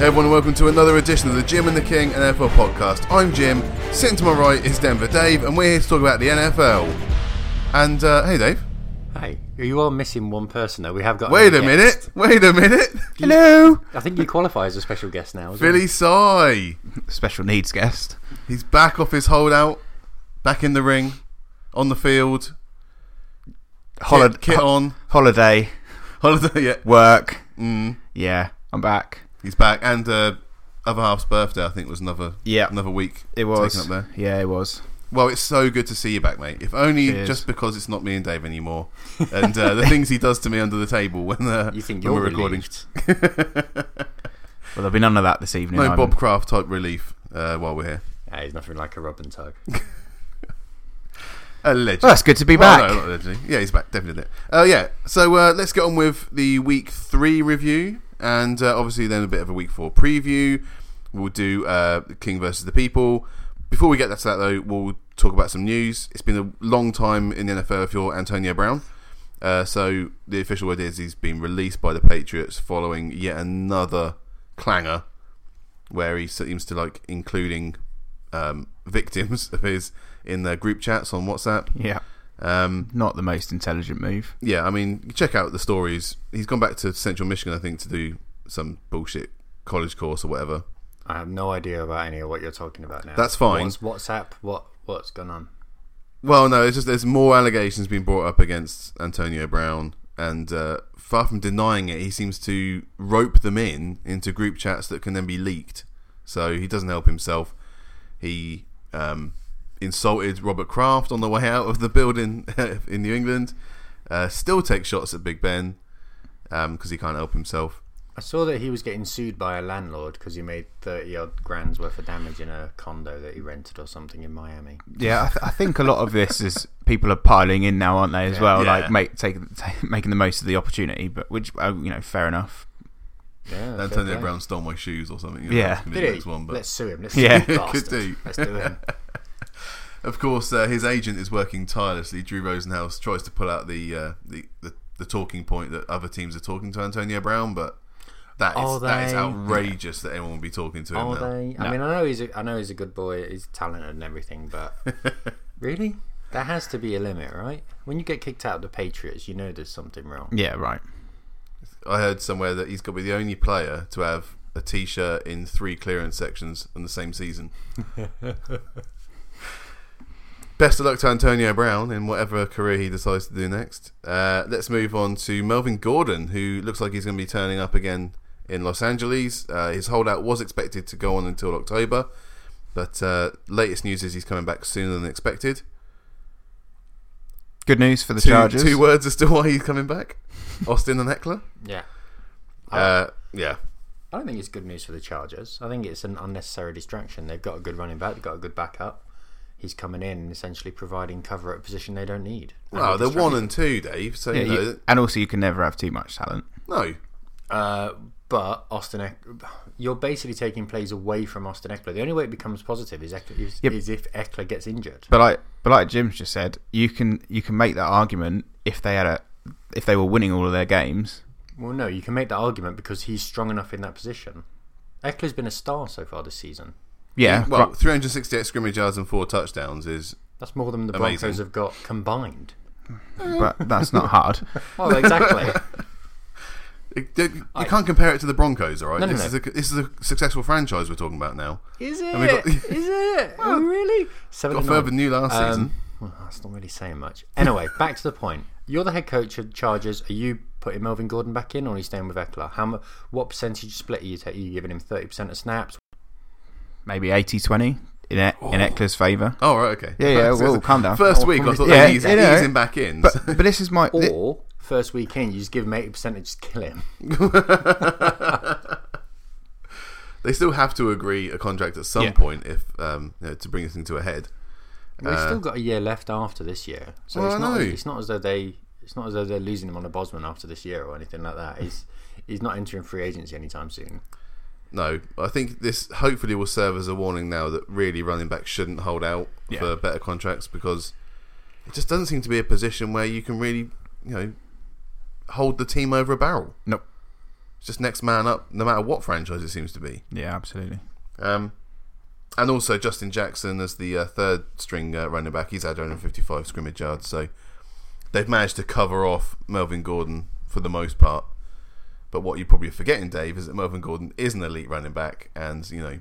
Everyone, and welcome to another edition of the Jim and the King and NFL podcast. I'm Jim. Sitting to my right is Denver Dave, and we're here to talk about the NFL. And uh, hey, Dave. Hey, you are missing one person though. We have got. Wait a another guest. minute. Wait a minute. Hello. I think you qualify as a special guest now. as well. Billy Sy. special needs guest. He's back off his holdout, back in the ring, on the field, Holi- kit, kit ho- on, holiday, holiday. Yeah, work. mm, Yeah, I'm back. he's back. And uh, other half's birthday, I think, was another Yeah, another week. it was. taken up there. Yeah, it was. Well, it's so good to see you back, mate. If only Cheers. just because it's not me and Dave anymore, and uh, the things he does to me under the table when uh, You think when you're we're recording. relieved. Well, there'll be none of that this evening. No I'm- Bob Craft type relief uh, while we're here. Nah, he's nothing like a rub and tug. Allegedly. Well, that's good to be Well, back. no, not allegedly. Yeah, he's back. Definitely. Uh, yeah. So uh, let's get on with the week three review, and uh, obviously then a bit of a week four preview. We'll do uh, King versus the People. Before we get to that though, we'll talk about some news. It's been a long time in the NFL if you're Antonio Brown. Uh, so the official word is he's been released by the Patriots following yet another clanger, where he seems to like including um, victims of his in their group chats on WhatsApp. Yeah, Um, not the most intelligent move. yeah, I mean, check out the stories. He's gone back to Central Michigan, I think, to do some bullshit college course or whatever. I have no idea about any of what you're talking about now. That's fine. What's WhatsApp? What what's going on? Well, no, it's just there's more allegations being brought up against Antonio Brown, and uh, far from denying it, he seems to rope them in into group chats that can then be leaked. So he doesn't help himself. He um, insulted Robert Kraft on the way out of the building in New England. Uh, still takes shots at Big Ben because he can't help himself. I saw that he was getting sued by a landlord because he made thirty odd grand's worth of damage in a condo that he rented or something in Miami. Yeah, I, th- I think a lot of this is people are piling in now, aren't they? As well, Yeah. like make, take, take, making the most of the opportunity. But which, oh, you know, fair enough. Yeah, fair Antonio play. Brown stole my shoes or something. Yeah. That's gonna be Did the he? next one, but Let's sue him. Let's sue Yeah. him, bastard. Could do. Let's do him. of course, uh, his agent is working tirelessly. Drew Rosenhaus tries to pull out the, uh, the the the talking point that other teams are talking to Antonio Brown, but that is Are that is Oh, they? Oh, outrageous that anyone would be talking to him. Are now. they? I mean, I know he's a, I know he's a good boy. He's talented and everything, but really, there has to be a limit, right? When you get kicked out of the Patriots, you know there's something wrong. Yeah, right. I heard somewhere that he's got to be the only player to have a T-shirt in three clearance sections in the same season. Best of luck to Antonio Brown in whatever career he decides to do next. Uh, let's move on to Melvin Gordon, who looks like he's going to be turning up again in Los Angeles. Uh, his holdout was expected to go on until October, but uh, latest news is he's coming back sooner than expected. Good news for the Two, Chargers. two words as to why he's coming back: Austin and Eckler. Yeah, Uh, yeah, I don't think it's good news for the Chargers. I think it's an unnecessary distraction. They've got a good running back. They've got a good backup. He's coming in and essentially providing cover at a position they don't need. And Well, they're distracting- one and two, Dave. So Yeah, you know, you- and also, you can never have too much talent. no, Uh, but Austin, Eck- you're basically taking plays away from Austin Eckler. The only way it becomes positive is, Eckler, is, Yep. is if Eckler gets injured. But like, but like Jim's just said, you can you can make that argument if they had a if they were winning all of their games. Well, no, you can make that argument because he's strong enough in that position. Eckler's been a star so far this season. Yeah, well, right. 368 scrimmage yards and four touchdowns is That's more than the Amazing. Broncos have got combined. but that's not hard. Well, exactly. it, it- you can't compare it to the Broncos, all right? No, no, this, Is no. a, this is a successful franchise we're talking about now. Is it? we got- Is it? Oh, really? Seven Got and further nine. new last Um, season. well, that's not really saying much. Anyway, back to the point. You're the head coach of the Chargers. Are you putting Melvin Gordon back in, or are you staying with Eckler? How mu- What percentage split are you, ta- are you giving him? Thirty percent of snaps. Maybe 80-20 in, e- in Eckler's favour. Oh, right, okay. Yeah, yeah, well, calm down. First week, I thought Yeah, he's you know. easing back in. But but this is my thi- Or first week in, you just give him eighty percent and just kill him. they still have to agree a contract at some Yeah. point if um, you know, to bring this thing to a head. Well, They've still got a year left after this year, so Well, it's Uh, Oh, I know. not. It's not as though they. It's not as though they're losing him on a Bosman after this year or anything like that. He's he's not entering free agency anytime soon. No, I think this hopefully will serve as a warning now that really running backs shouldn't hold out Yeah. for better contracts because it just doesn't seem to be a position where you can really, you know, hold the team over a barrel. no, It's just next man up, no matter what franchise it seems to be. Yeah, absolutely. Um, and also Justin Jackson as the uh, third string uh, running back. He's had 155 scrimmage yards, so they've managed to cover off Melvin Gordon for the most part. But what you're probably forgetting, Dave, is that Melvin Gordon is an elite running back, and you know,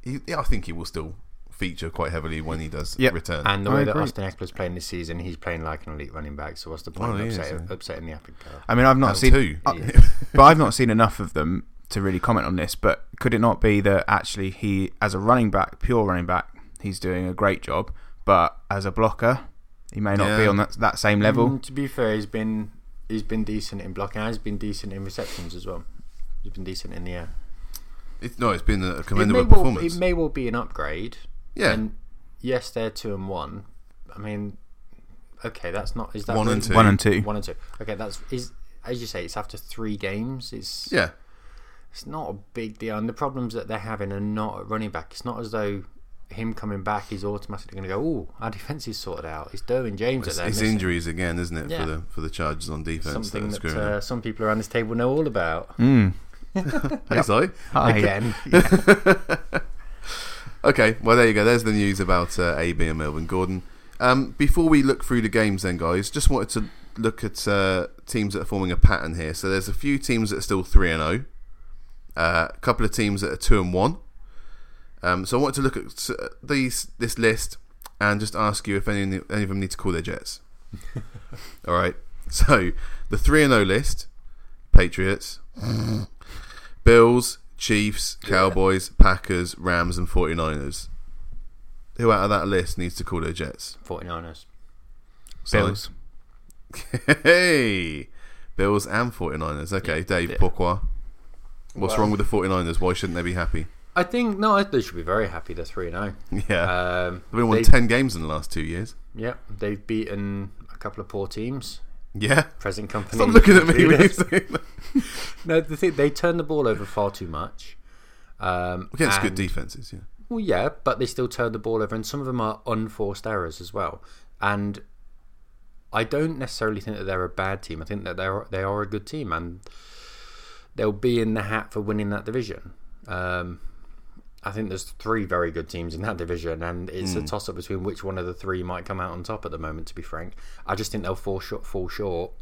he, yeah, I think he will still feature quite heavily when he does Yep. return. And the I way that agree. Austin Eckler's playing this season, he's playing like an elite running back. So what's the point Well, of Oh, he is, upset, yeah. upsetting the apple cart? I mean, I've not And seen, Oh, two. Uh, Yeah. but I've not seen enough of them to really comment on this. But could it not be that actually he, as a running back, pure running back, he's doing a great job, but as a blocker, he may not be Yeah. on that that same level. Mm, to be fair, he's been he's been decent in blocking. and He's been decent in receptions as well. He's been decent in the air. It's- no, it's been a It commendable may, well, performance. it may well be an upgrade. yeah, And yes, they're two and one. I mean, okay, that's not is that One and really- two. One and two. One and two. Okay, that's is as you say. It's after three games. It's yeah, it's not a big deal. And the problems that they're having are not at running back. It's not as though him coming back is automatically going to go. Oh, our defense is sorted out. It's Derwin James it's, that they're it's missing. injuries again, isn't it, Yeah. for the for the charges on defense that Something are that, screwing uh, up. some people around this table know all about. Mm. uh, Hey, sorry. Hi. Again, Okay, well there you go. There's the news about uh, AB and Melvin Gordon. Um, before we look through the games, then guys, just wanted to look at uh, teams that are forming a pattern here. So there's a few teams that are still three and zero, a couple of teams that are two and one. Um, so I wanted to look at uh, these this list and just ask you if any any of them need to call their jets. All right. So the three and zero list: Patriots, Bills, Chiefs, Cowboys, Packers, Rams, and 49ers. Who out of that list needs to call their Jets? 49ers. Bills. hey! Bills and 49ers. Okay, Dave, yeah. pourquoi? What's Well- wrong with the 49ers? Why shouldn't they be happy? I think no, I- they should be very happy. They're three and Yeah. zero. Um, They've been won they- 10 games in the last two years. yeah, they've beaten a couple of poor teams. Yeah. Present company. Stop looking at me when you included. say that. no, the thing, they turn the ball over far too much. Um, Against good and- defenses, yeah. Well, yeah, but they still turn the ball over, and some of them are unforced errors as well. And I don't necessarily think that they're a bad team. I think that they're they are a good team, and they'll be in the hat for winning that division. Um, I think there's three very good teams in that division, and it's Hmm. a toss up between which one of the three might come out on top at the moment. To be frank, I just think they'll fall short, fall short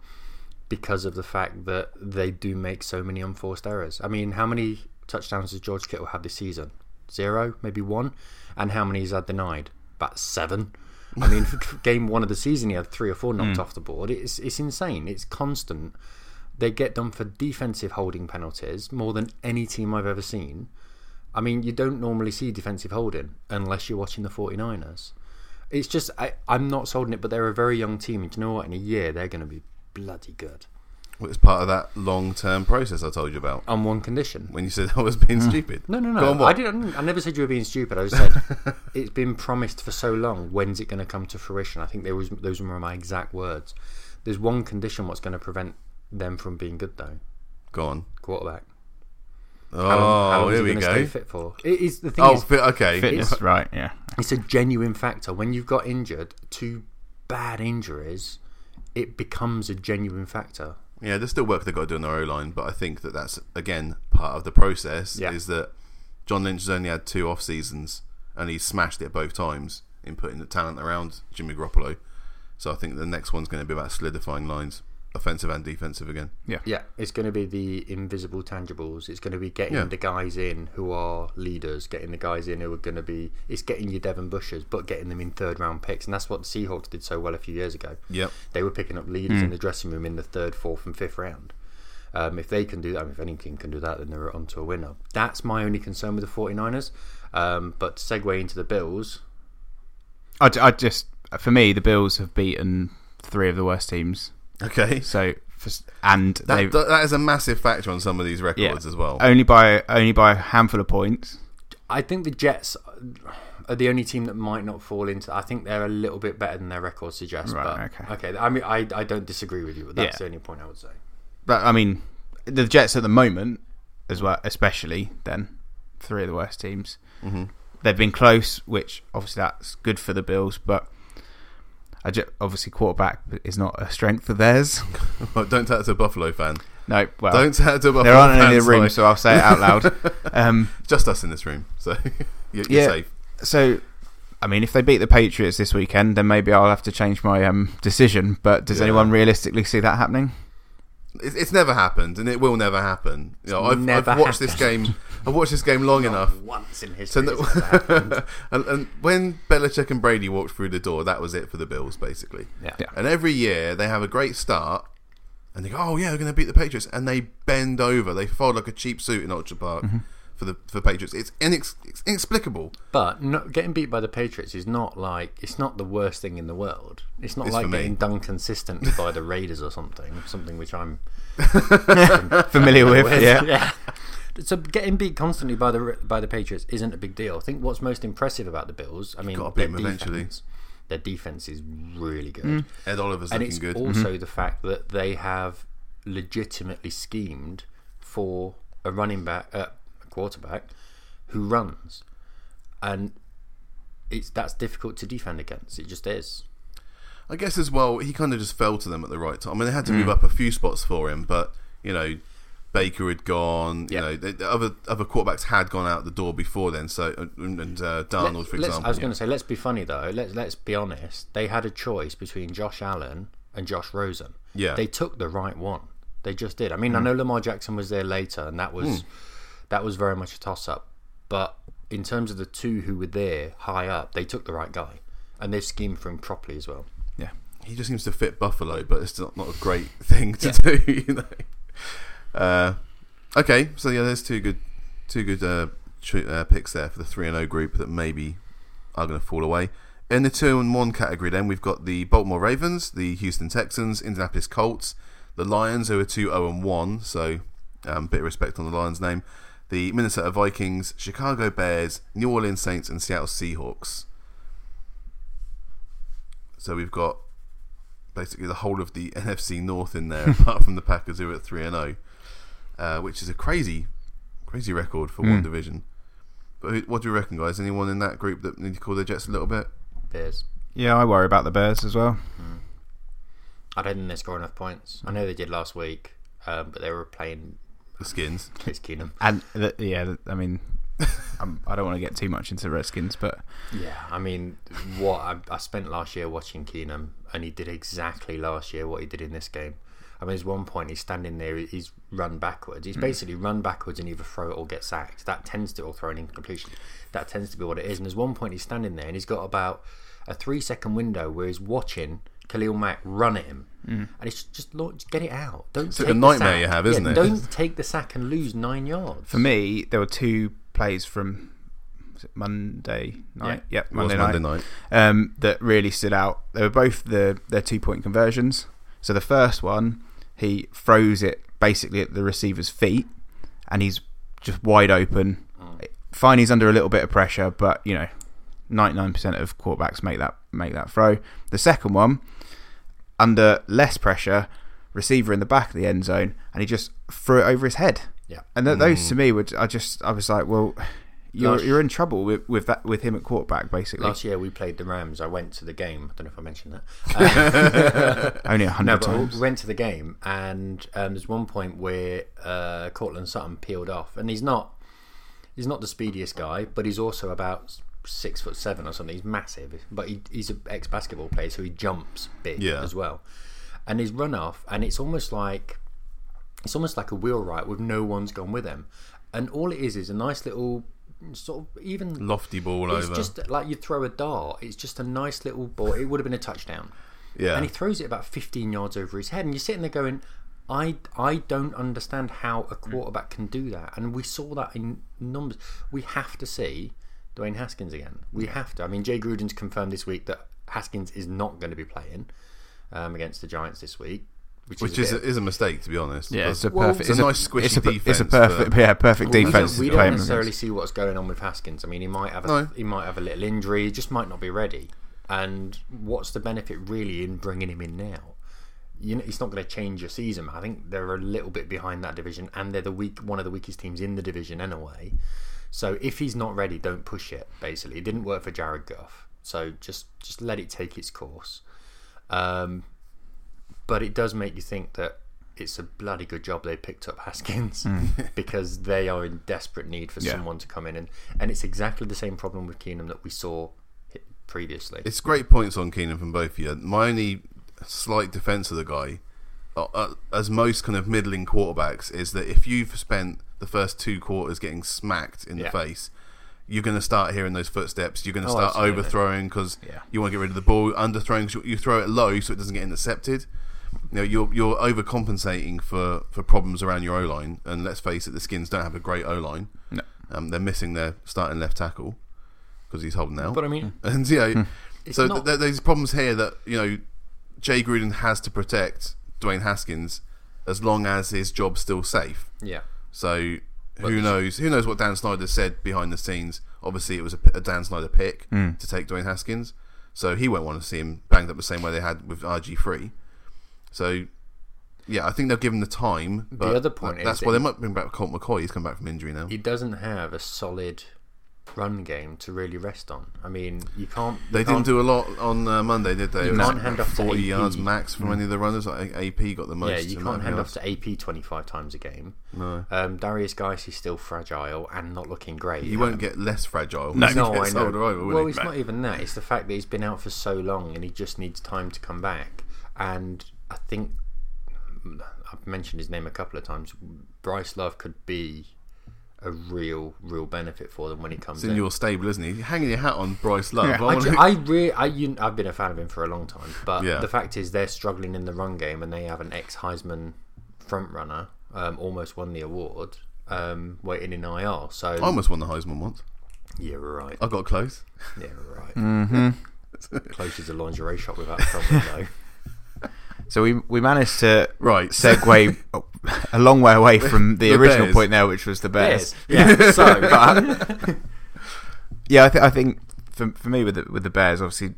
because of the fact that they do make so many unforced errors. I mean, how many touchdowns has George Kittle had this season? Zero, maybe one. And how many has that denied? About seven. I mean, for game one of the season, he had three or four knocked off the board. It's it's insane. It's constant. They get done for defensive holding penalties more than any team I've ever seen. I mean, you don't normally see defensive holding unless you're watching the 49ers. It's just, I, I'm not sold on it, but they're a very young team. And do you know what? In a year, they're going to be bloody good Well, it's part of that long term process I told you about on one condition. when you said I was being stupid. Mm. No, Go no, no. on, I what? didn't. I never said you were being stupid. I just said it's been promised for so long. When's it going to come to fruition? I think there was those were my exact words. There's one condition. What's going to prevent them from being good though? Go on. Quarterback. Oh, How long- how long is here we he gonna Stay go. fit for. It is the thing. Oh, is, fit, okay. Fitness, It's- right? Yeah. it's a genuine factor. When you've got injured, two bad injuries, it becomes a genuine factor. Yeah, there's still work they've got to do on their O line, but I think that that's again part of the process. Yeah. Is that John Lynch has only had two off seasons, and he's smashed it both times in putting the talent around Jimmy Garoppolo. So I think the next one's going to be about solidifying lines, offensive and defensive again. Yeah, it's going to be the invisible tangibles. It's going to be getting Yeah. the guys in who are leaders, getting the guys in who are going to be. It's getting your Devon Bushers, but getting them in third round picks, and that's what the Seahawks did so well a few years ago. Yep. Hmm. They were picking up leaders in the dressing room in the third, fourth, and fifth round. Um, if they can do that, I mean, if any team can do that, then they're on to a winner. That's my only concern with the 49ers. Um, but to segue into the Bills, I, I just for me the Bills have beaten three of the worst teams. Okay. So for, s- and That, they that- that is a massive factor on some of these records as well. only by only by a handful of points. I think the Jets are the only team that might not fall into. I think they're a little bit better than their record suggests. Right, but, okay. I mean, I, I don't disagree with you. But that's Yeah. the only point I would say. But I mean, the Jets at the moment, as well, especially then, three of the worst teams. Mhm. They've been close, which obviously that's good for the Bills, but I ju- obviously quarterback is not a strength of theirs. Don't tell that to a Buffalo fan. No, well, Don't say it to Uh, there aren't any fans, in the room, like, so I'll say it out loud. Um, just us in this room, so you're, you're Yeah. safe. so, I mean, if they beat the Patriots this weekend, then maybe I'll have to change my um, decision. But does Yeah. anyone realistically see that happening? It's, it's never happened, and it will never happen. You know, I've, never I've watched this happened. game. I've watched this game long enough. Once in So history. it's never happened. that, and, and when Belichick and Brady walked through the door, that was it for the Bills, basically. yeah. Yeah. And every year they have a great start, and they go, "Oh yeah, we're going to beat the Patriots," and they bend over, they fold like a cheap suit in Ultra Park Mm-hmm. for the for Patriots. It's, inex- it's inexplicable. But no, getting beat by the Patriots is not like it's not the worst thing in the world. It's not It's for like me. getting done consistently by the Raiders or something. Something which I'm Familiar with? yeah. So getting beat constantly by the by the Patriots isn't a big deal. I think what's most impressive about the Bills, I mean, gotta beat their them eventually. Mm. defense, their defense is really good, Ed Oliver's and it's looking good. also the fact that they have legitimately schemed for a running back, uh, a quarterback who runs, and it's that's difficult to defend against. It just is. I guess as well, he kind of just fell to them at the right time. I mean, they had to Mm. move up a few spots for him, but you know, Baker had gone. You Yeah. know, the, the other other quarterbacks had gone out the door before then. So and, and uh, Let- Darnold, for let's- I example, was going to say, let's be funny though. Let's let's be honest. They had a choice between Josh Allen and Josh Rosen. Yeah. Hmm. they took the right one. They just did. I mean, I know Lamar Jackson was there later, and that was that was very much a toss up. But in terms of the two who were there high up, they took the right guy, and they've schemed for him properly as well. Yeah. he just seems to fit Buffalo, but it's not, not a great thing to do. You know. Uh, okay, so yeah, there's two good, two good uh, tr- uh, picks there for the three and O group that maybe are going to fall away. In the two and one category, then we've got the Baltimore Ravens, the Houston Texans, Indianapolis Colts, the Lions, who are two zero and one, so um, bit of respect on the Lions' name. The Minnesota Vikings, Chicago Bears, New Orleans Saints, and Seattle Seahawks. So we've got basically the whole of the NFC North in there, apart from the Packers who are at three and zero, which is a crazy, crazy record for Hmm. one division. But who- what do you reckon, guys? Anyone in that group that need to call their jets a little bit? Bears. Yeah, I worry about the Bears as well. I don't think they score enough points. I know they did last week, um, but they were playing The skins. Case Keenum. And th yeah, th- I mean, I'm, I don't want to get too much into the Redskins, but Yeah, I mean, what I, I spent last year watching Keenum, and he did exactly last year what he did in this game. I mean, there's one point he's standing there, he's run backwards. Hmm. He's basically run backwards and either throw it or get sacked. That tends to, or throw an incompletion. That tends to be what it is. And there's one point he's standing there, and he's got about a three second window where he's watching Khalil Mack run at him. And it's just, Lord, just get it out. Don't Hmm. like take a the nightmare sack. you have, Yeah, isn't it? Don't take the sack and lose nine yards. for me, there were two plays from was it Monday night. Yep, It was Monday, Monday night. night. um, that really stood out. They were both the their two point conversions. So the first one, he throws it basically at the receiver's feet, and he's just wide open. Fine, he's under a little bit of pressure, but you know, ninety nine percent of quarterbacks make that make that throw. The second one, under less pressure, receiver in the back of the end zone, and he just threw it over his head. Yeah. and th- those to me were I just I was like, well. You're, Lush. you're in trouble with, with that with him at quarterback basically. Last year we played the Rams. I went to the game. I don't know if I mentioned that. Only a No, hundred but times. we went to the game, and um, there's one point where uh, Cortland Sutton peeled off, and he's not he's not the speediest guy, but he's also about six foot seven or something. He's massive, but he, he's an ex basketball player, so he jumps big Yeah. as well. And his run off, and it's almost like it's almost like a wheelwright with no one's gone with him, and all it is is a nice little sort of even Lofty ball it's over. just like you throw a dart. It's just a nice little ball. It would have been a touchdown. Yeah. And he throws it about 15 yards over his head, and you're sitting there going, I, I don't understand how a quarterback can do that. And we saw that in numbers. We have to see Dwayne Haskins again. We have to. I mean, Jay Gruden's confirmed this week that Haskins is not going to be playing um, against the Giants this week, which, Which is, is a a, bit- is a mistake, to be honest. Yeah, it's a Well, perfect. it's a nice squishy it's a, per- It's a defense, perfect, yeah, perfect We don't- defense. We to don't, play him against. necessarily see what's going on with Haskins. I mean, he might have a No. he might have a little injury. He just might not be ready. And what's the benefit really in bringing him in now? You know, it's not going to change your season. I think they're a little bit behind that division, and they're the weak one of the weakest teams in the division anyway. So if he's not ready, don't push it. Basically, it didn't work for Jared Goff, so just just let it take its course. Um, but it does make you think that it's a bloody good job they picked up Haskins because they are in desperate need for Yeah. someone to come in and and it's exactly the same problem with Keenum that we saw hi- previously. It's great points on Keenan from both of you. My only slight defence of the guy, uh, uh, as most kind of middling quarterbacks, is that if you've spent the first two quarters getting smacked in the Yeah. face, you're going to start hearing those footsteps. You're going to Oh, start absolutely. overthrowing because Yeah. you want to get rid of the ball. Underthrowing, 'cause you, you throw it low so it doesn't get intercepted. You know, you're you're overcompensating for, for problems around your O line, and let's face it, the Skins don't have a great O line. No. Um, they're missing their starting left tackle because he's holding out. but I mean, And you know, It's so not- th- th- there's problems here that you know Jay Gruden has to protect Dwayne Haskins as long as his job's still safe. yeah. So who knows? Who knows what Dan Snyder said behind the scenes? Obviously, it was a, p- a Dan Snyder pick to take Dwayne Haskins, so he won't want to see him banged up the same way they had with RG three. So. Yeah, I think they'll give him the time. But other point that- that's is why that- they might bring back Colt McCoy. He's come back from injury now. He doesn't have a solid run game to really rest on. I mean, you can't you They can't- didn't do a lot on uh, Monday, did they? It was can't like hand off to forty AP. yards max from any of the runners. I think AP got the most. Yeah, you amount can't hand off yards. to AP 25 times a game. No. Um, Darius Geis is still fragile and not looking great. He won't get less fragile. No. as he No, I gets know. older either, will well, he? it's not even that. It's the fact that he's been out for so long and he just needs time to come back. And I think I've mentioned his name a couple of times. Bryce Love could be a real, real benefit for them when he comes He's in your stable, isn't he? You're hanging your hat on Bryce Love. Yeah. I I, wanna- ju- I really, I, you, I've been a fan of him for a long time, but Yeah. the fact is they're struggling in the run game, and they have an ex Heisman front runner, um, almost won the award, um, waiting in IR. So I almost won the Heisman once. yeah, we're right. I got close. Yeah, we're right. Mm-hmm. Close as a lingerie shop without a front window. So we we managed to Right. segue a long way away from the, The original Bears. point there, which was the Bears. um, Yes. Yeah. So um, Yeah, I, th- I think for, for me with the, with the Bears, obviously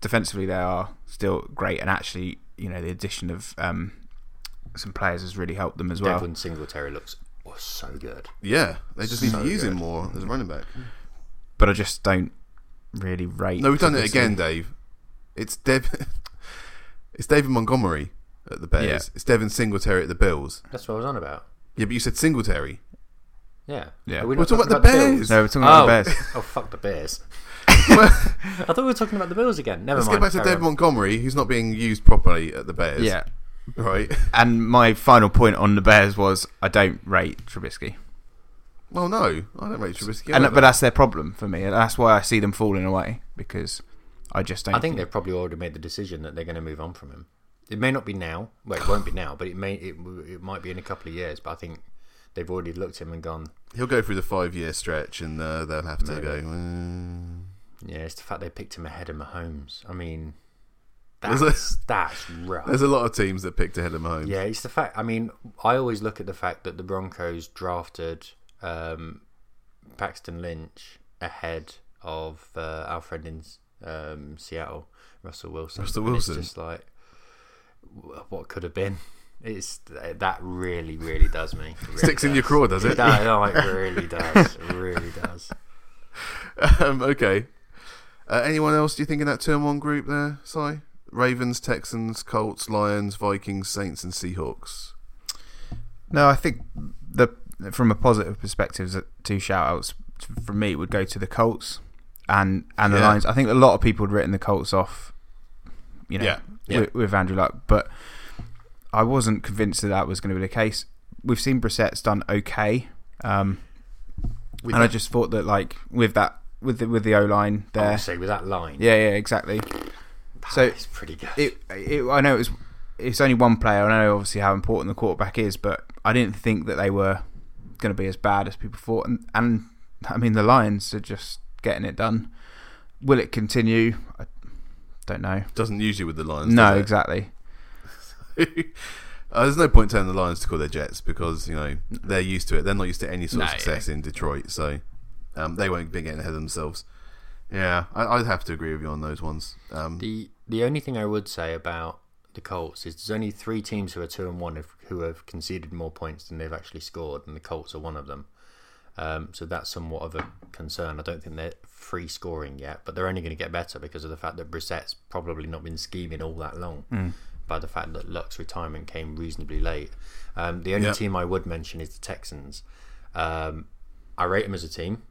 defensively they are still great, and actually you know the addition of um, some players has really helped them as well. Devlin Singletary looks was so good. Yeah, they just need So to use him good. more as a running back. But I just don't really rate. No, we've done it obviously. again, Dave. It's Dev. it's David Montgomery at the Bears. Yeah. It's Devin Singletary at the Bills. That's what I was on about. Yeah, but you said Singletary. Yeah. Yeah. Are we We're not talking about the Bills? Bears. No, we're talking about oh. the Bears. oh, fuck the Bears. I thought we were talking about the Bills again. Never Let's mind. get back to carry David on. Montgomery, who's not being used properly at the Bears. Yeah, Right. and my final point on the Bears was I don't rate Trubisky, Well, no, I don't rate Trubisky. and either. but that's their problem for me, and that's why I see them falling away because I just don't. I think they've probably already made the decision that they're going to move on from him. It may not be now. Well, it won't be now, but it may. It, w- it might be in a couple of years. But I think they've already looked at him and gone. he'll go through the five-year stretch, and uh, they'll have to go. "Mm." Yeah, it's the fact they picked him ahead of Mahomes. I mean, There's that's a- that's rough. uh, There's a lot of teams that picked ahead of Mahomes. Yeah, it's the fact. I mean, I always look at the fact that the Broncos drafted um, Paxton Lynch ahead of uh, our friend in um, Seattle, Russell Wilson. Russell And Wilson. It's just like w- what could have been. It's that really, really does me. It really Sticks in your does. craw, does it? No, no, it really does. It really does. um, okay. Uh, anyone else? Do you think in that turn one group there, Si? Ravens, Texans, Colts, Lions, Vikings, Saints, and Seahawks. No, I think the from a positive perspective, the two shout outs from me would go to the Colts and and the Yeah. Lions. I think a lot of people had written the Colts off, you know, Yeah. Yeah. With, with Andrew Luck, but I wasn't convinced that that was going to be the case. We've seen Brissett's done okay, um, With and I that- Oh, just thought that like with that with the with the O line I there, would say with that line, yeah, yeah, exactly. So it's pretty good. it, it I know it was it's only one player. I know obviously how important the quarterback is, but I didn't think that they were going to be as bad as people thought. And, and I mean, the Lions are just getting it done. Will it continue? I don't know. Doesn't usually with the Lions. No, does exactly. it? uh, there's no point telling the Lions to call their Jets because you know they're used to it. They're not used to any sort of No, success in Detroit, so um, they won't be getting ahead of themselves. Yeah, I, I'd have to agree with you on those ones. Um, The the only thing I would say about the Colts is there's only three teams who are two and one if, who have conceded more points than they've actually scored, and the Colts are one of them. Um, so that's somewhat of a concern. I don't think they're free Hmm. scoring yet, but they're only going to get better because of the fact that Brissett's probably not been scheming all that long. by the fact that Luck's retirement came reasonably late. Um, the only Yeah. team I would mention is the Texans. Um, I rate them as a team.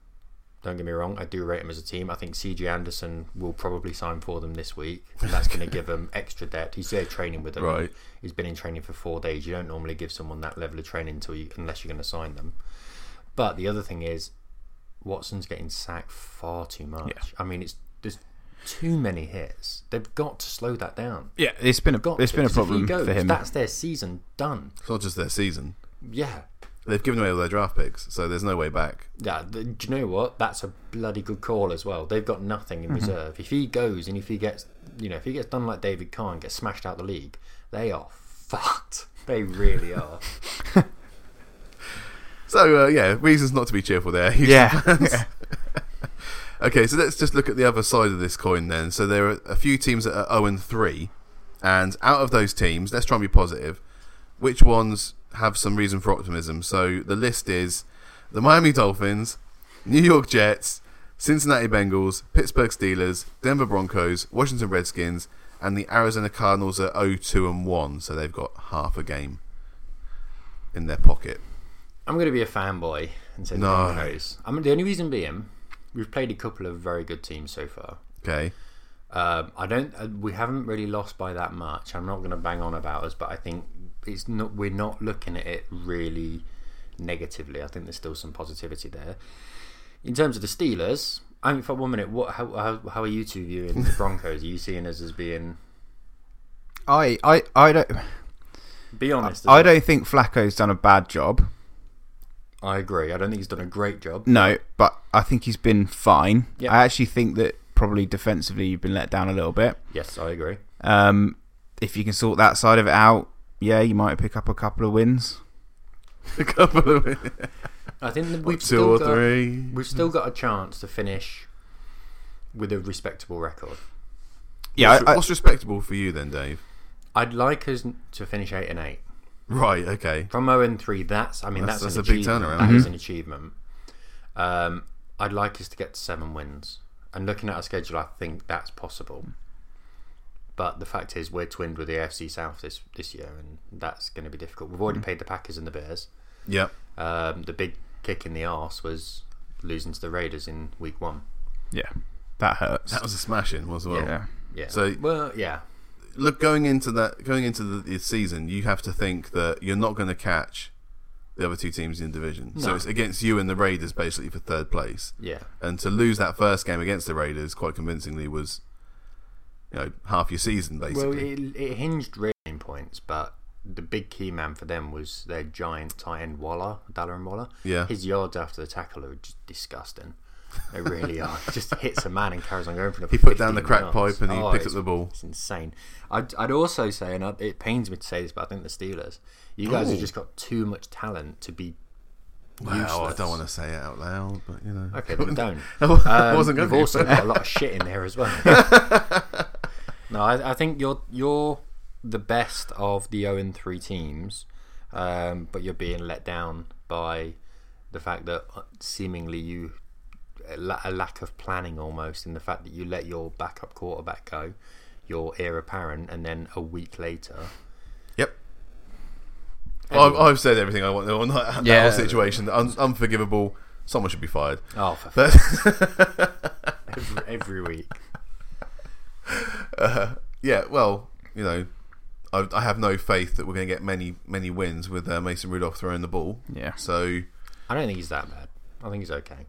Don't get me wrong, I do rate them as a team. I think CG Anderson will probably sign for them this week. And that's going to give them extra depth. He's there training with them. Right. He's been in training for four days. You don't normally give someone that level of training until you, unless you're going to sign them. But the other thing is, Watson's getting sacked far too much. I mean, it's there's too many hits. They've got to slow that down. Yeah, it's been a Got it's to, been a 'cause if he problem goes, for him. That's their season done. It's not just their season. Yeah. They've given away all their draft picks, so there's no way back. Yeah, th- do you know what? That's a bloody good call as well. They've got nothing in reserve. If he goes and if he gets, you know, if he gets done like David Carr and gets smashed out the league, they are fucked. They really are. So uh, yeah, reasons not to be cheerful there. Houston Yeah. fans. okay, so let's just look at the other side of this coin then. So there are a few teams that are zero and three, and out of those teams, let's try and be positive. Which ones have some reason for optimism? So the list is the Miami Dolphins, New York Jets, Cincinnati Bengals, Pittsburgh Steelers, Denver Broncos, Washington Redskins, and the Arizona Cardinals are 0-2 and one, so they've got half a game in their pocket. I'm going to be a fanboy and say the No. Broncos. I mean, the only reason being, we've played a couple of very good teams so far. Okay. Um, I don't. Uh, we haven't really lost by that much. I'm not going to bang on about us, but I think it's not. We're not looking at it really negatively. I think there's still some positivity there. In terms of the Steelers, I mean, for one minute, what? How, how, how are you two viewing the Broncos? Are you seeing us as being? I, I I don't Be honest. as I well. don't think Flacco's done a bad job. I agree. I don't think he's done a great job. No, but I think he's been fine. Yeah. I actually think that probably defensively you've been let down a little bit. Yes, I agree. Um, if you can sort that side of it out, yeah, you might pick up a couple of wins. a couple of minutes. I think that we've two still or got, three. We've still got a chance to finish with a respectable record. Yeah, what's, I, I, what's respectable for you then, Dave? I'd like us to finish eight and eight. Right. Okay. from 0 and 3 that's i mean That's- that's, that's a an big achievement. turnaround. That is an achievement um, i'd like us to get to seven wins and looking at our schedule i think that's possible but the fact is we're twinned with the afc south this, this year and that's going to be difficult we've Mm. already paid the packers and the bears Yep. um, the big kick in the arse was losing to the raiders in week one yeah, that hurts. That was a smashing, was well. yeah, yeah So- well yeah Look, going into that, going into the, the season, you have to think that you're not going to catch the other two teams in the division. So No. it's against you and the Raiders basically for third place. yeah And to lose that first game against the Raiders quite convincingly was, you know, half your season basically. Well, it, it hinged really in points, but the big key man for them was their giant tight end Waller, Dallin Waller. Yeah. His yards after the tackle are just disgusting. They really are. He just hits a man and carries on going for another he put down the 15 crack yards. pipe and he Oh, picked up it's- the ball. It's insane. I'd, I'd also say, and I, it pains me to say this, but I think the Steelers, you guys Ooh. have just got too much talent to be. Wow, I useless. don't want to say it out loud, but you know, Okay, then don't. I Um, wasn't going you've to. also got a lot of shit in there as well. no, I, I think you're you're the best of the 0 and 3 teams, um, but you're being let down by the fact that uh, seemingly you a la- a lack of planning almost in the fact that you let your backup quarterback go, your heir apparent, and then a week later. Yep. I've, I've said everything I want on that, that Yeah. whole situation. Un- unforgivable. Someone should be fired. Oh, for But every, every week. yeah, well, you know, I, I have no faith that we're going to get many many wins with uh, Mason Rudolph throwing the ball. yeah. So I don't think he's that bad. I think he's okay.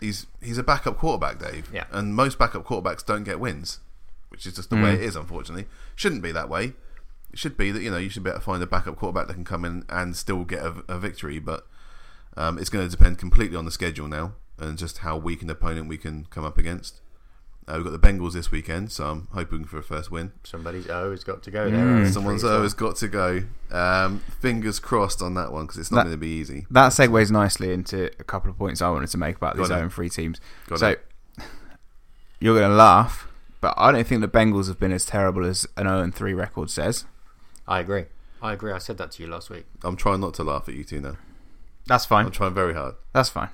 he's he's a backup quarterback, Dave. Yeah. And most backup quarterbacks don't get wins, which is just the Mm. way it is. Unfortunately, shouldn't be that way. It should be that you know you should be able to find a backup quarterback that can come in and still get a, a victory. But um, it's going to depend completely on the schedule now and just how weak an opponent we can come up against. Uh, we've got the Bengals this weekend, so I'm hoping for a first win. Somebody's O has got to go Hmm. there. Someone's O always got to go. Um, fingers crossed on that one because it's not That- going to be easy. That segues nicely into a couple of points I wanted to make about these Got it. own three teams. Got so it. you're going to laugh, but I don't think the Bengals have been as terrible as an 0 and 3 record says. I agree. I agree. I said that to you last week. I'm trying not to laugh at you two now. That's fine. I'm trying very hard. That's fine.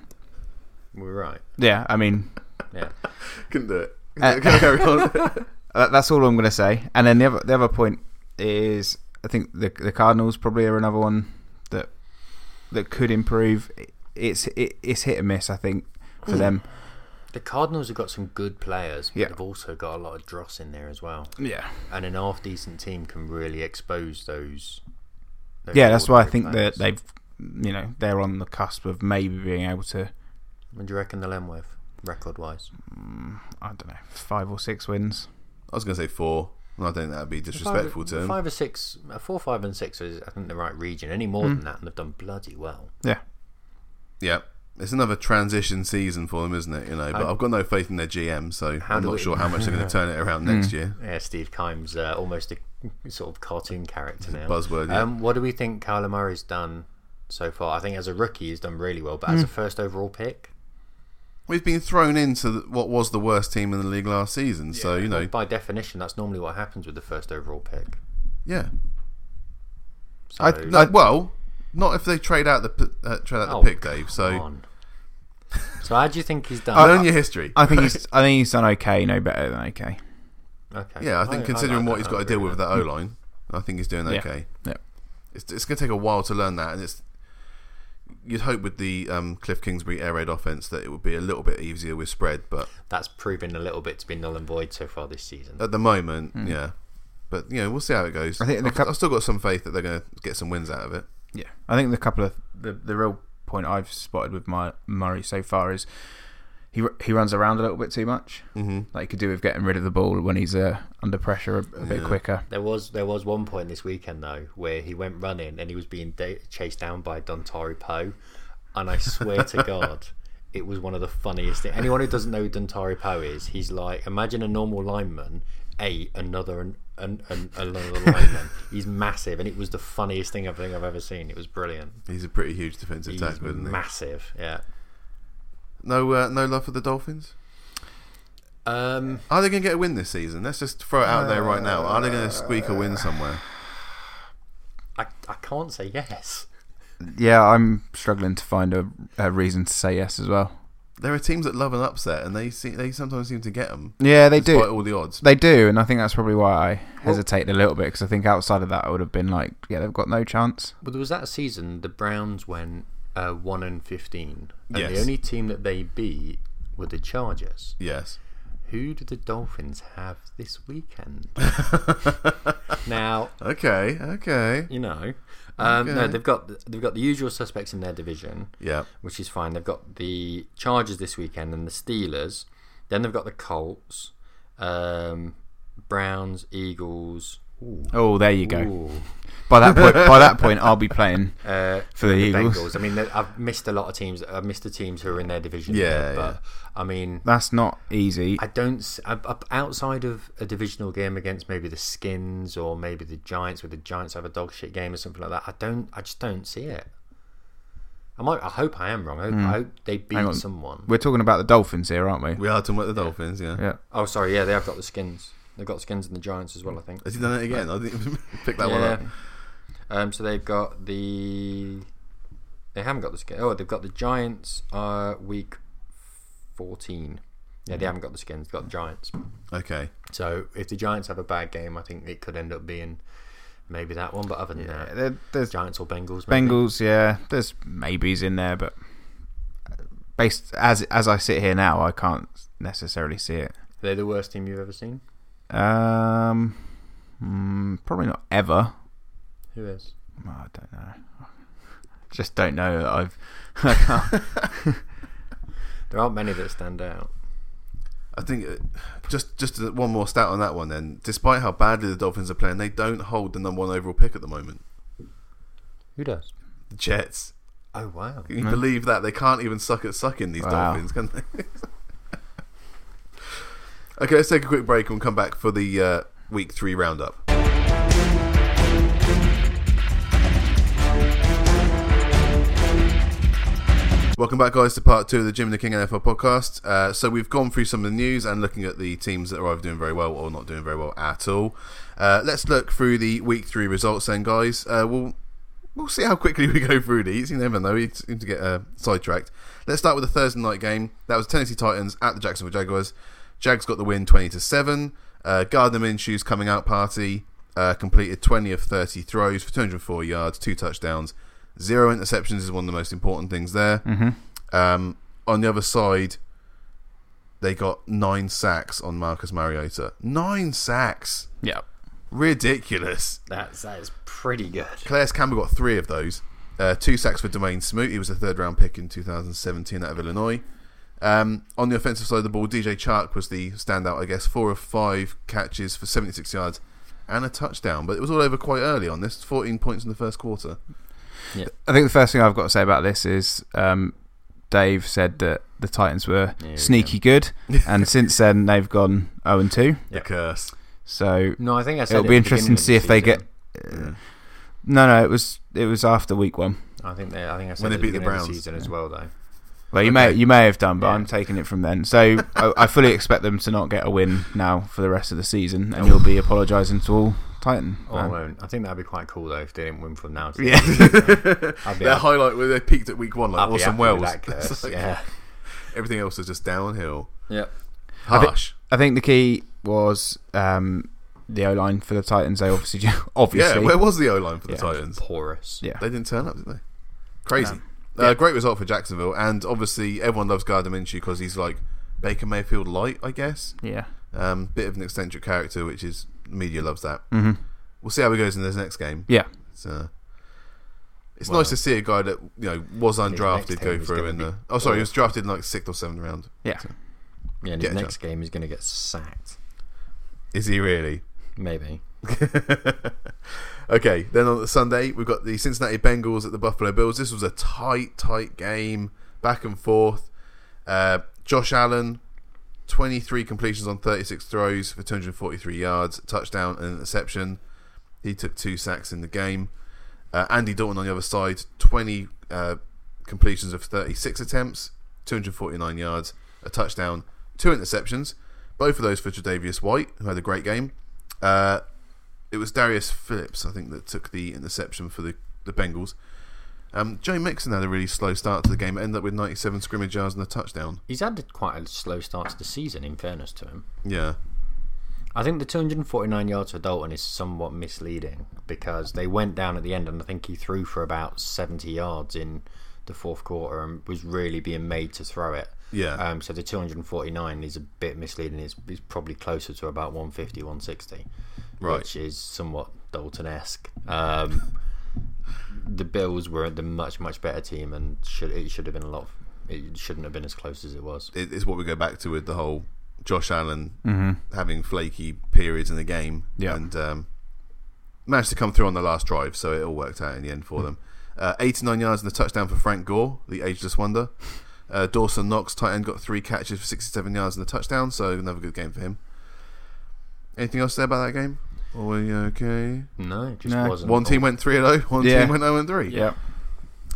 We were right. Yeah, I mean Yeah. Couldn't do it. Uh, Carry on. that, that's all I'm going to say. And then the other the other point is I think the the Cardinals probably are another one that that could improve. It's it, it's hit and miss I think for them. The Cardinals have got some good players, but Yeah. they've also got a lot of dross in there as well. Yeah. And an half decent team can really expose those. those Yeah, that's why I ordinary think that players. they've you know, they're on the cusp of maybe being able to What do you reckon they'll end with, record wise? I don't know, five or six wins. I was going to say four. and I think that would be disrespectful to him. Five or six, uh, four, five, and six is, I think, the right region. Any Hmm. more than that, and they've done bloody well. Yeah. Yeah. It's another transition season for them, isn't it? You know, but I've got no faith in their GM, so How I'm do not we- sure how much they're going to turn it around next year. Yeah, Steve Kime's uh, almost a sort of cartoon character now. buzzword, yeah. Um, what do we think Kyler Murray's done so far? I think as a rookie, he's done really well, but as a first overall pick, We've been thrown into the- what was the worst team in the league last season, so you know, by definition, that's normally what happens with the first overall pick. yeah. So, I, no, well, not if they trade out the p- uh, trade out the Oh, pick, Dave. So come on. so how do you think he's done? learn your history. I think he's I think he's done okay, no better than okay. okay. yeah, I think considering like what that. he's got to I deal really with with that O line, I think he's doing Yeah. okay. Yeah. It's, it's going to take a while to learn that, and it's you'd hope with the um, Cliff Kingsbury air raid offense that it would be a little bit easier with spread, but that's proven a little bit to be null and void so far this season. at the moment, yeah. But you know, we'll see how it goes. Hmm. I I think think in the I've, cup- I've still got some faith that they're going to get some wins out of it. Yeah, I think the couple of the, the real point I've spotted with my Murray so far is he ru- he runs around a little bit too much. Mm-hmm. Like he could do with getting rid of the ball when he's uh, under pressure a, a bit Yeah. quicker. There was there was one point this weekend though where he went running and he was being da- chased down by Dontari Poe, and I swear to God, it was one of the funniest things. Anyone who doesn't know who Dontari Poe is, he's like imagine a normal lineman, a another an, an, an, another lineman. He's massive, and it was the funniest thing I think I've ever seen. It was brilliant. He's a pretty huge defensive He's tackle, isn't he? massive, yeah. No, uh, no love for the Dolphins. Um, Are they going to get a win this season? Let's just throw it out there right now. Are they going to squeak a win somewhere? I I can't say yes. Yeah, I'm struggling to find a, a reason to say yes as well. There are teams that love an upset, and they see, they sometimes seem to get them Yeah, they despite do. all the odds. They do, and I think that's probably why I hesitated a little bit because I think outside of that I would have been like, yeah, they've got no chance. But there was that season the Browns went uh, one and fifteen, and the Yes. only team that they beat were the Chargers. Yes, Who do the Dolphins have this weekend? now Okay, okay. you know, um, no, Okay. they've got they've got the usual suspects in their division, Yeah. which is fine. They've got the Chargers this weekend and the Steelers. Then they've got the Colts, um, Browns, Eagles. Ooh. Oh, there you go. Ooh. By that point, by that point, I'll be playing Uh, for the, the Eagles. Bengals. I mean, there- I've missed a lot of teams. I've missed the teams who are in their division. Yeah, but I mean, That's not easy. I don't. s- I- I- Outside of a divisional game against maybe the Skins or maybe the Giants, where the Giants have a dog shit game or something like that, I don't. I just don't see it. I might. I hope I am wrong. I hope, I hope they Hang on. beat someone. We're talking about the Dolphins here, aren't we? We are talking about the Dolphins, yeah. Yeah. Oh, sorry. Yeah, they have got the Skins. They've got Skins and the Giants as well. I think. Has he done it again? I didn't even pick that one up. Yeah. Oh, Um. So they've got the. They haven't got the skins. Oh, they've got the Giants. Uh, week fourteen. Yeah, they haven't got the skins. They've got the Giants. Okay. So if the Giants have a bad game, I think it could end up being maybe that one. But other than that, There, there's Giants or Bengals. Maybe. Bengals, yeah. There's maybes in there, but uh, based as as I sit here now, I can't necessarily see it. They're the worst team you've ever seen. Um, mm, probably not ever. Who is? Oh, I don't know. Just don't know. I've I can't- There aren't many that stand out. I think uh, just just one more stat on that one. Then, despite how badly the Dolphins are playing, they don't hold the number one overall pick at the moment. Who does? The Jets. Oh wow! Can you believe that they can't even suck at sucking these Wow. Dolphins? Can they? okay, let's take a quick break and we'll come back for the uh, week three roundup. Welcome back, guys, to part two of the Jim and the King NFL podcast. Uh, so we've gone through some of the news and looking at the teams that are either doing very well or not doing very well at all. Uh, let's look through the week three results, then, guys. Uh, we'll we'll see how quickly we go through these. You never know. You seem to get uh, sidetracked. Let's start with the Thursday night game. That was Tennessee Titans at the Jacksonville Jaguars. Jags got the win, twenty to seven. Uh, Gardner Minshew's coming out party. Uh, completed 20 of 30 throws for 204 yards, two touchdowns, zero interceptions is one of the most important things there. Um, on the other side, they got nine sacks on Marcus Mariota. Nine sacks. Yeah. Ridiculous. That's that is pretty good. Claire's Campbell got three of those. Uh, two sacks for Dwayne Smoot. He was a third round pick in 2017 out of Illinois. Um, on the offensive side of the ball, DJ Chark was the standout, I guess. Four of five catches for 76 yards and a touchdown. But it was all over quite early on this. 14 points in the first quarter. I think the first thing I've got to say about this is um, Dave said that the Titans were Yeah, sneaky good, and since then they've gone 0 and 2. The curse. So No, I think I said it'll at be the beginning interesting to of see the if they get. uh, season. Yeah. No, no, it was it was after week one. I think they. I think I said When they at beat the beginning of Browns. season as well, though. Well, you may Okay. you may have done, but Yeah. I'm taking it from then. So I, I fully expect them to not get a win now for the rest of the season, and you'll be apologising to all Titan. Oh, I fans. won't. I think that'd be quite cool though if they didn't win from now. To Yeah. I'd be Their happy, highlight where they peaked at week one, like I'd be Orson happy Welles. with That curse. It's like yeah, Everything else is just downhill. yeah. I thi- Harsh. I think the key was um, the O line for the Titans. They obviously ju- Yeah, obviously where was the O line for the Yeah. Titans? Porous. Yeah. They didn't turn up, did they? Crazy. Uh, great result for Jacksonville, and obviously everyone loves Gardner Minshew because he's like Baker Mayfield light, I guess. yeah. Um, bit of an eccentric character, which is the media loves that. Mm-hmm. hmm We'll see how he goes in this next game. Yeah. It's, uh, it's Well- nice to see a guy that you know was undrafted next go team is through gonna in be the. Oh, sorry, he was drafted in like sixth or seventh round. Yeah. Yeah, and Get his a next game is going to get sacked. Is he really? Maybe. okay, then on the Sunday we've got the Cincinnati Bengals at the Buffalo Bills. This was a tight, tight game, back and forth. Uh, Josh Allen, twenty-three completions on thirty-six throws for two hundred forty-three yards, touchdown and interception. He took two sacks in the game. Uh, Andy Dalton on the other side, twenty uh, completions of thirty-six attempts, two hundred forty-nine yards, a touchdown, two interceptions. Both of those for Tre'Davious White, who had a great game. Uh, it was Darius Phillips, I think, that took the interception for the, the Bengals. Um, Joe Mixon had a really slow start to the game, ended up with 97 scrimmage yards and a touchdown. He's had quite a slow start to the season, in fairness to him. Yeah. I think the 249 yards for Dalton is somewhat misleading because they went down at the end, and I think he threw for about 70 yards in the fourth quarter and was really being made to throw it. Yeah. Um, so the 249 is a bit misleading. It's, it's probably closer to about 150, 160, Right. which is somewhat Dalton esque. Um, the Bills were the much, much better team, and should, it should have been a lot. it shouldn't have been as close as it was. It, it's what we go back to with the whole Josh Allen having flaky periods in the game. Mm-hmm. Yeah. And um, managed to come through on the last drive, so it all worked out in the end Mm-hmm. for them. Uh, 89 yards and a touchdown for Frank Gore, the ageless wonder. Uh, Dawson Knox, tight end, got three catches for 67 yards and a touchdown, so another good game for him. Anything else to say about that game? Or were you okay? No, it just No. wasn't. One team went 3 0, one Yeah. team went 0 3. Yeah.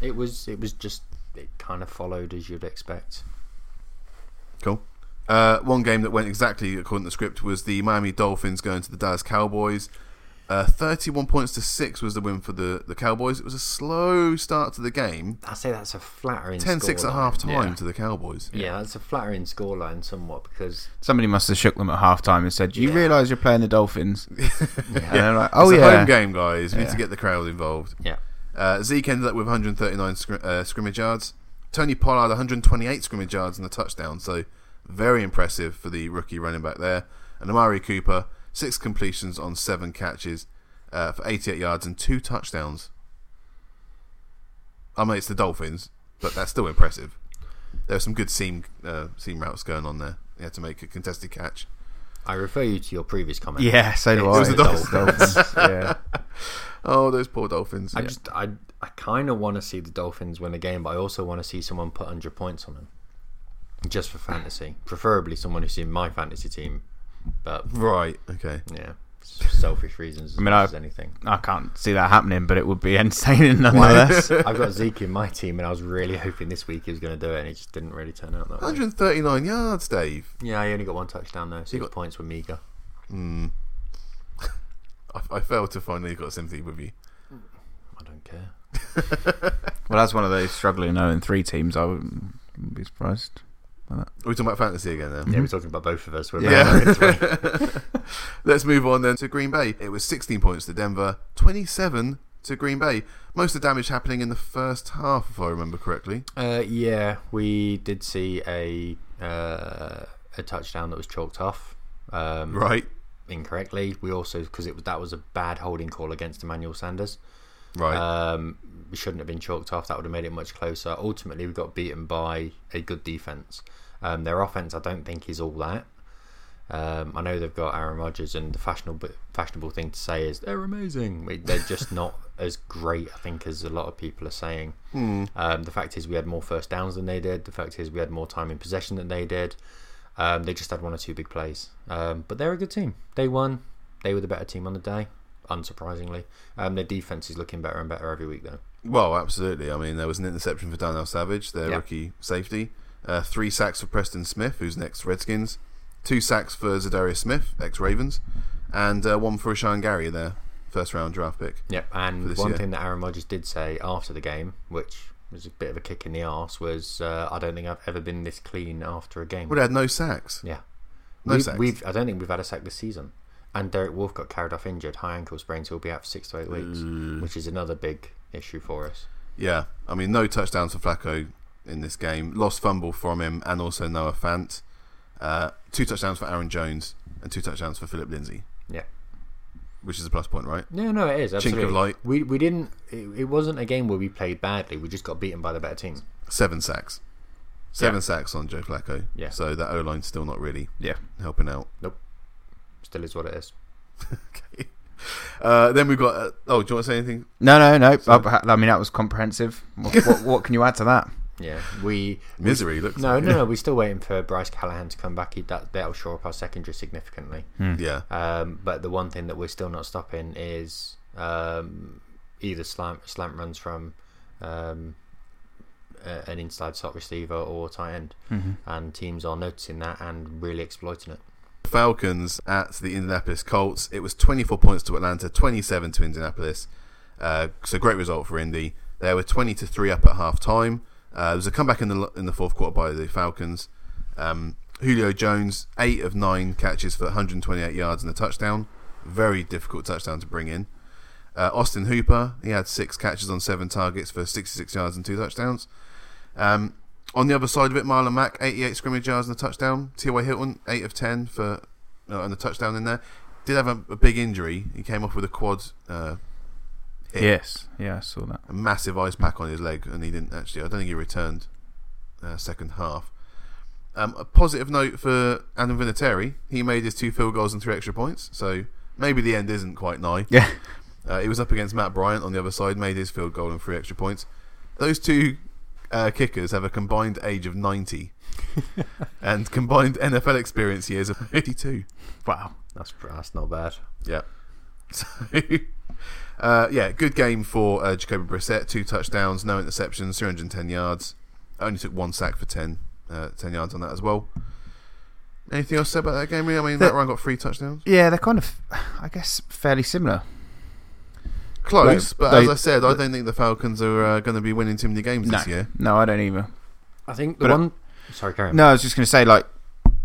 It was. It was just. It kind of followed as you'd expect. Cool. Uh, one game that went exactly according to the script was the Miami Dolphins going to the Dallas Cowboys. Uh, 31 points to 6 was the win for the, the Cowboys. It was a slow start to the game. I say that's a flattering. 10 6 at scoreline. half time Yeah. to the Cowboys. Yeah, that's a flattering scoreline somewhat because Somebody must have shook them at half time and said, Do you Yeah. realise you're playing the Dolphins? And they're like, It's Oh, a yeah. home game, guys. We need Yeah. to get the crowd involved. yeah, Uh, Zeke ended up with 139 scr- uh, scrimmage yards. Tony Pollard 128 scrimmage yards and a touchdown. So very impressive for the rookie running back there. And Amari Cooper six completions on seven catches uh, for 88 yards and two touchdowns. I mean it's the Dolphins, but that's still impressive. There were some good seam uh, seam routes going on there. He had to make a contested catch. I refer you to your previous comment. Yeah, so do It I. was the It's Dolphins. yeah. Oh, those poor Dolphins! I just I I kind of want to see the Dolphins win the game, but I also want to see someone put hundred points on them, just for fantasy, preferably someone who's in my fantasy team. But right, okay. yeah, s- selfish reasons as mean, much I- as anything. I can't see that happening, but it would be entertaining nonetheless. I've got Zeke in my team, and I was really hoping this week he was going to do it, and it just didn't really turn out that way. 139 yards, Dave. Yeah, he only got one touchdown though. Six got- points were meager. I, I failed to finally got sympathy with you. I don't care. well, as one of those struggling 0 3 teams, I wouldn't wouldn't be surprised. Are we talking about fantasy again then? Yeah, we're talking about both of us. We're Mm-hmm. Yeah. both Americans. Let's move on then to Green Bay. It was 16 points to Denver, 27 to Green Bay. Most of the damage happening in the first half, if I remember correctly. Uh, yeah, we did see a uh, a touchdown that was chalked off um, Right, incorrectly. We also because it was that was a bad holding call against Emmanuel Sanders. right. Um, we shouldn't have been chalked off. That would have made it much closer. Ultimately, we got beaten by a good defense. Um, their offense, I don't think, is all that. Um, I know they've got Aaron Rodgers, and the fashionable fashionable thing to say is they're amazing. We- They're just not as great, I think, as a lot of people are saying. Um, the fact is, we had more first downs than they did. The fact is, we had more time in possession than they did. Um, they just had one or two big plays, um, but they're a good team. They won. They were the better team on the day, unsurprisingly. Um, their defense is looking better and better every week, though. well, absolutely. I mean, there was an interception for Daniel Savage, their Yeah. rookie safety. Uh, three sacks for Preston Smith, who's next Redskins. Two sacks for Zadarius Smith, ex Ravens. And uh, one for Ashan Gary, their first round draft pick. Yep. For And this one year. thing that Aaron Rodgers did say after the game, which was a bit of a kick in the arse, was uh, I don't think I've ever been this clean after a game. Well, they had no sacks. yeah. No we've, sacks. we've- I don't think we've had a sack this season. And Derek Wolf got carried off injured, high ankle sprain, so he'll be out for six to eight weeks, which is another big issue for us. Yeah, I mean, no touchdowns for Flacco in this game. Lost fumble from him, and also Noah Fant. Uh, two touchdowns for Aaron Jones, and two touchdowns for Philip Lindsay, Yeah. which is a plus point, right? No, no, it is. of Absolutely. light. We, we didn't, it, it wasn't a game where we played badly. We just got beaten by the better team. Seven sacks, seven Yeah. sacks on Joe Flacco. Yeah. So that O line's still not really Yeah. helping out. Still is what it is. okay. Uh, then we've got. Uh, oh, do you want to say anything? No, no, no. I, I mean, that was comprehensive. What, what, what can you add to that? Yeah. We, Misery looks. No, no, no. We're still waiting for Bryce Callahan to come back. He, that that'll shore up our secondary significantly. Yeah. Um, but the one thing that we're still not stopping is um, either slant slant runs from um, a, an inside slot receiver or tight end, and teams are noticing that and really exploiting it. Falcons at the Indianapolis Colts. It was 24 points to Atlanta, 27 to Indianapolis. Uh, so great result for Indy. They were 20 to three up at half time. Uh, there was a comeback in the in the fourth quarter by the Falcons. Um, Julio Jones, eight of nine catches for 128 yards and a touchdown. Very difficult touchdown to bring in. Uh, Austin Hooper, he had six catches on seven targets for 66 yards and two touchdowns. Um, on the other side of it, Marlon Mack, 88 scrimmage yards and a touchdown. T.Y. Hilton, 8 of 10 for uh, and a touchdown in there. Did have a, a big injury. He came off with a quad, uh, Yeah. Yes. Yeah, I saw that. a massive ice pack on his leg, and he didn't actually. I don't think he returned uh, second half. Um, a positive note for Adam Vinatieri. He made his two field goals and three extra points, so maybe the end isn't quite nigh. Yeah. Uh, he was up against Matt Bryant on the other side, made his field goal and three extra points. Those two uh, kickers have a combined age of 90 and combined NFL experience years of 82. Wow. That's that's not bad. Yeah. So, uh, yeah, good game for uh, Jacoby Brissett. Two touchdowns, no interceptions, 310 yards. Only took one sack for 10, uh, 10 yards on that as well. Anything else to say about that game? Really? I mean, The- that run got three touchdowns. Yeah, they're kind of, I guess, fairly similar. Close, Like, but they- as I said, I don't think the Falcons are uh, going to be winning too many games this year. No, I don't either. I think the But, uh, one. sorry, Karen. No, I was just going to say, like,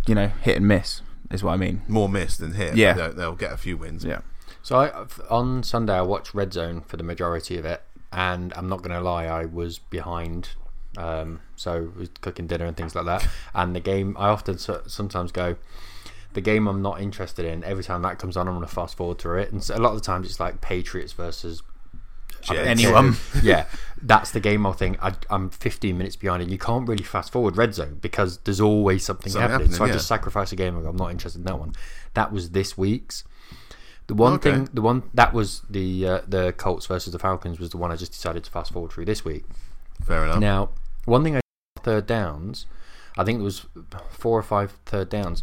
you know, hit and miss is what I mean. More missed than hit. Yeah. They'll, they'll get a few wins. Yeah. So I, on Sunday, I watched Red Zone for the majority of it, and I'm not going to lie, I was behind. Um, so I was cooking dinner and things like that, and the game I often so- sometimes go, the game I'm not interested in. Every time that comes on, I'm going to fast forward through it, and so a lot of the times it's like Patriots versus Jets. Anyone. yeah, that's the game I think I, I'm 15 minutes behind, and you can't really fast forward red zone because there's always something, Something happening. happening, So I yeah. just sacrifice a game. and go, I'm not interested in that one. That was this week's. The one Okay. thing, the one that was the uh, the Colts versus the Falcons was the one I just decided to fast forward through this week. Fair enough. Now, one thing I third downs, I think it was four or five third downs.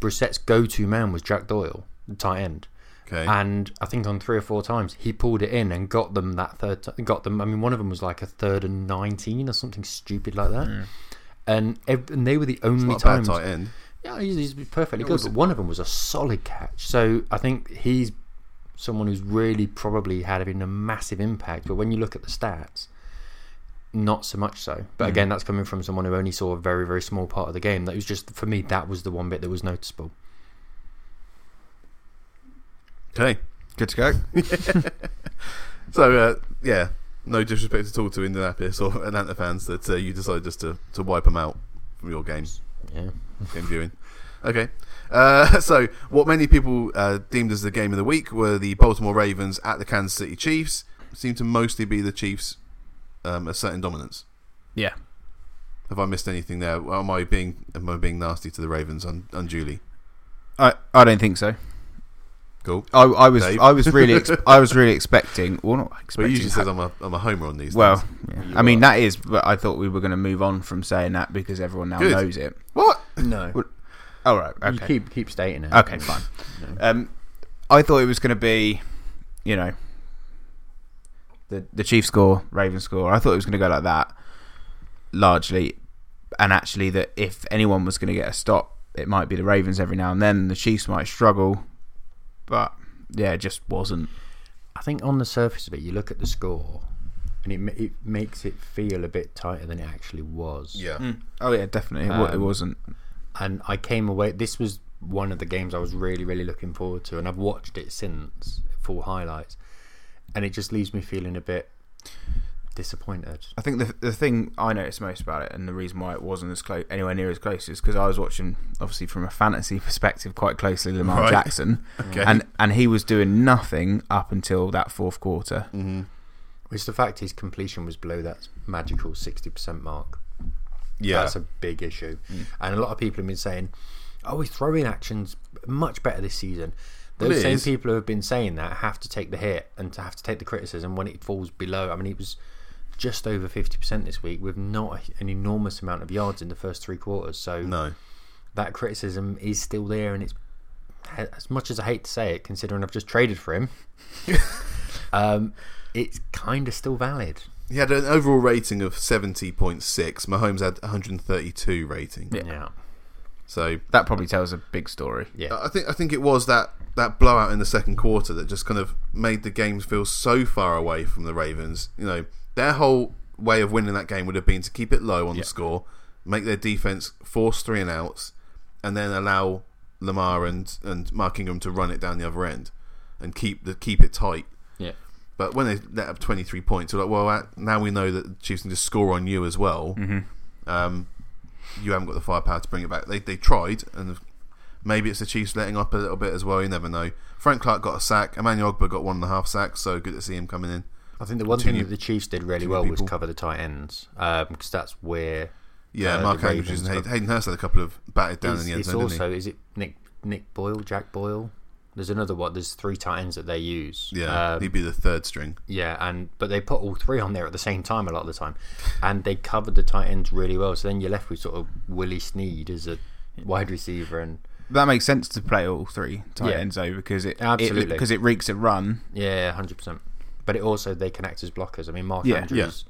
Brissett's go-to man was Jack Doyle, the tight end. Okay. Ah, And I think on three or four times he pulled it in and got them that third. T- got them. I mean, one of them was like a third and nineteen or something stupid like that. And ev- and they were the only Hmm. Not a bad times. tight end. Yeah, he's, he's perfectly It good. was- But one of them was a solid catch. So I think he's someone who's really probably had having a massive impact. But when you look at the stats, not so much so. But again, that's coming from someone who only saw a very, very small part of the game. That was just, for me, that was the one bit that was noticeable. Okay. Good to go. So uh, yeah, no disrespect at all to Indianapolis or Atlanta fans that uh, you decided just to, to wipe them out from your game Yeah. game viewing. Okay. Uh, so, what many people uh, deemed as the game of the week were the Baltimore Ravens at the Kansas City Chiefs. Seemed to mostly be the Chiefs' um, a certain dominance. yeah. Have I missed anything there? Well, am I being am I being nasty to the Ravens un- unduly? I, I don't think so. Cool. I, I was Dave? I was really ex- I was really expecting. Well, not But expecting. you usually says I'm a I'm a homer on these. well, things. yeah. You I mean are. that is. But I thought we were going to move on from saying that because everyone now Good. knows it. what? No. All right. You Okay. keep keep stating it. Okay, fine. Um, I thought it was going to be, you know, the the Chiefs score, Ravens score. I thought it was going to go like that, largely, and actually that if anyone was going to get a stop, it might be the Ravens every now and then. The Chiefs might struggle, but yeah, it just wasn't. I think on the surface of it, you look at the score, and it ma- it makes it feel a bit tighter than it actually was. Yeah. Oh yeah, definitely, it, wa- it Um, wasn't. And I came away. This was one of the games I was really, really looking forward to, and I've watched it since full highlights, and it just leaves me feeling a bit disappointed. I think the the thing I noticed most about it, and the reason why it wasn't as close, anywhere near as close, is because I was watching obviously from a fantasy perspective quite closely Lamar Right. Jackson, Okay. and and he was doing nothing up until that fourth quarter. Which the fact is, completion was below that magical sixty percent mark. yeah. Mm. That's a big issue. And a lot of people have been saying, oh, his throwing action's much better this season. Well, Those it same is. people who have been saying that have to take the hit and to have to take the criticism when it falls below. I mean, it was just over 50% this week with not an enormous amount of yards in the first three quarters. So no. that criticism is still there. And it's, as much as I hate to say it, considering I've just traded for him, um, it's kind of still valid. He had an overall rating of seventy point six. Mahomes had one hundred and thirty two rating. Yeah. So That probably tells a big story. Yeah. I think I think it was that that blowout in the second quarter that just kind of made the games feel so far away from the Ravens. You know, their whole way of winning that game would have been to keep it low on the score, make their defense force three and outs, and then allow Lamar and and Mark Ingram to run it down the other end and keep the keep it tight. Yeah. But when they let up 23 points, they're like, well, that- now we know that the Chiefs can just score on you as well. Um, you haven't got the firepower to bring it back. They, they tried, and maybe it's the Chiefs letting up a little bit as well. You never know. Frank Clark got a sack. Emmanuel Ogba got one and a half sacks, so good to see him coming in. I think the one Two thing new- that the Chiefs did really two new well was people. cover the tight ends because that's where Yeah, Uh, Mark the Andrews and Ravens Hay- got- Hayden Hurst had a couple of batted down it's, in the end it's zone, didn't also is it Nick Nick Boyle, Jack Boyle. There's another one. There's three tight ends that they use. he? Yeah, Um, he'd be the third string. yeah, and but they put all three on there at the same time a lot of the time, and they covered the tight ends really well. So then you're left with sort of Willie Sneed as a wide receiver, and That makes sense to play all three tight Yeah. ends though because it Absolutely. because it, reeks a run. yeah, hundred percent. But it also they can act as blockers. I mean, Mark Yeah. Andrews. is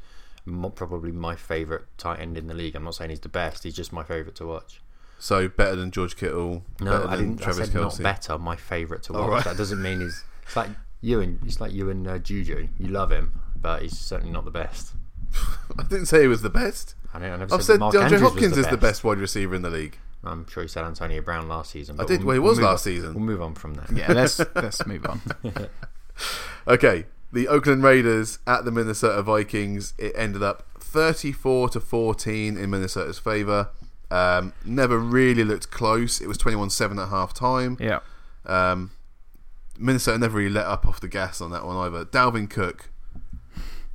mo- Probably my favourite tight end in the league. I'm not saying he's the best; he's just my favourite to watch. So better than George Kittle, No, better I than didn't. I Travis said Kelsey. not better. My favourite to watch. right. That doesn't mean he's. It's like you and it's like you and uh, Juju. You love him, but he's certainly not the best. I didn't say he was the best. I mean, I never I've said Mark DeAndre Andrews was Hopkins is the best wide receiver in the league. I'm sure you said Antonio Brown last season. I but did. We'll, Well, he was we'll move last on- season. We'll move on from that. Yeah, let's let's move on. Okay, the Oakland Raiders at the Minnesota Vikings. It ended up 34 to 14 in Minnesota's favor. Um, never really looked close. It was 21-7 at half time. Yeah, Um, Minnesota never really let up off the gas on that one either. Dalvin Cook,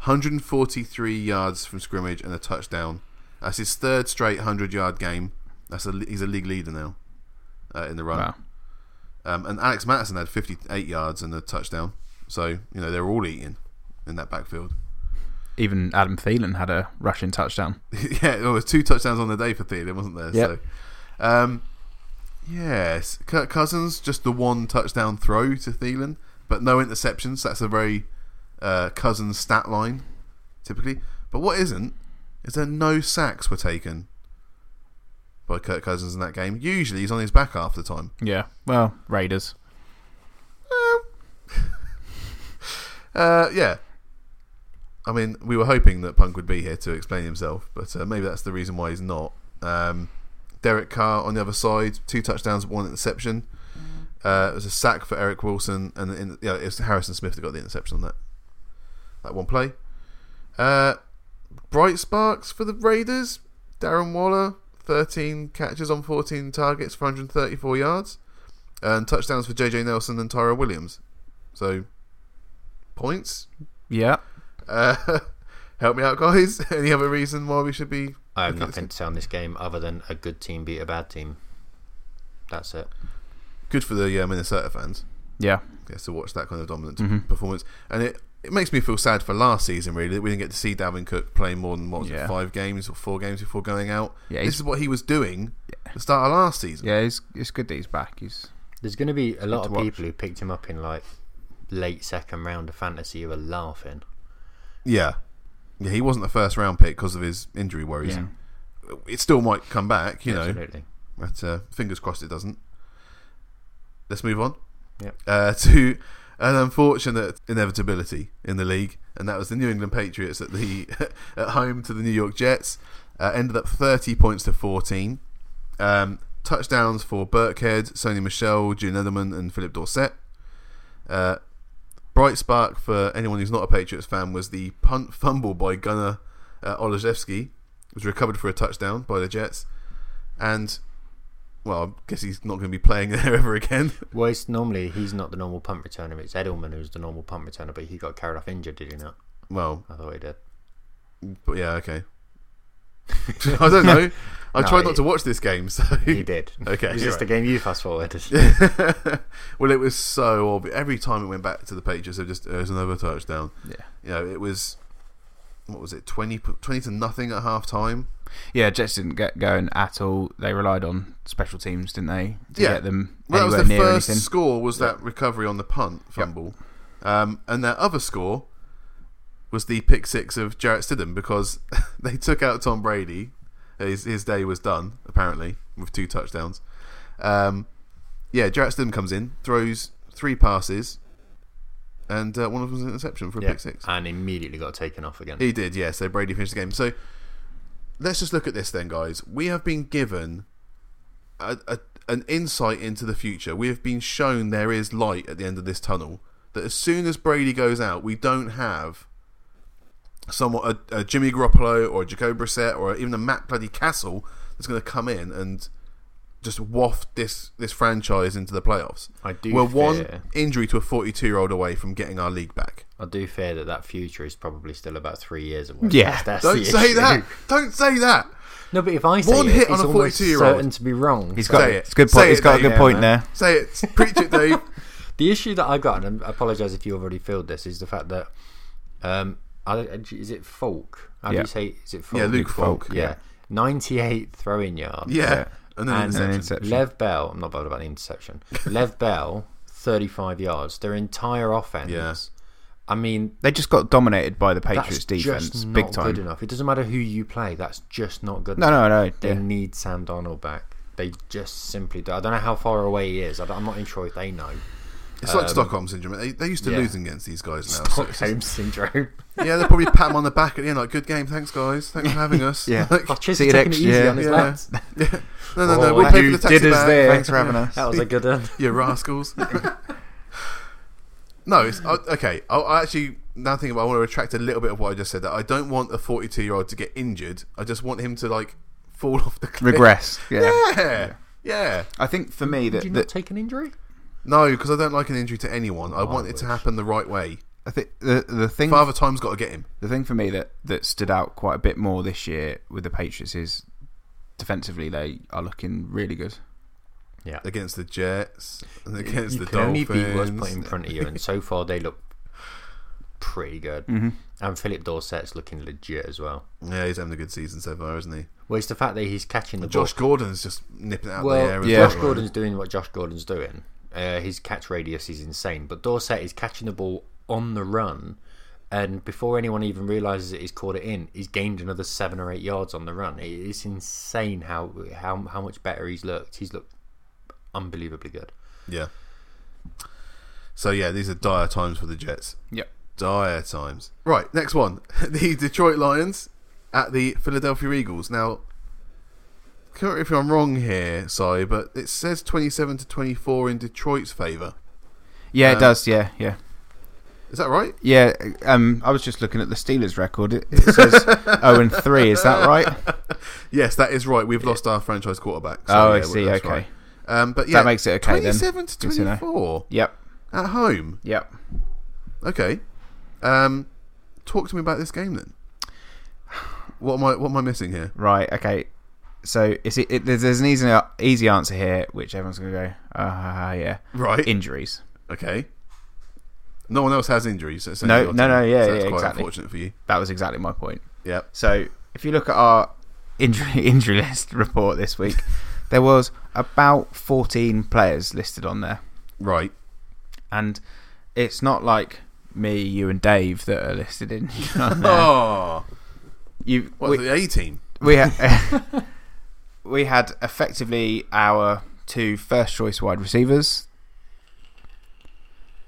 143 yards from scrimmage and a touchdown. That's his third straight 100-yard game. That's a, he's a league leader now uh, in the run. wow. Um, and Alex Matteson had 58 yards and a touchdown. So, you know, they're all eating in that backfield. Even Adam Thielen had a rushing touchdown. yeah, there was two touchdowns on the day for Thielen, wasn't there? Yep. So, um, yes, Kirk Cousins, just the one touchdown throw to Thielen, but no interceptions. That's a very uh, Cousins stat line, typically. But what isn't is that no sacks were taken by Kirk Cousins in that game. Usually he's on his back half the time. Yeah, well, Raiders. Uh, yeah. I mean, we were hoping that Punk would be here to explain himself, but uh, maybe that's the reason why he's not. Um, Derek Carr on the other side, two touchdowns, one interception. Uh, it was a sack for Eric Wilson, and in, yeah, it was Harrison Smith that got the interception on that that one play. Uh, bright sparks for the Raiders. Darren Waller, 13 catches on 14 targets for 134 yards, and touchdowns for JJ Nelson and Tyra Williams. So points. Yeah. Uh, help me out, guys. Any other reason why we should be? I have looking at nothing to say on this game other than a good team beat a bad team. That's it. this? Good for the uh, Minnesota fans. Yeah. yeah, to watch that kind of dominant Mm-hmm. performance. And it, it makes me feel sad for last season, really, that we didn't get to see Dalvin Cook play more than what was Yeah. it, five games or four games before going out. Yeah, this he's- is what he was doing at the start of last season. Yeah, it's, it's good that he's back. He's There's going to be a lot to of watch. people who picked him up in like late second round of fantasy who are laughing. Yeah. Yeah, he wasn't a first round pick because of his injury worries. Yeah. It still might come back, you know. Absolutely. But uh, fingers crossed it doesn't. Let's move on. Yep. Uh, to an unfortunate inevitability in the league, and that was the New England Patriots at the at home to the New York Jets. Uh, ended up 30 points to 14. Um, touchdowns for Burkhead, Sony Michelle, June Edelman, and Philip Dorset. Uh, bright spark for anyone who's not a Patriots fan was the punt fumble by Gunnar uh, Olszewski. It was recovered for a touchdown by the Jets. And, well, I guess he's not going to be playing there ever again. Well, it's normally he's not the normal punt returner. It's Edelman who's the normal punt returner, but he got carried off injured, did he not? well, I thought he did. but yeah, okay. I don't know. I No, tried not he- to watch this game, so. He did. Okay, Is you're this the right. game you fast forwarded? well, it was so obvious. Every time it went back to the Patriots, they just, there's another touchdown. yeah. You know, it was, what was it, 20, p- 20 to nothing at half time? Yeah, Jets didn't get going at all. They relied on special teams, didn't they? To Yeah. get them Well, that anywhere was the near first anything. score was that recovery on the punt fumble, um, and their other score was the pick six of Jarrett Stidham because they took out Tom Brady. His, his day was done apparently with two touchdowns. Um, yeah, Jarrett Stidham comes in, throws three passes, and uh, one of them was an interception for a Yeah. pick six. And immediately got taken off again. He did, yeah. So Brady finished the game. So let's just look at this then, guys. We have been given a, a, an insight into the future. We have been shown there is light at the end of this tunnel. That as soon as Brady goes out, we don't have someone a, a Jimmy Garoppolo or a Jacob Brissett or even a Matt bloody Castle that's going to come in and just waft this this franchise into the playoffs. I do We're one fear- injury to a 42 year old away from getting our league back. I do fear that that future is probably still about three years away. Yeah. That's the Don't say issue. that. Don't say that. No, but if I say One it, hit on it's a almost 42-year-old. certain to be wrong. He's got Say it. it's a good Say point. He's it, got a Dave. good point Yeah, there. Say it. Preach it, Dave. The issue that I got, and I apologise if you already feel this, is the fact that um, I, don't- is it Falk? How do Yeah. you say? Is it Falk? yeah, Luke Falk. Yeah, ninety-eight throwing yard. Yeah. Yeah. And then an and interception. interception. Lev Bell. I'm not bothered about the interception. Lev Bell, thirty-five yards. Their entire offense. Yeah. I mean, They just got dominated by the that's Patriots defense just not big time. good enough. It doesn't matter who you play. That's just not good. No, enough. no, no. They yeah. need Sam Donald back. They just simply do. I don't know how far away he is. I don't- I'm not even sure if they know. It's um, like Stockholm syndrome. They, they used to yeah. losing against these guys now. so it's Stockholm syndrome. just- yeah, they'll probably pat him on the back at the end, like, good game. Thanks, guys. Thanks for having us. Yeah. Like, Oh, cheers See for you taking next it easy year. on his Yeah. lads. no, no, no. Oh, we like paid for the taxi back. Thanks for having us. That was a good one. You rascals. no, it's uh, okay. I, I actually, now thinking about I want to retract a little bit of what I just said. That I don't want a 42 year old to get injured. I just want him to, like, fall off the cliff. Regress. Yeah. Yeah. Yeah. I think for me Did you that, not that take an injury? No, because I don't like an injury to anyone. I want it to wish. happen the right way. I think the the thing Father Time's got to get him. the thing for me that that stood out quite a bit more this year with the Patriots is defensively they are looking really good. Yeah. against the Jets and against You the can only Dolphins. beat what's put in front of you, and so far they look pretty good. Mm-hmm. And Philip Dorsett's looking legit as well. yeah, he's having a good season so far, isn't he? Well, it's the fact that he's catching the Josh ball. Gordon's just nipping it out Well, of the air. as Yeah. well, Josh right? Gordon's doing what Josh Gordon's doing. Uh, his catch radius is insane, but Dorset is catching the ball on the run, and before anyone even realizes it, he's caught it in. He's gained another seven or eight yards on the run. It- It's insane how how how much better he's looked. He's looked unbelievably good. Yeah. So yeah, these are dire times for the Jets. Yep. Dire times. Right, next one. The Detroit Lions at the Philadelphia Eagles. Now, correct me if I'm wrong here, Si, but it says 27 to 24 in Detroit's favour. Yeah, it Um, does. Yeah, yeah, Is that right? yeah. Um, I was just looking at the Steelers record. It, it says zero and three. Is that right? Yes, that is right. We've lost our franchise quarterback. so oh, I yeah, see. that's Okay. right. Um, but yeah, That makes it okay then. 27 to Good to know. 24 Yep. at home. Yep. Okay. Um, talk to me about this game then. What am I? What am I missing here? Right. Okay. So it's it, it, there's, there's an easy easy answer here, which everyone's gonna go, ah, yeah, Right. injuries. okay. No one else has injuries. So it's No, only your no, no, team, yeah, so that's yeah, quite exactly. Unfortunate for you. That was exactly my point. Yep. So if you look at our injury injury list report this week, there was about 14 players listed on there, Right. and it's not like me, you, and Dave that are listed in. on there. Oh, You, what we, the A team? we had we had effectively our two first choice wide receivers.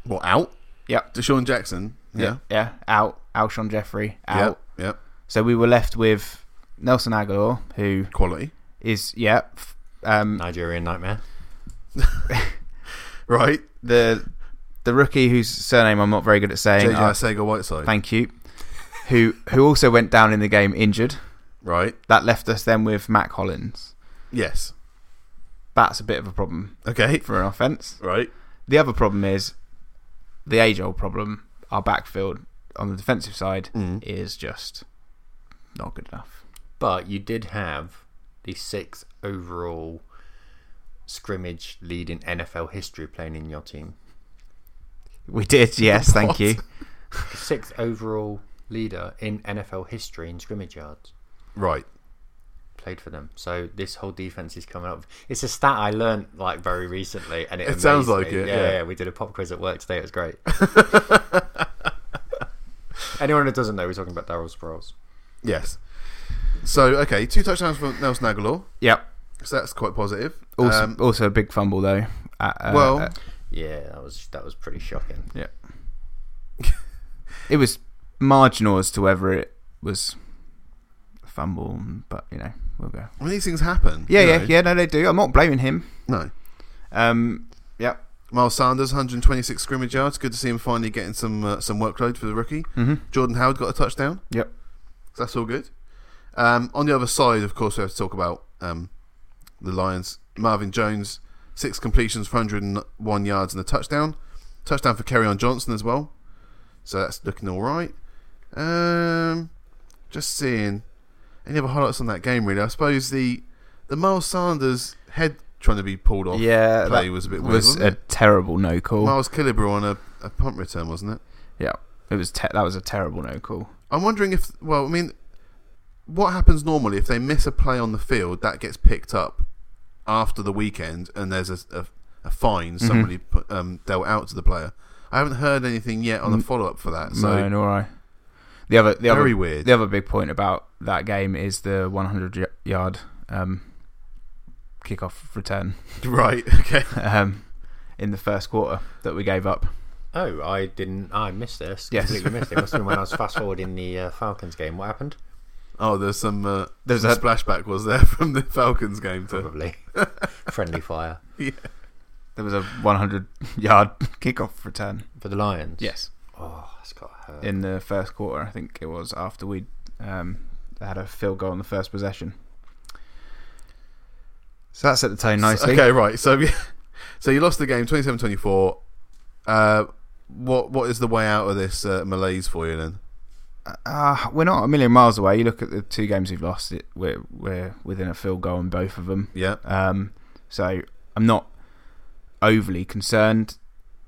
What out? Yep. Deshaun Jackson. Yeah. Yeah. Out. Alshon Jeffrey. Out. Yep. Yep. So we were left with Nelson Aguilar, who Quality. is yeah, f- um, Nigerian nightmare. Right. the the rookie whose surname I'm not very good at saying. JJ uh, Sega Whiteside. thank you. Who who also went down in the game injured. right. That left us then with Matt Collins. Yes. That's a bit of a problem Okay. for an offense. Right. The other problem is the age old problem. Our backfield on the defensive side Mm. is just not good enough. But you did have the sixth overall scrimmage lead in NFL history playing in your team. We did, yes, thank you. The sixth overall leader in NFL history in scrimmage yards Right. played for them. So this whole defense is coming up. It's a stat I learned like very recently, and it, It sounds amazed like me. it, Yeah, yeah. we did a pop quiz at work today. It was great. Anyone who doesn't know, we're talking about Daryl Sproles. Yes. So okay, two touchdowns for Nelson Aguilar. Yep. So that's quite positive. Also, Um, also a big fumble though. at, uh, Well- at- Yeah, that was that was pretty shocking. Yeah. it was marginal as to whether it was a fumble, but you know, we'll go. I mean, these things happen. Yeah, you yeah, know. yeah. No, they do. I'm not blaming him. No. Um, yeah. Miles Sanders, 126 scrimmage yards. Good to see him finally getting some uh, some workload for the rookie. Mm-hmm. Jordan Howard got a touchdown. Yep. So that's all good. Um, on the other side, of course, we have to talk about um, the Lions. Marvin Jones, six completions, 401 yards, and a touchdown. Touchdown for Kerryon Johnson as well. So that's looking all right. Um, just seeing any other highlights on that game, really. I suppose the the Miles Sanders head trying to be pulled off Yeah, play that was a bit weird. was wasn't a it? terrible no call. Miles Killebrew on a, a punt return, wasn't it? yeah, it was. Te- that was a terrible no call. I'm wondering if, well, I mean, what happens normally if they miss a play on the field that gets picked up after the weekend and there's a, a, a fine Mm-hmm. somebody put, um, dealt out to the player? I haven't heard anything yet on the Mm. follow up for that, so no, nor I. The other, the very other, weird. the other big point about that game is the 100 y- yard um, kickoff return Right, okay. um, in the first quarter that we gave up. Oh, I didn't. I missed this. Yes. Completely missed it. Must have been when I was fast forwarding the uh, Falcons game. What happened? Oh, there's some, uh, There's some a- splashback, was there, from the Falcons game to. Probably friendly fire There was a 100 yard kickoff return. for the Lions. Yes. Oh, that's got to hurt. In the first quarter, I think it was after we um, had a field goal on the first possession. So that set the tone nicely. Okay, right. So, so you lost the game 27 24. Uh, what what is the way out of this uh, malaise for you then? Uh, we're not a million miles away. You look at the two games we've lost, it, we're, we're within a field goal in both of them. Yeah, Um, so I'm not overly concerned.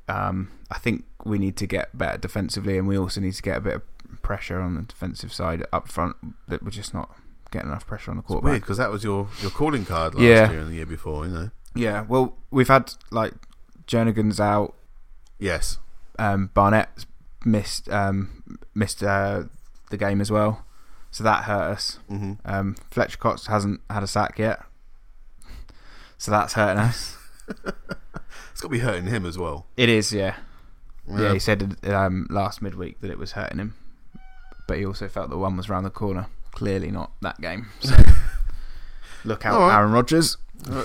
Um, I think we need to get better defensively, and we also need to get a bit of pressure on the defensive side up front. That we're just not getting enough pressure on the It's weird quarterback. because that was your, your calling card last Yeah. year and the year before, you know. Yeah, well, we've had like Jernigan's out, Yes, um, Barnett's missed um, missed uh, the game as well, so that hurt us. mm-hmm. Um, Fletcher Cox hasn't had a sack yet, so that's hurting us. it's got to be hurting him as well. It is, yeah. Yeah, he said um, last midweek that it was hurting him, but he also felt that one was round the corner. Clearly not that game. So look out, All right. Aaron Rodgers. oh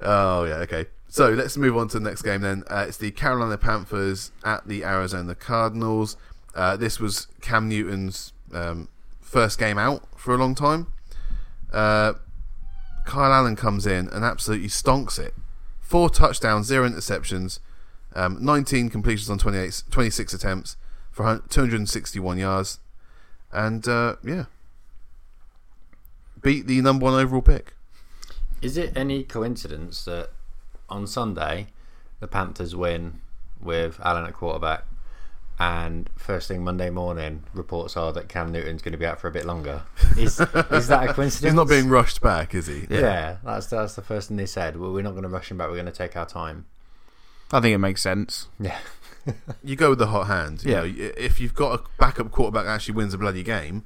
yeah, okay. So let's move on to the next game then. Uh, it's the Carolina Panthers at the Arizona Cardinals. Uh, this was Cam Newton's um, first game out for a long time. Uh, Kyle Allen comes in and absolutely stonks it. Four touchdowns, zero interceptions, um, 19 completions on 28, 26 attempts for hun- 261 yards, and uh, yeah, beat the number one overall pick. Is it any coincidence that on Sunday the Panthers win with Allen at quarterback, and first thing Monday morning reports are that Cam Newton's going to be out for a bit longer? Is is that a coincidence? He's not being rushed back, is he? Yeah, that's that's the first thing they said. Well, we're not going to rush him back. We're going to take our time. I think it makes sense. Yeah. You go with the hot hand. You Yeah. know, y- if you've got a backup quarterback that actually wins a bloody game,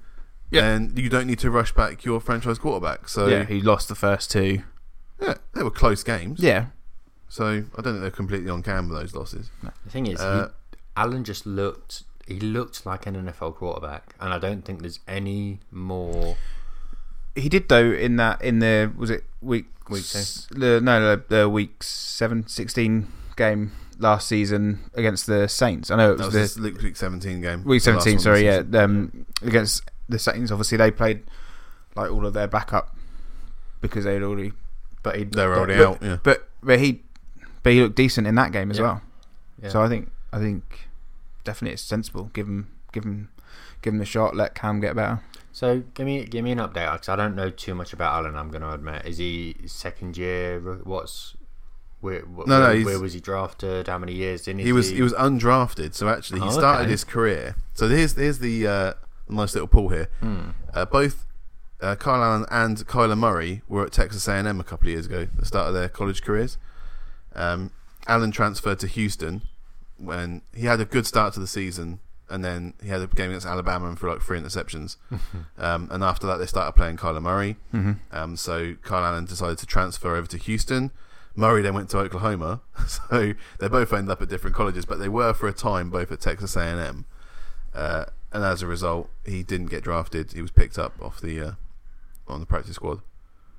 Yeah. then you don't need to rush back your franchise quarterback. So yeah, yeah, he lost the first two. they were close games. Yeah, So I don't think they're completely on cam with those losses. The thing is, Uh, he, Allen just looked. He looked like an NFL quarterback, and I don't think there's any more. he did though in that in the was it week Week s- the, no, no the week 7 16 game last season against the Saints. I know it That was, was the this Luke week 17 game. Week The last one 17, of sorry, the yeah. season. Um, against the Saints, obviously, they played like all of their backup because they'd already. But he They were already but, out, yeah. But but he but he looked decent in that game as Yeah. well. Yeah. So I think I think definitely it's sensible. Give him give him give him the shot. Let Cam get better. So give me give me an update because I don't know too much about Allen. I'm going to admit, is he second year? What's where? What, No, no, where, he's- where was he drafted? How many years? Didn't He was he was undrafted, so actually he Oh, started okay. his career. So here's here's the uh, nice little pull here. Hmm. Uh, both uh, Kyle Allen and Kyler Murray were at Texas A&M a couple of years ago, the start of their college careers. Um, Allen transferred to Houston when he had a good start to the season, and then he had a game against Alabama and for like three interceptions. um, and after that, they started playing Kyler Murray. Um, so Kyle Allen decided to transfer over to Houston. Murray then went to Oklahoma, so they both ended up at different colleges, but they were for a time both at Texas A&M. Uh, and as a result, he didn't get drafted. He was picked up off the uh, on the practice squad.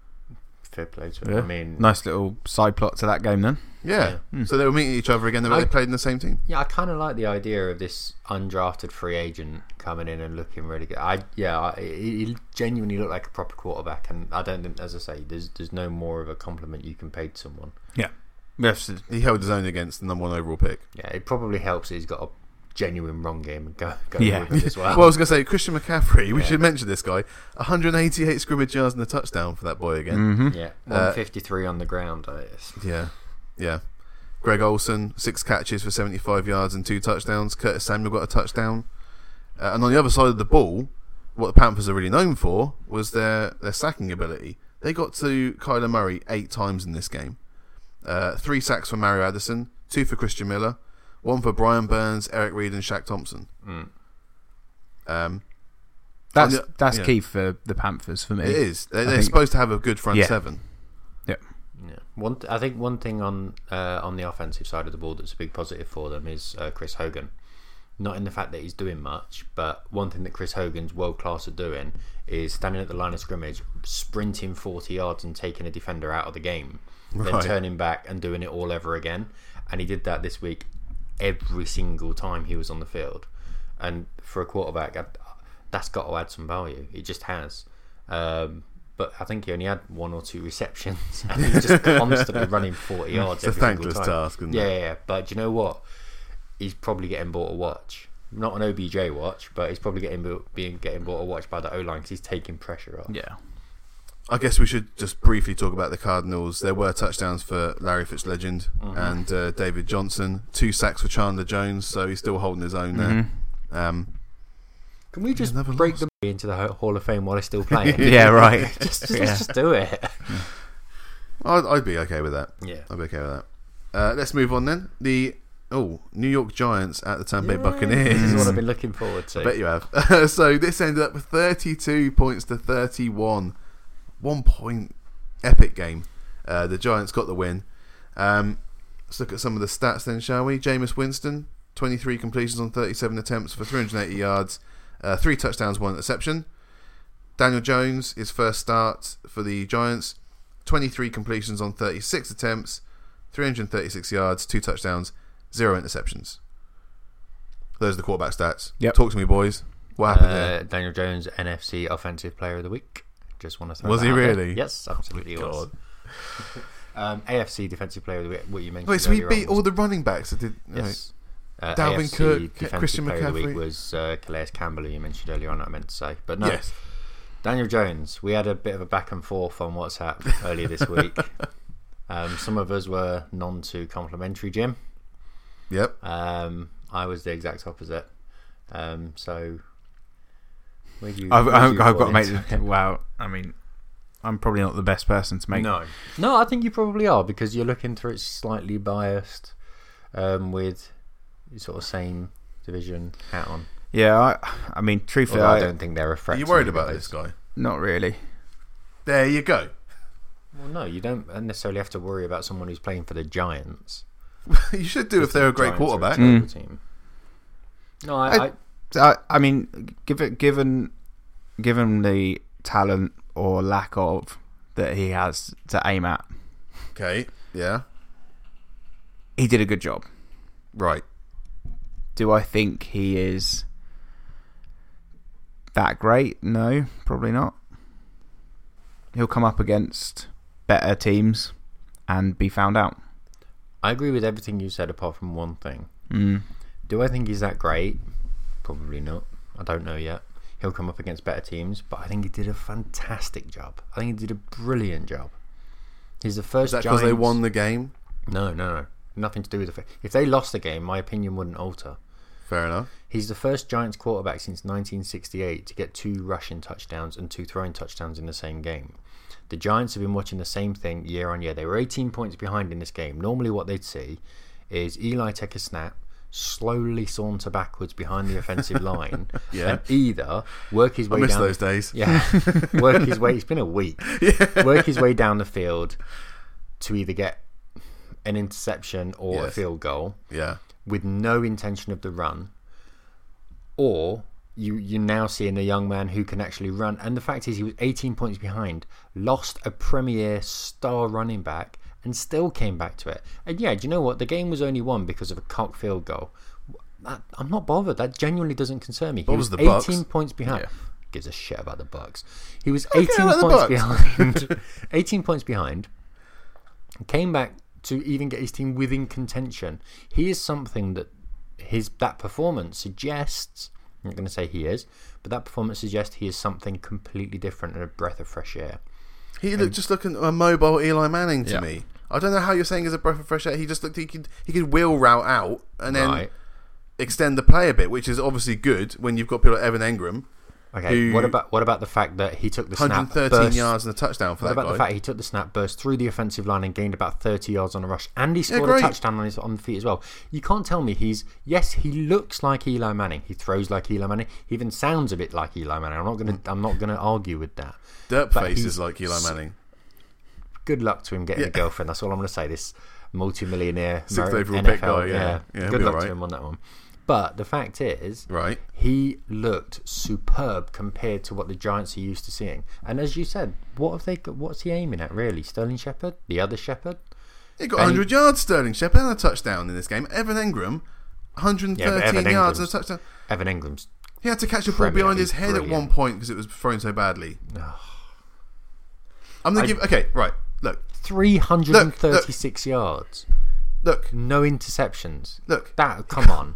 fair play to him. I mean, nice little side plot to that game then. Yeah. So they were meeting each other again. They, I- they played in the same team. yeah, I kind of like the idea of this undrafted free agent coming in and looking really good. I yeah, I, he he genuinely looked like a proper quarterback, and I don't think, as I say, there's there's no more of a compliment you can pay to someone. Yeah. Yes. He held his own against the number one overall pick. Yeah, it probably helps. that He's got a genuine wrong game and go, go Yeah. with it as well. Well, I was going to say Christian McCaffrey. We should mention this guy. 188 scrimmage yards and a touchdown for that boy again. yeah, uh, one fifty three on the ground. I guess. Yeah, yeah. Greg Olson, six catches for 75 yards and two touchdowns. Curtis Samuel got a touchdown. Uh, and on the other side of the ball, what the Panthers are really known for was their, their sacking ability. They got to Kyler Murray eight times in this game. Uh, three sacks for Mario Addison, two for Christian Miller, one for Brian Burns, Eric Reed, and Shaq Thompson. Um, That's Yeah. that's Yeah. key for the Panthers for me. it is. They, I they're think- supposed to have a good front Yeah. seven. Yeah. Yeah. One, th- I think one thing on uh, on the offensive side of the ball that's a big positive for them is uh, Chris Hogan. Not in the fact that he's doing much, but one thing that Chris Hogan's world class at doing is standing at the line of scrimmage, sprinting forty yards and taking a defender out of the game, then Right. turning back and doing it all over again. And he did that this week every single time he was on the field. And for a quarterback, I- that's got to add some value. It just has. Um, but I think he only had one or two receptions, and he's just constantly running forty yards. It's a every thankless single time. task, isn't it? yeah, yeah, yeah. But do you know what? He's probably getting bought a watch. Not an OBJ watch, but he's probably getting bu- being getting bought a watch by the O line because he's taking pressure off. Yeah. I guess we should just briefly talk about the Cardinals. There were touchdowns for Larry Fitzlegend Mm-hmm. and uh, David Johnson. Two sacks for Chandler Jones, so he's still holding his own Mm-hmm. there. Mm-hmm. Um, Can we just another break loss. the into the Ho- Hall of Fame while he's still playing? Yeah. Right. just, just, Yeah. let's just do it. I'd, I'd be okay with that. Yeah. I'd be okay with that. Uh, let's move on then. The oh New York Giants at the Tampa Bay Buccaneers. This is what I've been looking forward to. Bet you have. so this ended up with 32 points to 31. One point epic game. Uh, the Giants got the win. Um, Let's look at some of the stats then, shall we? Jameis Winston, 23 completions on 37 attempts for 380 yards, uh, three touchdowns, one interception. Daniel Jones, his first start for the Giants, 23 completions on 36 attempts, 336 yards, two touchdowns, zero interceptions. Those are the quarterback stats. Yep. Talk to me, boys. What happened there? Uh, Daniel Jones, NFC Offensive Player of the Week. Just want to throw Was that he out there. really? Yes, absolutely. he was. Um, AFC Defensive Player of the Week. What you mentioned? Wait, so we earlier beat on all the running backs that did. was- Yes. Uh, Dalvin AFC Cook, Defensive Christian Player of the McCaffrey. Week was uh, Calais Campbell, who you mentioned earlier on. I meant to say, but no. no, Yes. Daniel Jones. We had a bit of a back and forth on WhatsApp earlier this week. Um, some of us were none too complimentary, Jim. Yep. Um, I was the exact opposite. Um, so, where'd you, I've, where'd I've, you I've got fall to make. into The, wow, I mean, I'm probably not the best person to make. No, no, I think you probably are because you're looking through it slightly biased, um, with sort of same division hat on. Yeah, I, I mean, truthfully, Although I I, don't think they're a Are threat. you to worried me, about but- this guy? not really. There you go. Well, no, you don't necessarily have to worry about someone who's playing for the Giants. you should do if they're a great Giants are quarterback. terrible team. No, I, I- I, So, I, I mean, given given given the talent or lack of that he has to aim at, Okay. Yeah. he did a good job. Right. Do I think he is that great? No, probably not. He'll come up against better teams and be found out. I agree with everything you said apart from one thing. Mm. Do I think he's that great? Probably not. I don't know yet. He'll come up against better teams, but I think he did a fantastic job. I think he did a brilliant job. He's the first. Is that because they Giants- won the game? No, no, no. Nothing to do with the. Fa- if they lost the game, my opinion wouldn't alter. Fair enough. He's the first Giants quarterback since 1968 to get two rushing touchdowns and two throwing touchdowns in the same game. The Giants have been watching the same thing year on year. They were 18 points behind in this game. Normally, what they'd see is Eli take a snap, slowly saunter backwards behind the offensive line, Yeah. and either work his way Miss down. those days. Yeah, work his way. It's been a week. Work his way down the field to either get an interception or a Yes. field goal Yeah. with no intention of the run, or you you're now seeing a young man who can actually run. And the fact is, he was 18 points behind, lost a premier star running back, and still came back to it. And yeah, do you know what? The game was only won because of a cock field goal. That, I'm not bothered. That genuinely doesn't concern me. He What was was the 18 Bucks? points behind. Yeah. Gives a shit about the Bucks. He was 18 about the points Bucks. behind. 18 points behind came back to even get his team within contention. He is something that his that performance suggests. I'm not going to say he is, but that performance suggests he is something completely different and a breath of fresh air. He looked just looking a mobile Eli Manning to Yeah. me. I don't know how you're saying he's a breath of fresh air. He just looked he could he could wheel route out and then right? extend the play a bit, which is obviously good when you've got people like Evan Engram, Okay. who- What about what about the fact that he took the snap, 113 burst, yards and a touchdown for What that about guy. the fact he took the snap, burst through the offensive line, and gained about 30 yards on a rush, and he scored a great. touchdown on his on feet as well? You can't tell me he's yes, he looks like Eli Manning. He throws like Eli Manning. He even sounds a bit like Eli Manning. I'm not gonna I'm not gonna argue with that. Derp but face he's is like Eli Manning. Good luck to him getting a Yeah. girlfriend. That's all I'm gonna say. This multi-millionaire Sixth Ameri- overall NFL, pick guy, yeah. Yeah, he'll Good be luck alright. to him on that one. But the fact is, Right. he looked superb compared to what the Giants are used to seeing. And as you said, what have they? Got, what's he aiming at really? Sterling Shepard, the other Shepard. He got And- 100 yards, Sterling Shepard, and a touchdown in this game. Evan Engram, 113 Yeah, but Evan yards Engram's- and a touchdown. Evan Ingram's. He had to catch a ball Premier, behind he's his head at one brilliant. point because it was thrown so badly. I'm gonna give. Okay, right. Look, 336 yards, look, no interceptions. look. That come on.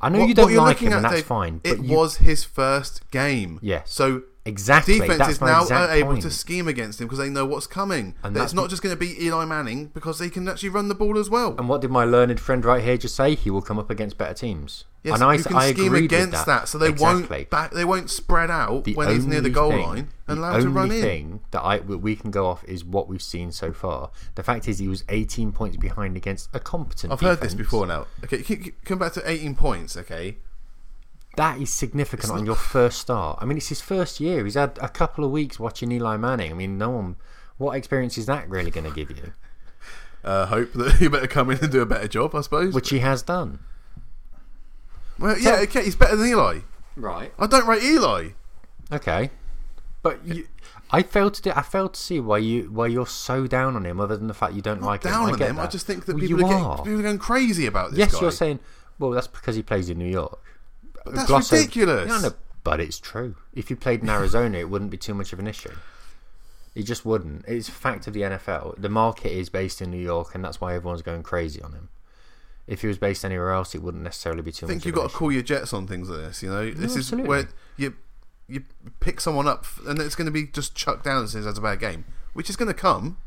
I know What- you what don't you're like looking him, and at, that's Dave, fine. But It you, was his first game. Yeah. So exactly defense that's is my now exact able point. to scheme against him because they know what's coming. And That that's- it's not just going to be Eli Manning because they can actually run the ball as well. And what did my learned friend right here just say? He will come up against better teams. Yes, and I, you can I scheme agreed with against that. so they exactly. won't back, they won't spread out when he's near the only goal thing- line and the allow him to only run in. thing that I that we can go off is what we've seen so far. The fact is, he was 18 points behind against a competent. I've heard this defense. before now. Okay, c- c- come back to 18 points. Okay, That is significant on your first start. I mean, it's his first year. He's had a couple of weeks watching Eli Manning. I mean, no one. What experience is that really going to give you? uh, hope that he better come in and do a better job, I suppose. which he has done. well, yeah, okay, he's better than Eli. Right. I don't rate Eli. Okay. But you, I failed to do, I failed to see why you why you're so down on him, other than the fact you don't like him. Down I on get him. I that. just think that Well, people you are, are. Getting, people are going crazy about this yes, guy. you're saying, well, that's because he plays in New York. But that's ridiculous. but it's true. If you played in Arizona, it wouldn't be too much of an issue. It just wouldn't. It's a fact of the NFL. The market is based in New York, and that's why everyone's going crazy on him. If he was based anywhere else, it wouldn't necessarily be too I think much. you've of an got to call your jets on things like this. You know, this is absolutely. where you you pick someone up, f- and it's going to be just chucked down as soon as has a bad game, which is going to come.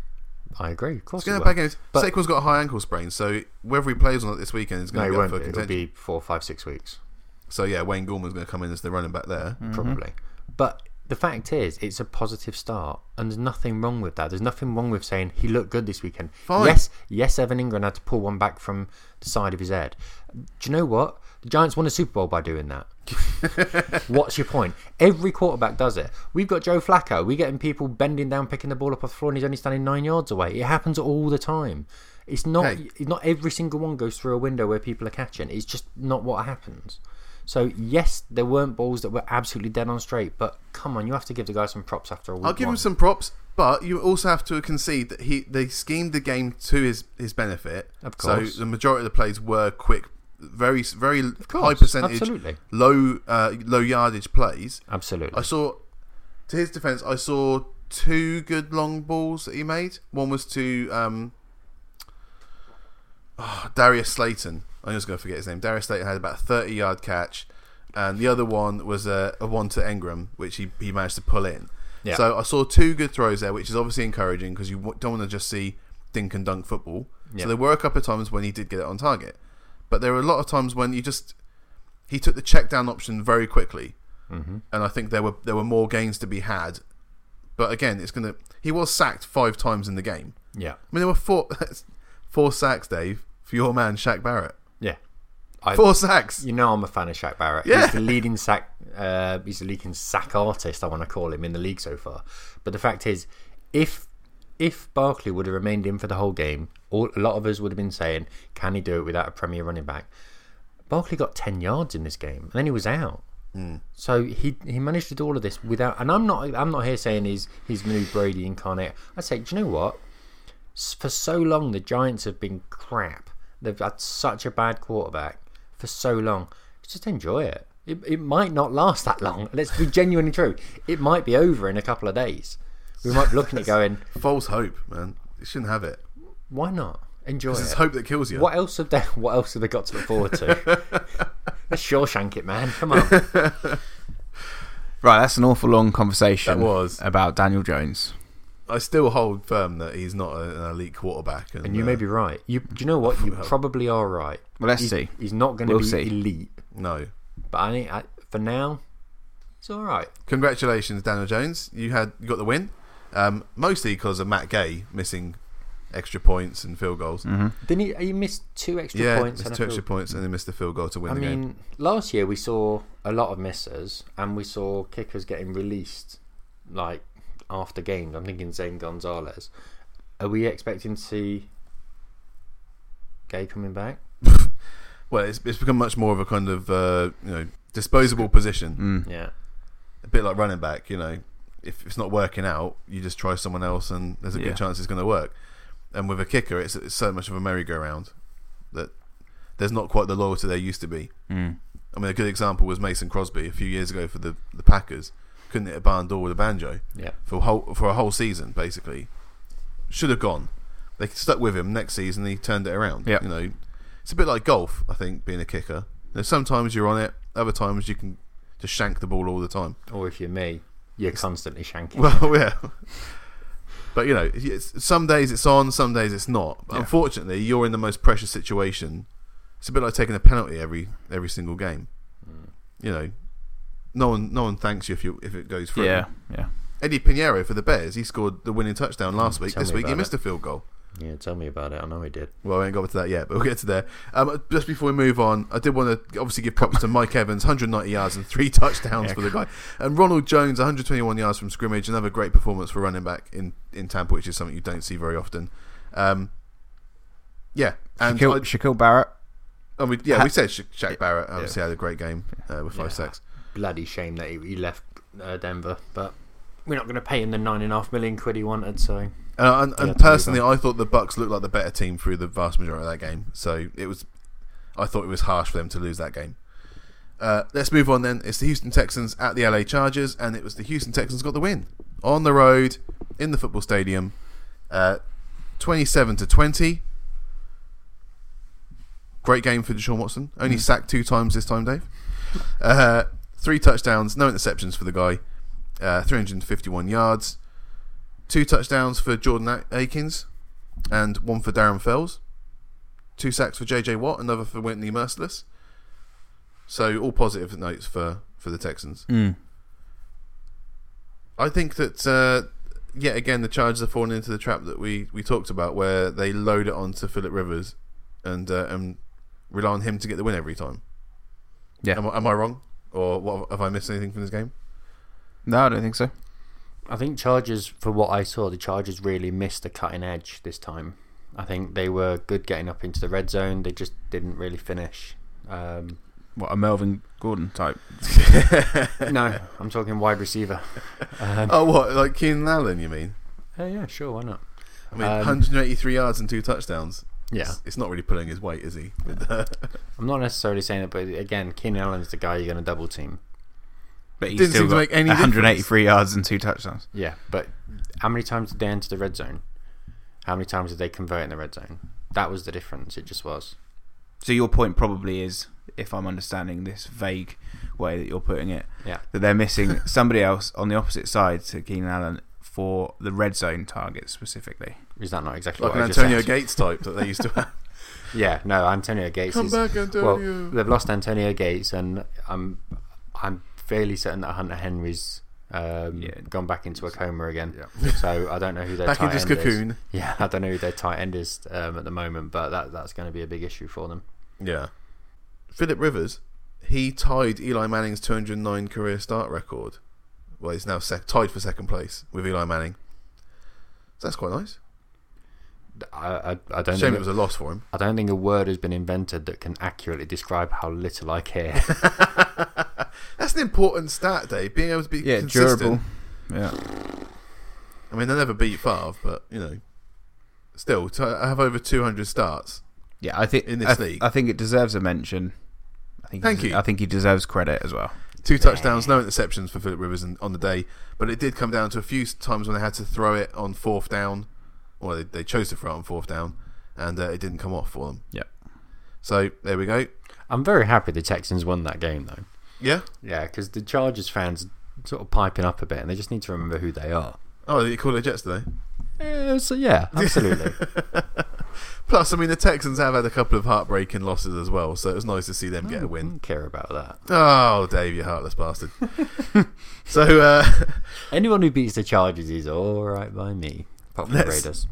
issue. I agree. Of course, It's going it to have bad will. games. But- Saquon's got a high ankle sprain, so whether he plays or not this weekend is going No, he to be up won't. for It'll contention. be four, five, six weeks. So yeah, Wayne Gorman's going to come in as the running back there. probably. But the fact is, it's a positive start, and there's nothing wrong with that. There's nothing wrong with saying he looked good this weekend. Fine. Yes, yes, Evan Ingram had to pull one back from the side of his head. Do you know what? The Giants won a Super Bowl by doing that. What's your point? Every quarterback does it. We've got Joe Flacco. We're getting people bending down, picking the ball up off the floor, and he's only standing nine yards away. It happens all the time. It's not. Hey. It's not every single one goes through a window where people are catching. It's just not what happens. So yes, there weren't balls that were absolutely dead on straight, but come on, you have to give the guy some props after a week. I'll give one. him some props, but you also have to concede that he they schemed the game to his his benefit. Of So course. the majority of the plays were quick, very very course, high percentage, absolutely. low uh, low yardage plays. I Absolutely. saw, to his defense, I saw two good long balls that he made. One was to um, ah, Darius Slayton. I'm just going to forget his name. Darius Slayton had about a 30 yard catch, and the other one was a, a one to Engram, which he, he managed to pull in. Yeah. So I saw two good throws there, which is obviously encouraging because you w- don't want to just see dink and dunk football. Yeah. So there were a couple of times when he did get it on target, but there were a lot of times when you just he took the check down option very quickly and I think there were there were more gains to be had. But again, it's gonna. He was sacked five times in the game. Yeah. I mean, there were four four sacks, Dave, for your man Shaq Barrett. Yeah. I, Four sacks. you know I'm a fan of Shaq Barrett. Yeah. He's the leading sack. Uh, he's the leading sack artist. I want to call him in the league so far. But the fact is, if if Barkley would have remained in for the whole game, all, a lot of us would have been saying, "Can he do it without a premier running back?" Barkley got ten yards in this game, and then he was out. So he he managed to do all of this without. And I'm not I'm not here saying he's he's the new Brady incarnate. I say, do you know what? S- For so long, the Giants have been crap. They've had such a bad quarterback for so long. Just enjoy it. It, it might not last that long. Let's be genuinely true. It might be over in a couple of days. We might be looking at it going, False hope, man. You shouldn't have it. why not? Enjoy It's it. hope that kills you. What else have they? What else have they got to look forward to? Let's Shawshank it, man. Come on. Right, that's an awful long conversation. That was. about Daniel Jones. I still hold firm that he's not a- an elite quarterback. And, And you uh, may be right. You, do you know what? You probably are right. Well, let's he's, see. He's not going to We'll be see. elite, uh, no. but I think I, for now, it's all right. Congratulations, Daniel Jones. You had you got the win, um, mostly because of Matt Gay missing extra points and field goals. Didn't he? He missed two extra Yeah, points. missed and a two extra field- points and then missed the field goal to win I the game. mean, last year we saw a lot of misses, and we saw kickers getting released like after games. I'm thinking Zane Gonzalez. Are we expecting to see Gay coming back? Well, it's, it's become much more of a kind of uh, you know disposable position, Yeah. a bit like running back. You know, if it's not working out, you just try someone else, and there's a Yeah. good chance it's going to work. And with a kicker, it's, it's so much of a merry-go-round that there's not quite the loyalty there used to be. I mean, a good example was Mason Crosby a few years ago for the the Packers. Couldn't hit a barn door with a banjo Yeah. for a whole for a whole season basically. Should have gone. They stuck with him next season. He turned it around. Yep. You know, it's a bit like golf. I think being a kicker. There's sometimes you're on it. Other times you can just shank the ball all the time. Or if you're me, you're constantly shanking. Well, yeah. But you know, it's, some days it's on, some days it's not. But Yeah. Unfortunately, you're in the most precious situation. It's a bit like taking a penalty every every single game. Mm. You know, no one no one thanks you if you if it goes through. Yeah, yeah. Eddie Pinheiro for the Bears. He scored the winning touchdown last week. Mm, tell This me week he about missed a field goal. Yeah, tell me about it. I know he did. Well, I ain't got to that yet, but we'll get to there. Um, just before we move on, I did want to obviously give props to Mike Evans, 190 yards and three touchdowns for the guy, and Ronald Jones, 121 yards from scrimmage. Another great performance for running back in in Tampa, which is something you don't see very often. Um, Yeah, and Shaquille, Shaquille Barrett. I, I mean, yeah, we said Sha- Shaq Barrett obviously had a great game uh, with five Yeah. sacks. Bloody shame that he, he left uh, Denver, but we're not going to pay him the nine and a half million quid he wanted. So Uh, and Yeah, and to move personally, I thought the Bucks looked like the better team through the vast majority of that game. So it was, I thought it was harsh for them to lose that game. Uh, let's move on then. It's the Houston Texans at the LA Chargers, and it was the Houston Texans got the win on the road in the football stadium, uh, twenty-seven to twenty. Great game for Deshaun Watson. Only sacked two times this time, Dave. Uh, three touchdowns, no interceptions for the guy. Uh, 351 yards two touchdowns for Jordan A- Akins and one for Darren Fells. Two sacks for JJ Watt, another for Whitney Merciless. So all positive notes for, for the Texans. I think that uh, yet again the Chargers are falling into the trap that we, we talked about, where they load it onto Philip Rivers and uh, and rely on him to get the win every time. Yeah. Am, I- am I wrong, or what, have I missed anything from this game? No, I don't think so. I think Chargers, for what I saw, the Chargers really missed the cutting edge this time. I think they were good getting up into the red zone. They just didn't really finish. Um, What a Melvin Gordon type. no, I'm talking wide receiver. Um, Oh, what like Keenan Allen? You mean? yeah, yeah, sure, why not? I mean, Um, 183 yards and two touchdowns. Yeah, It's, it's not really pulling his weight, is he? With the- I'm not necessarily saying it, but again, Keenan Allen's the guy you're going to double team. But he Didn't still seem to got make any 183 yards and two touchdowns. Yeah, but how many times did they enter the red zone? How many times did they convert in the red zone? That was the difference. It just was. So your point probably is, if I'm understanding this vague way that you're putting it, Yeah. that they're missing somebody else on the opposite side to Keenan Allen for the red zone target specifically. Is that not exactly like what an I just Antonio said? Gates type that they used to have. Yeah, no, Antonio Gates. Come is, back, Antonio. Well, they've lost Antonio Gates, and I'm I'm fairly certain that Hunter Henry's um, Yeah. gone back into a coma again. So I don't know who their back tight in his end is. cocoon. Yeah, I don't know who their tight end is um, at the moment, but that that's going to be a big issue for them. Yeah. Philip Rivers, he tied Eli Manning's 209 career start record. Well, he's now sec- tied for second place with Eli Manning. So that's quite nice. I I, I don't Shame think it was a loss for him. I don't think a word has been invented that can accurately describe how little I care. That's an important stat, Dave. Being able to be Yeah, consistent. durable. Yeah. I mean, they never beat Favre, but you know, still, to have over 200 starts. Yeah, I think In this I, league. I think it deserves a mention. I think he Thank des- you. I think he deserves credit as well. Two touchdowns, no interceptions for Philip Rivers in- on the day, but it did come down to a few times when they had to throw it on fourth down, or they, they chose to throw it on fourth down, and uh, it didn't come off for them. Yep. So there we go. I'm very happy the Texans won that game though. Yeah. Yeah, because the Chargers fans sort of piping up a bit, and they just need to remember who they are. Oh, you call it Jets today. Eh, so yeah, absolutely. Plus, I mean, the Texans have had a couple of heartbreaking losses as well, so it was nice to see them get a win. Wouldn't care about that. Oh, Dave, you heartless bastard. so uh, Anyone who beats the Chargers is all right by me. Apart from the Let's- Raiders.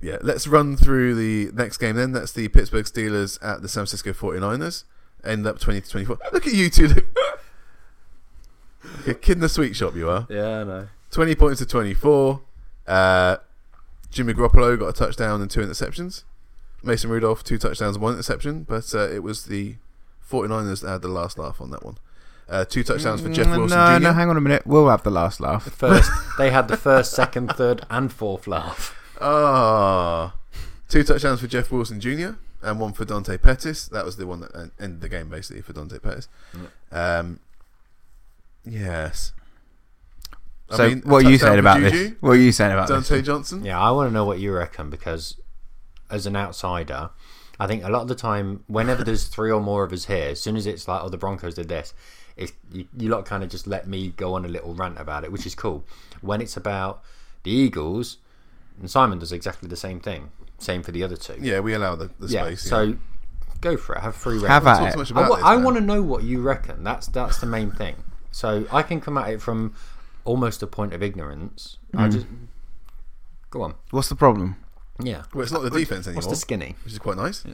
Yeah, let's run through the next game then. That's the Pittsburgh Steelers at the San Francisco 49ers. End up 20 to 24. Look at you two. Look. Like a kid in the sweet shop, you are. Yeah, I know. 20 points to 24. Uh, Jimmy Garoppolo got a touchdown and two interceptions. Mason Rudolph, two touchdowns and one interception. But uh, it was the 49ers that had the last laugh on that one. Uh, two touchdowns for Jeff Mm, no, Wilson no, Jr. hang on a minute. We'll have the last laugh. First, they had the first, second, third, and fourth laugh. Ah, two touchdowns for Jeff Wilson Jr. and one for Dante Pettis. That was the one that en- ended the game basically for Dante Pettis. Um, yes. I So mean, a what are you touchdown saying for about Juju, this? What are you saying about this? Dante Johnson. Yeah, I want to know what you reckon because, as an outsider, I think a lot of the time, whenever there's three or more of us here, as soon as it's like, oh, the Broncos did this, it's, you, you lot kind of just let me go on a little rant about it, which is cool. When it's about the Eagles, and Simon does exactly the same thing, same for the other two. Yeah, we allow the, the space. yeah. so go for it. Have free reign. Have Talk at so much it. about this, man. want to know what you reckon. That's that's the main thing. So I can come at it from almost a point of ignorance. I just go on. What's the problem? Yeah. Well, it's not the defense anymore, What's the skinny? which is quite nice.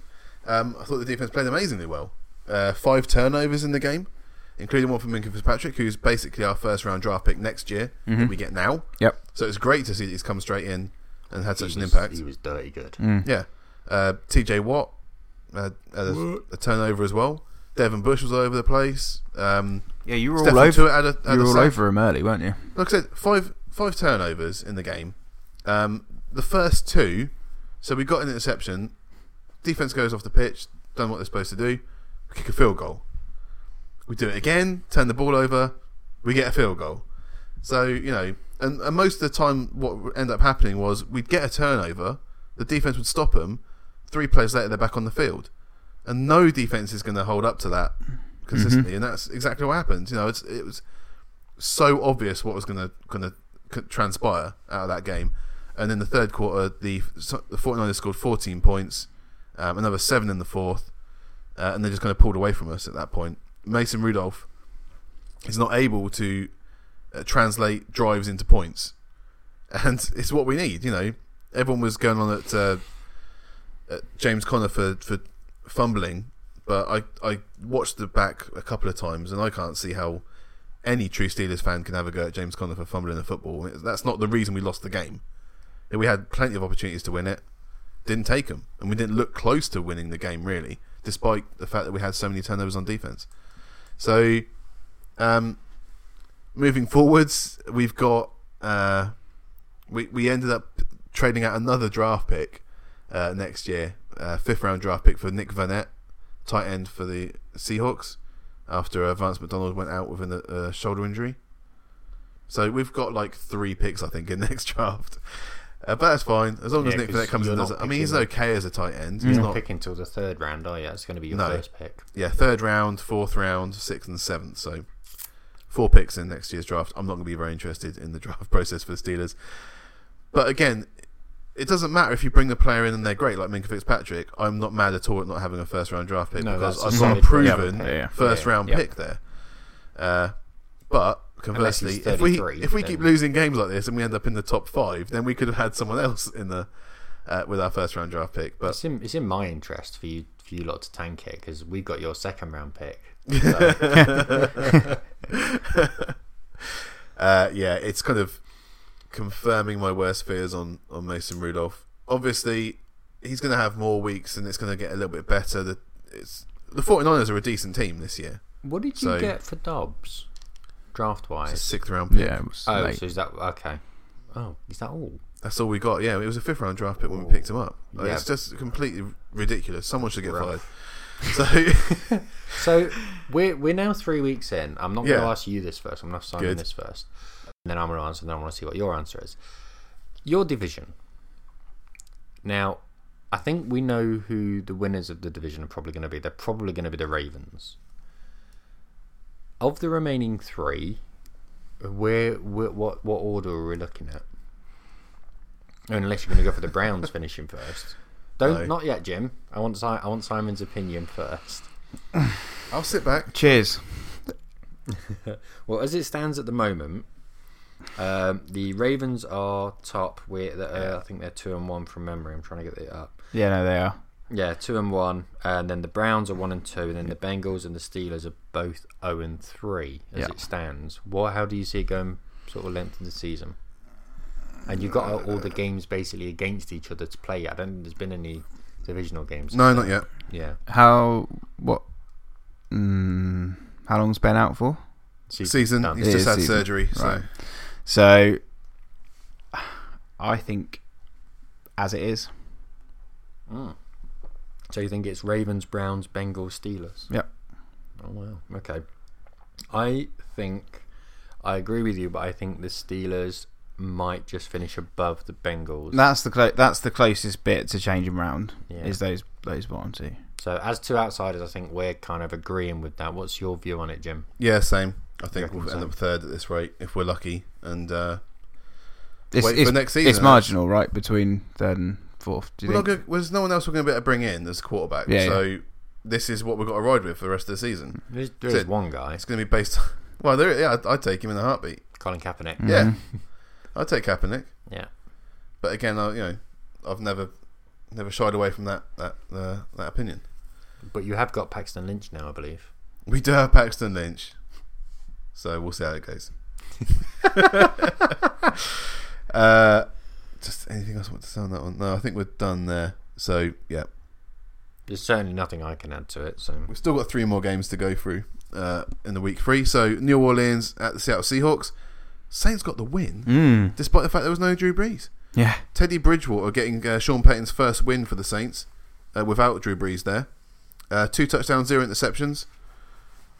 Um, I thought the defense played amazingly well. Uh, five turnovers in the game, including one from Minka Fitzpatrick, who's basically our first round draft pick next year Mm-hmm. that we get now. Yep. So it's great to see that he's come straight in and had such He an was- impact. Hmm. He was dirty good. Yeah. Uh, TJ Watt uh, had a, a turnover as well. Devin Bush was all over the place. Um, Yeah, you were Stefan all over. Tuitt had a, had You a were all sack. over him early, weren't you? Like I said, five five turnovers in the game. Um, the first two, so we got an interception. Defense goes off the pitch, done what they're supposed to do. We kick a field goal. We do it again, turn the ball over, we get a field goal. So you know, and, and most of the time, what would end up happening was we'd get a turnover, the defense would stop them. Three plays later, they're back on the field, and no defense is going to hold up to that consistently. And that's exactly what happened. You know, it's it was so obvious what was going to going to transpire out of that game. And in the third quarter, the the 49ers scored 14 points, um, another seven in the fourth, uh, and they just kind of pulled away from us at that point. Mason Rudolph is not able to uh, translate drives into points, and it's what we need. You know, everyone was going on at, uh, at uh, James Conner for for fumbling, but I I watched the back a couple of times, and I can't see how any true Steelers fan can have a go at James Conner for fumbling the football. That's not the reason we lost the game. We had plenty of opportunities to win it, didn't take them, and we didn't look close to winning the game really, despite the fact that we had so many turnovers on defense. So, um, moving forwards, we've got uh, we we ended up trading out another draft pick uh, next year, uh, fifth round draft pick for Nick Vanette, tight end for the Seahawks after uh, Vance McDonald went out with a uh, shoulder injury. So we've got like three picks, I think, in next draft. Uh, but that's fine as long as Yeah, Nick 'cause Vinette comes in. you're As, not I mean, picking he's them. okay as a tight end. You're He's not not, picking until the third round, are you? It's going to be your No. first pick. yeah, third round, fourth round, sixth and seventh. So four picks in next year's draft. I'm not going to be very interested in the draft process for the Steelers. But again, it doesn't matter if you bring the player in and they're great, like Minka Fitzpatrick. I'm not mad at all at not having a first round draft pick No, because that's a I've got a solid first round proven pick. Yeah, yeah. first Yeah, round yeah. pick there. Uh, but Unless conversely, he's if we 33, if we then- keep losing games like this and we end up in the top five, then we could have had someone else in the uh, with our first round draft pick. But It's in it's in my interest for you for you lot to tank it because we got your second round pick. uh, yeah, it's kind of confirming my worst fears on, on Mason Rudolph. Obviously, he's going to have more weeks and it's going to get a little bit better. The, it's, the 49ers are a decent team this year. What did you So- get for Dobbs, draft It's a wise? sixth round pick. Yeah, it was Oh, late. so is that okay? Oh, is that all? That's all we got. Yeah, it was a fifth round draft pick when we picked him up. Like, Yeah. It's just completely ridiculous. Someone should get Rough. fired. So, So we're we're now three weeks in. I'm not going Yeah. to ask you this first. I'm going to ask Simon Good. this first, and then I'm going to answer. And then I want to see what your answer is. Your division. Now, I think we know who the winners of the division are probably going to be. They're probably going to be the Ravens. Of the remaining three, where, where what what order are we looking at? Unless you're going to go for the Browns finishing first. Don't No. not yet, Jim. I want Si- I want Simon's opinion first. I'll sit back. Cheers. Well, as it stands at the moment, um, the Ravens are top. We, uh, I think they're two and one from memory. I'm trying to get it up. Yeah, no, they are. Yeah, two and one, and then the Browns are one and two, and then the Bengals and the Steelers are both zero and three as Yeah. it stands. What? How do you see it going? Sort of length of the season, and you've got all the games basically against each other to play. I don't think there's been any divisional games. No, not yet. Yeah, How what? Mm, how long's Ben out for? Season. done. He's just Yeah, had season. surgery. So Right. So, I think as it is. So you think it's Ravens, Browns, Bengals, Steelers? Yep. Oh wow. Okay. I think I agree with you, but I think the Steelers might just finish above the Bengals. That's the clo- that's the closest bit to changing round Yeah. is those those bottom two. So as two outsiders, I think we're kind of agreeing with that. What's your view on it, Jim? yeah, same. I think reckon we'll so? end up third at this rate if we're lucky. And uh, It's, Wait for it's, next season, it's marginal, right? Between third and fourth. Do you We're not think? gonna, well, there's no one else we're going to be able to bring in as quarterback. Yeah, so this is what we've got to ride with for the rest of the season. There's, there is So- one guy, It's going to be based. Well, there, yeah, I'd, I'd take him in a heartbeat. Colin Kaepernick. Hmm. Yeah, I'd take Kaepernick. Yeah. But again, I, you know, I've never never shied away from that that uh, that opinion. But you have got Paxton Lynch now, I believe. We do have Paxton Lynch, so we'll see how it goes. uh, just anything else I want to say on that one? No, I think we're done there. So yeah, There's certainly nothing I can add to it. So We've still got three more games to go through uh, in the week three. So New Orleans at the Seattle Seahawks. Saints got the win, Mm. despite the fact there was no Drew Brees. Yeah. Teddy Bridgewater getting uh, Sean Payton's first win for the Saints uh, without Drew Brees there. Uh, two touchdowns, zero interceptions,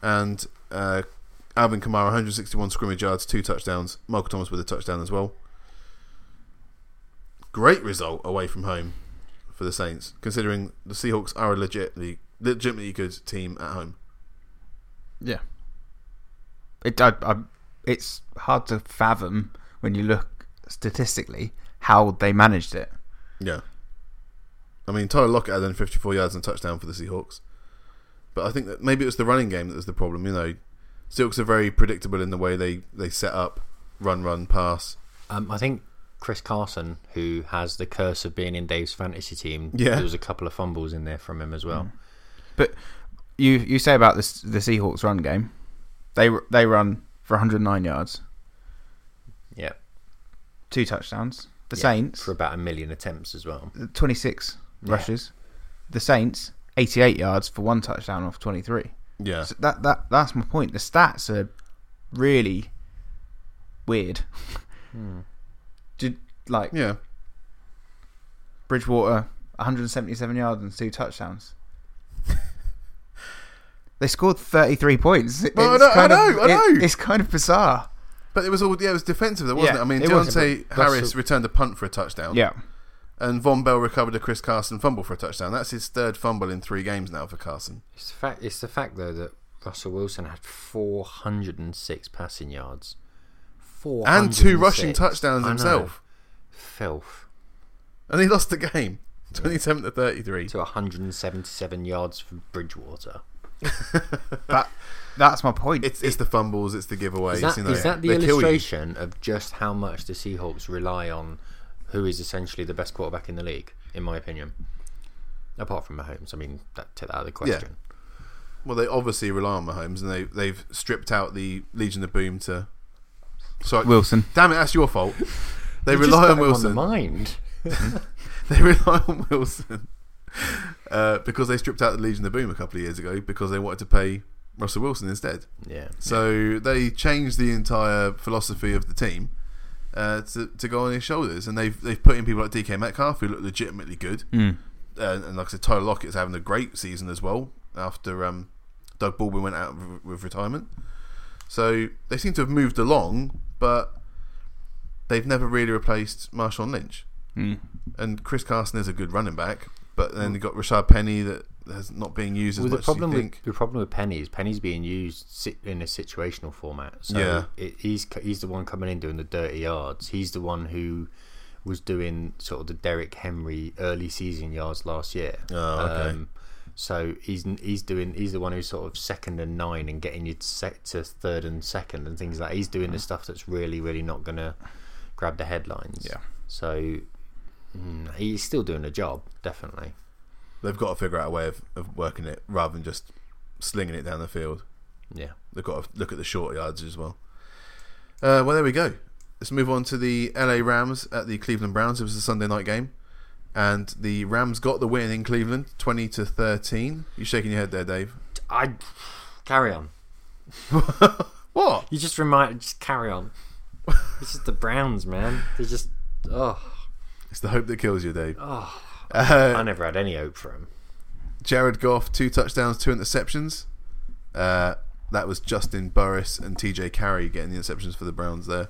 and uh, Alvin Kamara 161 scrimmage yards, two touchdowns. Michael Thomas with a touchdown as well. Great result away from home for the Saints, considering the Seahawks are a legitimately legitimately good team at home. Yeah. It, I, I, it's hard to fathom when you look statistically how they managed it. Yeah. I mean, Tyler Lockett had then 54 yards and a touchdown for the Seahawks. But I think that maybe it was the running game that was the problem. You know, Seahawks are very predictable in the way they, they set up run, run, pass. um, I think Chris Carson, who has the curse of being in Dave's fantasy team, Yeah. there was a couple of fumbles in there from him as well. But you you say about this the Seahawks run game, they r- they run for 109 yards, Yeah, two touchdowns. The Yeah, Saints for about a million attempts as well. 26 Yeah. rushes. The Saints 88 yards for one touchdown off 23. Yeah. So that that that's my point. The stats are really weird. Hmm. Did like Yeah. Bridgewater 177 yards and two touchdowns. they scored 33 points. It- Well, I know- I of, know, I it- know. it's kind of bizarre. But it was all, yeah, it was defensive, though, wasn't Yeah, it? I mean, it was, Deontay that's Harris a- returned a punt for a touchdown. Yeah. And Von Bell recovered a Chris Carson fumble for a touchdown. That's his third fumble in three games now for Carson. It's the fact. It's the fact though that Russell Wilson had 406 passing yards, four And two rushing touchdowns himself. Filth And he lost the game 27 to 33. to 177 yards from Oh, Bridgewater. That that's my point. It's, it's the fumbles, it's the giveaways. Is that, you know, is that the they kill you. illustration of just how much the Seahawks rely on who is essentially the best quarterback in the league, in my opinion? Apart from Mahomes, I mean, that, take that out of the question. Well, they obviously rely on Mahomes, and they they've stripped out the Legion of Boom to. Sorry, Wilson. Damn it, that's your fault. They You just rely got on him Wilson. the mind. they rely on Wilson uh, because they stripped out the Legion of Boom a couple of years ago because they wanted to pay Russell Wilson instead. Yeah. So they changed the entire philosophy of the team uh, to to go on his shoulders, and they've they've put in people like DK Metcalf who look legitimately good, Hmm. uh, and like I said, Tyler Lockett's having a great season as well after um, Doug Baldwin went out with- with retirement. So they seem to have moved along, but they've never really replaced Marshawn Lynch. And Chris Carson is a good running back, but then they've got Rashad Penny that has not being used as Hmm. Well, the much problem as you with think. the problem with Penny is Penny's being used si- in a situational format. So Yeah. it, he's c- he's the one coming in doing the dirty yards. He's the one who was doing sort of the Derrick Henry early season yards last year. Um, Oh, okay. so he's n- he's doing he's the one who's sort of second and nine and getting you to, sec- to third and second and things like that. He's doing the stuff that's really really not gonna grab the headlines. Yeah. So mm, he's still doing a job definitely. They've got to figure out a way of, of working it rather than just slinging it down the field. Yeah. They've got to look at the short yards as well. Uh, well, there we go. Let's move on to the LA Rams at the Cleveland Browns. It was a Sunday night game, and the Rams got the win in Cleveland, twenty to thirteen. You shaking your head there, Dave? I carry on. What? You just remind, just carry on. It's just the Browns, man. They just, oh, It's the hope that kills you, Dave. oh. Uh, I never had any hope for him. Jared Goff, two touchdowns, two interceptions. Uh, that was Justin Burris and TJ Carey getting the interceptions for the Browns there.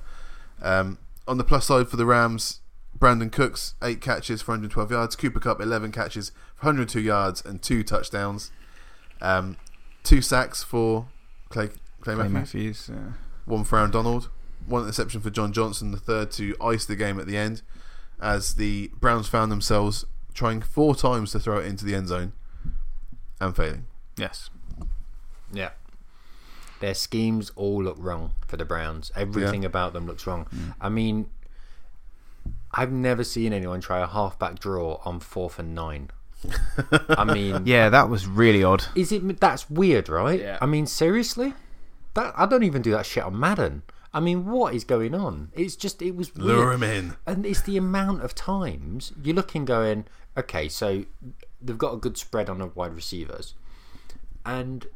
Um, on the plus side for the Rams, Brandon Cooks, eight catches for 112 yards. Cooper Cup, 11 catches for 102 yards and two touchdowns. Um, two sacks for Clay, Clay Clay Matthews, Matthews. uh, one for Aaron Donald, one interception for John Johnson, the third to ice the game at the end as the Browns found themselves trying four times to throw it into the end zone and failing. yes. Yeah. Their schemes all look wrong for the Browns. Everything about them looks wrong. Mm. I mean, I've never seen anyone try a halfback draw on fourth and nine. I mean, Yeah, that was really odd. is it that's weird, right? Yeah. I mean, seriously, that I don't even do that shit on Madden. I mean, what is going on? It's just it was weird. Lure him in. and it's the amount of times you're looking going okay so they've got a good spread on the wide receivers and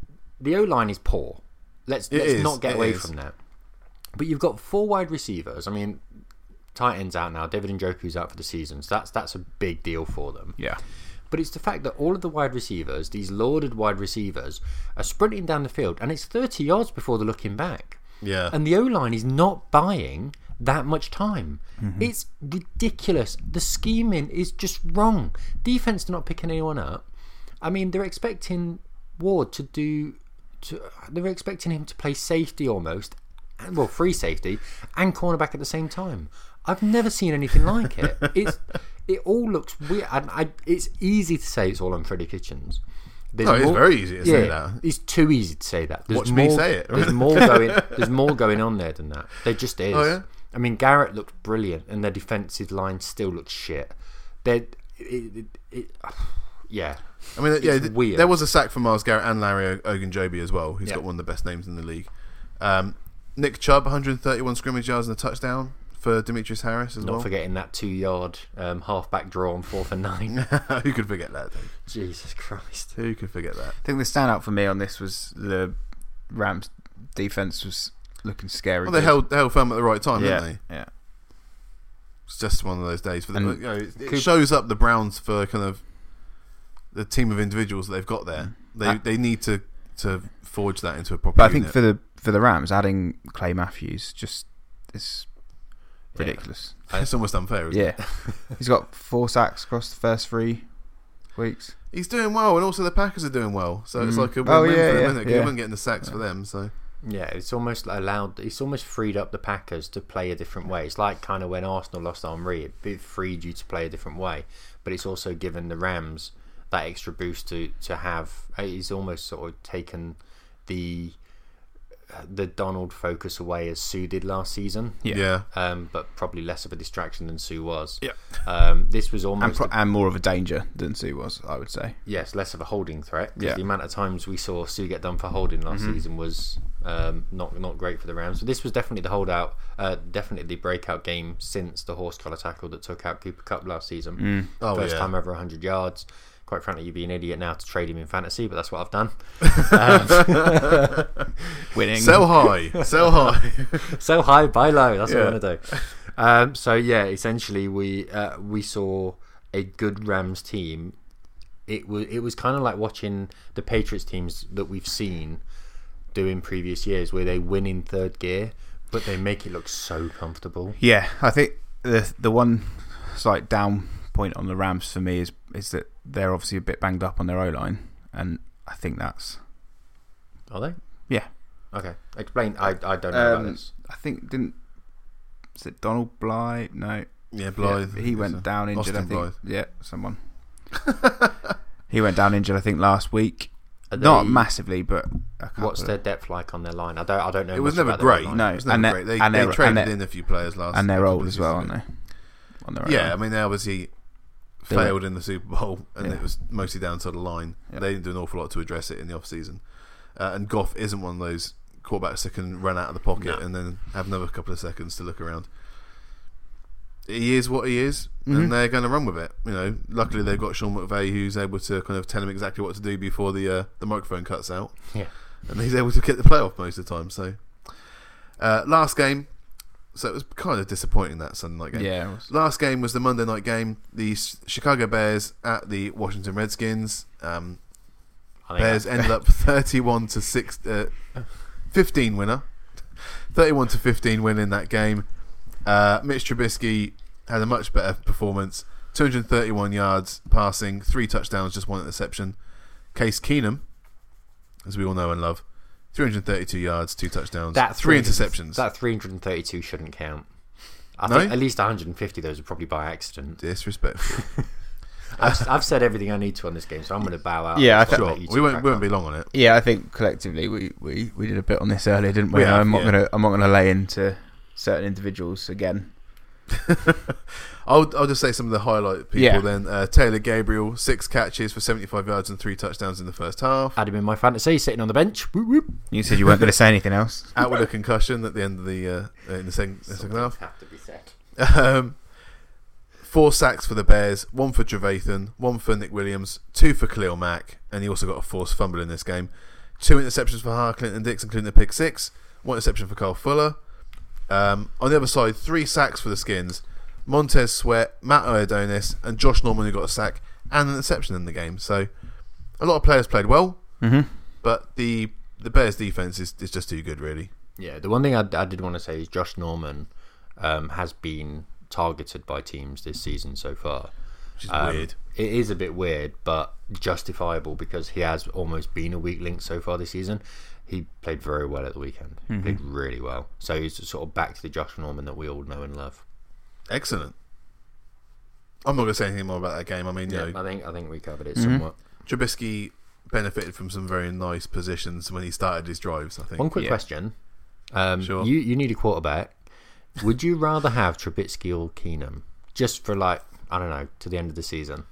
the o line is poor let's let's is, not get it away is. from that but you've got four wide receivers i mean tight ends out now david and joku's out for the season so that's that's a big deal for them Yeah. but it's the fact that all of the wide receivers, these lauded wide receivers, are sprinting down the field, and it's 30 yards before they're looking back. Yeah. And the O line is not buying that much time. Mm-hmm. It's ridiculous. The scheming is just wrong. Defense are not picking anyone up. I mean, they're expecting Ward to do. To, they're expecting him to play safety almost, and- well, free safety and cornerback at the same time. I've never seen anything like it. It's it all looks weird. And I, it's easy to say it's all on Freddie Kitchens. There's No, it's very easy to say that. It's too easy to say that. There's Watch me say it. there's more going. There's more going on there than that. There just is. Oh, yeah? I mean, Garrett looks brilliant, and their defensive line still looks shit. They, it, it, it, yeah, I mean, yeah, th- weird. there was a sack for Miles Garrett and Larry o- Ogunjobi as well, who's Yeah. got one of the best names in the league. Um, Nick Chubb, 131 scrimmage yards and a touchdown for Demetrius Harris as not well. forgetting that two-yard um, halfback draw on fourth and nine. Who could forget that? Dave? Jesus Christ! Who could forget that? I think the standout for me on this was the Rams defense was looking scary. Well, they good. held, they held firm at the right time, yeah, didn't they? yeah. It's just one of those days. For the, And- you know, it, it Could- shows up the Browns for kind of the team of individuals that they've got there. They Uh, they need to to forge that into a proper. But I think unit. for the for the Rams, adding Clay Matthews just is ridiculous. it's almost unfair. Isn't it? Yeah, he's got four sacks across the first three weeks. he's doing well, and also the Packers are doing well. So it's Mm. like a win-win Oh, yeah, for them, yeah, isn't it? 'Cause yeah. everyone getting the sacks for them. So Yeah, it's almost allowed. It's almost freed up the Packers to play a different way. It's like kind of when Arsenal lost Henri, it- it freed you to play a different way, but it's also given the Rams that extra boost to to have. uh, It's almost sort of taken the uh, the Donald focus away as Sue did last season. yeah, Yeah. Um, but probably less of a distraction than Sue was. Yeah. Um, this was And, almost pro- a- and more of a danger than Sue was, I would say. yes, less of a holding threat. 'cause Yeah. The amount of times we saw Sue get done for holding last season was um, not not great for the Rams. But this was definitely the holdout, uh, definitely the breakout game since the horse collar tackle that took out Cooper Cup last season. Oh, First yeah. time over 100 yards. Quite frankly, you'd be an idiot now to trade him in fantasy, but that's what I've done. Winning. Sell high, sell high. so high, buy low. That's what Yeah. I want to do. Um, so yeah, essentially we uh, we saw a good Rams team. It was it was kind of like watching the Patriots teams that we've seen do in previous years, where they win in third gear, but they make it look so comfortable. Yeah, I think the the one slight down point on the Rams for me is is that they're obviously a bit banged up on their O line, and I think that's Are they? yeah. Okay, explain. I I don't know Um, about this. I think didn't is it Donald Bly? No, Yeah, Blythe. Yeah, he went It's a- down injured. I Austin think. Blythe. Yeah, someone. he went down injured. I think last week. Are Not they- massively, but a couple What's of- their depth like on their line? I don't I don't know. It was much never about their great. line. No, It was never and they're- great. They, and they they're- traded and they're- in a few players last. and they're couple old of as well, aren't seasons they? On their ago. own. Yeah, I mean they obviously They were- failed in the Super Bowl, and Yeah. it was mostly down to the line. Yeah. They didn't do an awful lot to address it in the off season. Uh, and Goff isn't one of those quarterbacks that can run out of the pocket and then have another couple of seconds to look around. He is what he is, Mhm. and they're going to run with it. You know, luckily they've got Sean McVay, who's able to kind of tell him exactly what to do before the uh, the microphone cuts out. Yeah. and he's able to get the playoff most of the time. So, uh, last game, so it was kind of disappointing that Sunday night game. Yeah, it was- Last game was the Monday night game. The S- Chicago Bears at the Washington Redskins. Um, I think Bears ended up 31 to 6 uh, 15 winner. 31 to 15 win in that game. Uh, Mitch Trubisky had a much better performance. 231 yards passing, three touchdowns, just one interception. Case Keenum, as we all know and love, 332 yards, two touchdowns, that three 300 interceptions. That 332 shouldn't count. I No? think at least 150 of those were probably by accident. Disrespectful. I've, I've said everything I need to on this game, so I'm going to bow out. Yeah, I I'll think- sure, let you two we won't, crack we won't be on. long on it. yeah. I think collectively we, we, we did a bit on this earlier, didn't we? We have, I'm not yeah. gonna I'm not gonna lay into certain individuals again. I'll, I'll just say some of the highlight people Yeah. then. Uh, Taylor Gabriel, six catches for 75 yards and three touchdowns in the first half. Had him in my fantasy, sitting on the bench. Whoop, whoop. You said you weren't going to say anything else. Out with a concussion at the end of the uh, in the second, the second half. Have to be said. Um, four sacks for the Bears, one for Trevathan, one for Nick Williams, two for Khalil Mack, and he also got a forced fumble in this game. Two interceptions for Harklint and Dix, including the pick six. One interception for Carl Fuller. Um, on the other side, three sacks for the Skins. Montez Sweat, Matt Iadonis, and Josh Norman who got a sack and an interception in the game. So a lot of players played well, Mm-hmm. but the the Bears defense is, is just too good, really. Yeah, the one thing I, I did want to say is Josh Norman um, has been targeted by teams this season so far. Which is Um, weird. It is a bit weird, but justifiable because he has almost been a weak link so far this season. He played very well at the weekend. He Played Mm-hmm. really well. So he's sort of back to the Josh Norman that we all know and love. Excellent. I'm not going to say anything more about that game. I mean, you know, I think I think we covered it Mm-hmm. somewhat. Trubisky benefited from some very nice positions when he started his drives. I think. One quick Yeah. question: um, Sure. You you need a quarterback. Would you rather have Trubisky or Keenum just for like I don't know to the end of the season?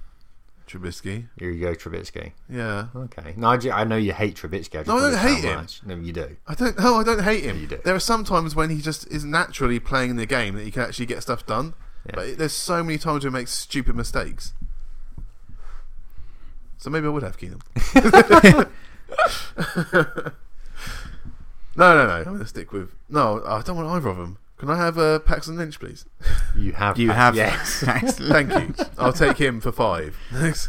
Trubisky. Here you go, Trubisky. Yeah. Okay. No, I, ju- I know you hate Trubisky. I just No, I don't noticed how hate him. much. No, you do. I don't. No, I don't hate him. you do. There are some times when he just is naturally playing the game that he can actually get stuff done. But it, there's so many times where he makes stupid mistakes. So maybe I would have Keenum. no, no, no. I'm going to stick with. No, I don't want either of them. Can I have uh, Paxton Lynch, please? You have. You have Yes. Thank you. I'll take him for five. Thanks.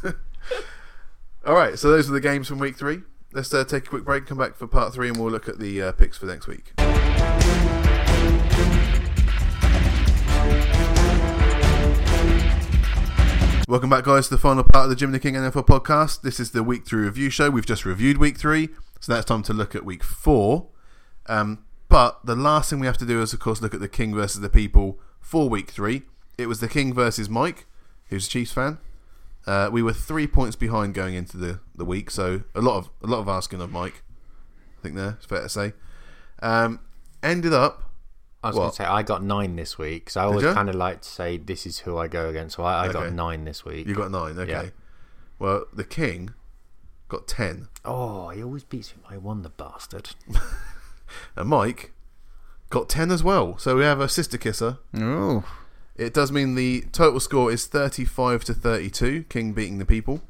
All right, so those are the games from week three. Let's uh, take a quick break, come back for part three, and we'll look at the uh, picks for next week. Welcome back, guys, to the final part of the Jim and the King NFL podcast. This is the week three review show. We've just reviewed week three, so now it's time to look at week four. Um, but the last thing we have to do is, of course, look at the King versus the People for week three. It was the King versus Mike, who's a Chiefs fan. Uh, we were three points behind going into the, the week, so a lot of a lot of asking of Mike. I think there, it's fair to say. Um, ended up, I was going What? to say I got nine this week, so I always you? kind of like to say this is who I go against. So I, I got Okay. nine this week. you got nine, okay. Yeah. Well, the King got ten, Oh, he always beats me by one, the bastard. and Mike got ten as well. So we have a sister kisser. Oh, It does mean the total score is 35 to 32, King beating the people.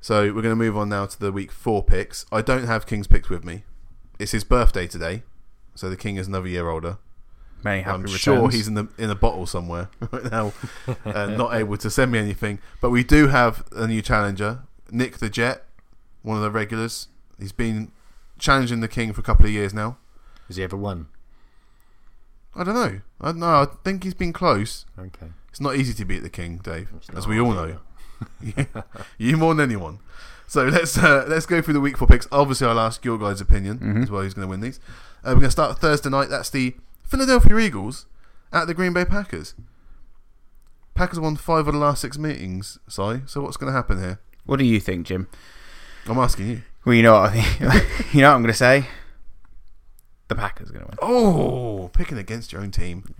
So we're going to move on now to the week four picks. I don't have King's picks with me. It's his birthday today, so the King is another year older. many happy I'm returns. sure he's in the in a bottle somewhere right now, and not able to send me anything. But we do have a new challenger, Nick the Jet, one of the regulars. He's been challenging the King for a couple of years now. Has he ever won? I don't know. I don't know. I think he's been close. Okay. It's not easy to beat the king, Dave, It's as not we all hard, know. you more than anyone. So let's uh, let's go through the week four picks. Obviously, I'll ask your guys' opinion as well. Who's going to win these? Uh, we're going to start Thursday night. That's the Philadelphia Eagles at the Green Bay Packers. Packers won five of the last six meetings. Si, so what's going to happen here? What do you think, Jim? I'm asking you. Well, you know what I think. you know what I'm going to say. The Packers are going to win. Oh, picking against your own team.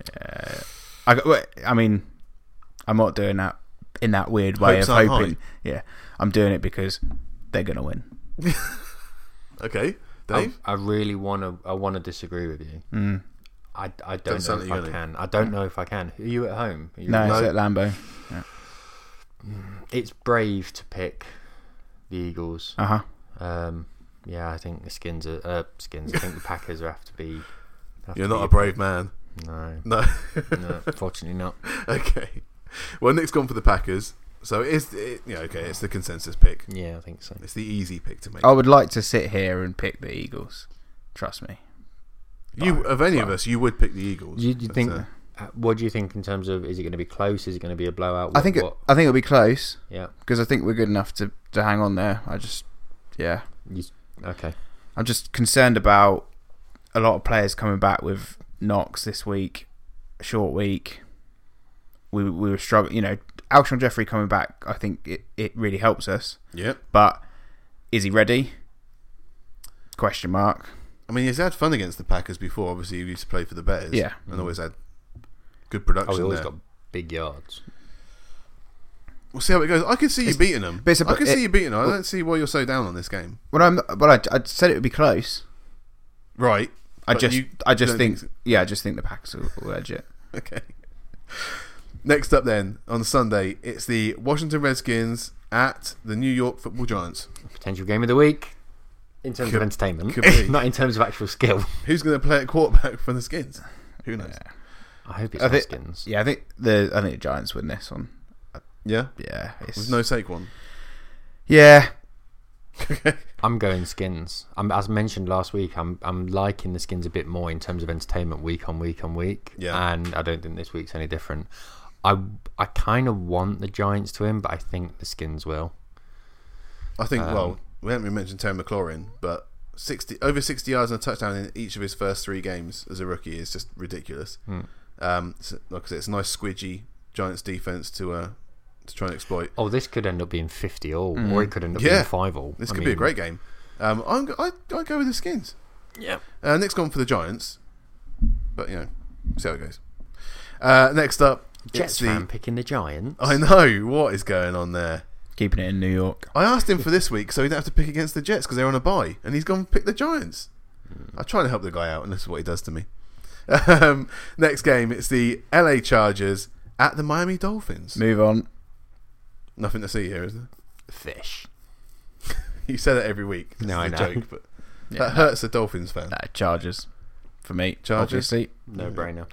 I, got- well, I mean, I'm not doing that in that weird way Hopes of aren't hoping. Yeah, I'm doing it because they're going to win. Okay, I, Dave. I really want to. I want to disagree with you. Mm. I, I don't sound like know if you're I gonna. can. I don't know if I can. Are you at home? Are you- No, No. it's at Lambeau. It's brave to pick the Eagles. Uh huh. Um, yeah, I think the skins are uh, skins. I think the Packers have to be. have You're to not a be- brave man. No, No. no, fortunately not. okay. Well, Nick's gone for the Packers, so it is. It, yeah, okay. It's the consensus pick. Yeah, I think so. It's the easy pick to make. I would like to sit here and pick the Eagles. Trust me. you of any of us, you would pick the Eagles. You, you But, think? uh, uh, What do you think in terms of? Is it going to be close? Is it going to be a blowout? I What- think it, What, I think it'll be close yeah. because I think we're good enough to to hang on there. I just yeah, You, okay. Oh, I'm just concerned about a lot of players coming back with knocks this week, short week. We we were struggling, you know. Alshon Jeffrey coming back, I think it, it really helps us. yeah. But is he ready? Question mark. I mean, he's had fun against the Packers before. Obviously, he used to play for the Bears. Yeah. and always had good production Oh, we always there. got big yards. We'll see how it goes. I can see you beating them. but it's a- I can it- see you beating them. I don't see why you're so down on this game. Well, I'm, but I, I said it would be close. Right. I But just, you I just don't think, so. yeah, I just think the Packers will, will edge it. Okay. Next up, then on Sunday, it's the Washington Redskins at the New York Football Giants. Potential game of the week. In terms Could- of entertainment, could be. not in terms of actual skill. Who's going to play at quarterback for the Skins? Who knows? Yeah. I hope it's I not think- skins. yeah, I think the, I think the Giants win this one. Yeah. Yeah, it's, There's no Saquon. yeah, Okay. I'm going skins. I'm, as mentioned last week, I'm I'm liking the skins a bit more in terms of entertainment week on week on week. Yeah. And I don't think this week's any different. I I kind of want the Giants to win, but I think the skins will. I think. Um, well, we haven't even mentioned Terry McLaurin, but sixty over sixty yards and a touchdown in each of his first three games as a rookie is just ridiculous. Hmm. Um, so, like I said, it's a nice squidgy Giants defense to uh, to try and exploit. Oh, this could end up being fifty all, or it could end up Mm-hmm. Yeah. being five all. This I could be a mean, great game. Um, I'm go- I I go with the Skins. Yeah. Uh, Nick's gone for the Giants, but you know, see how it goes. Uh, next up, Jets it's the. fan picking the Giants. I know what is going on there. keeping it in New York. I asked him for this week so he didn't have to pick against the Jets because they're on a bye, and he's gone and picked the Giants. Hmm. I'm trying to help the guy out, and this is what he does to me. Um, next game, it's the LA Chargers at the Miami Dolphins. Move on. Nothing to see here, is there? Fish. You say that every week. It's No, I a know. joke, but that hurts the Dolphins fan. Nah, Chargers for me. Chargers? obviously. No brainer.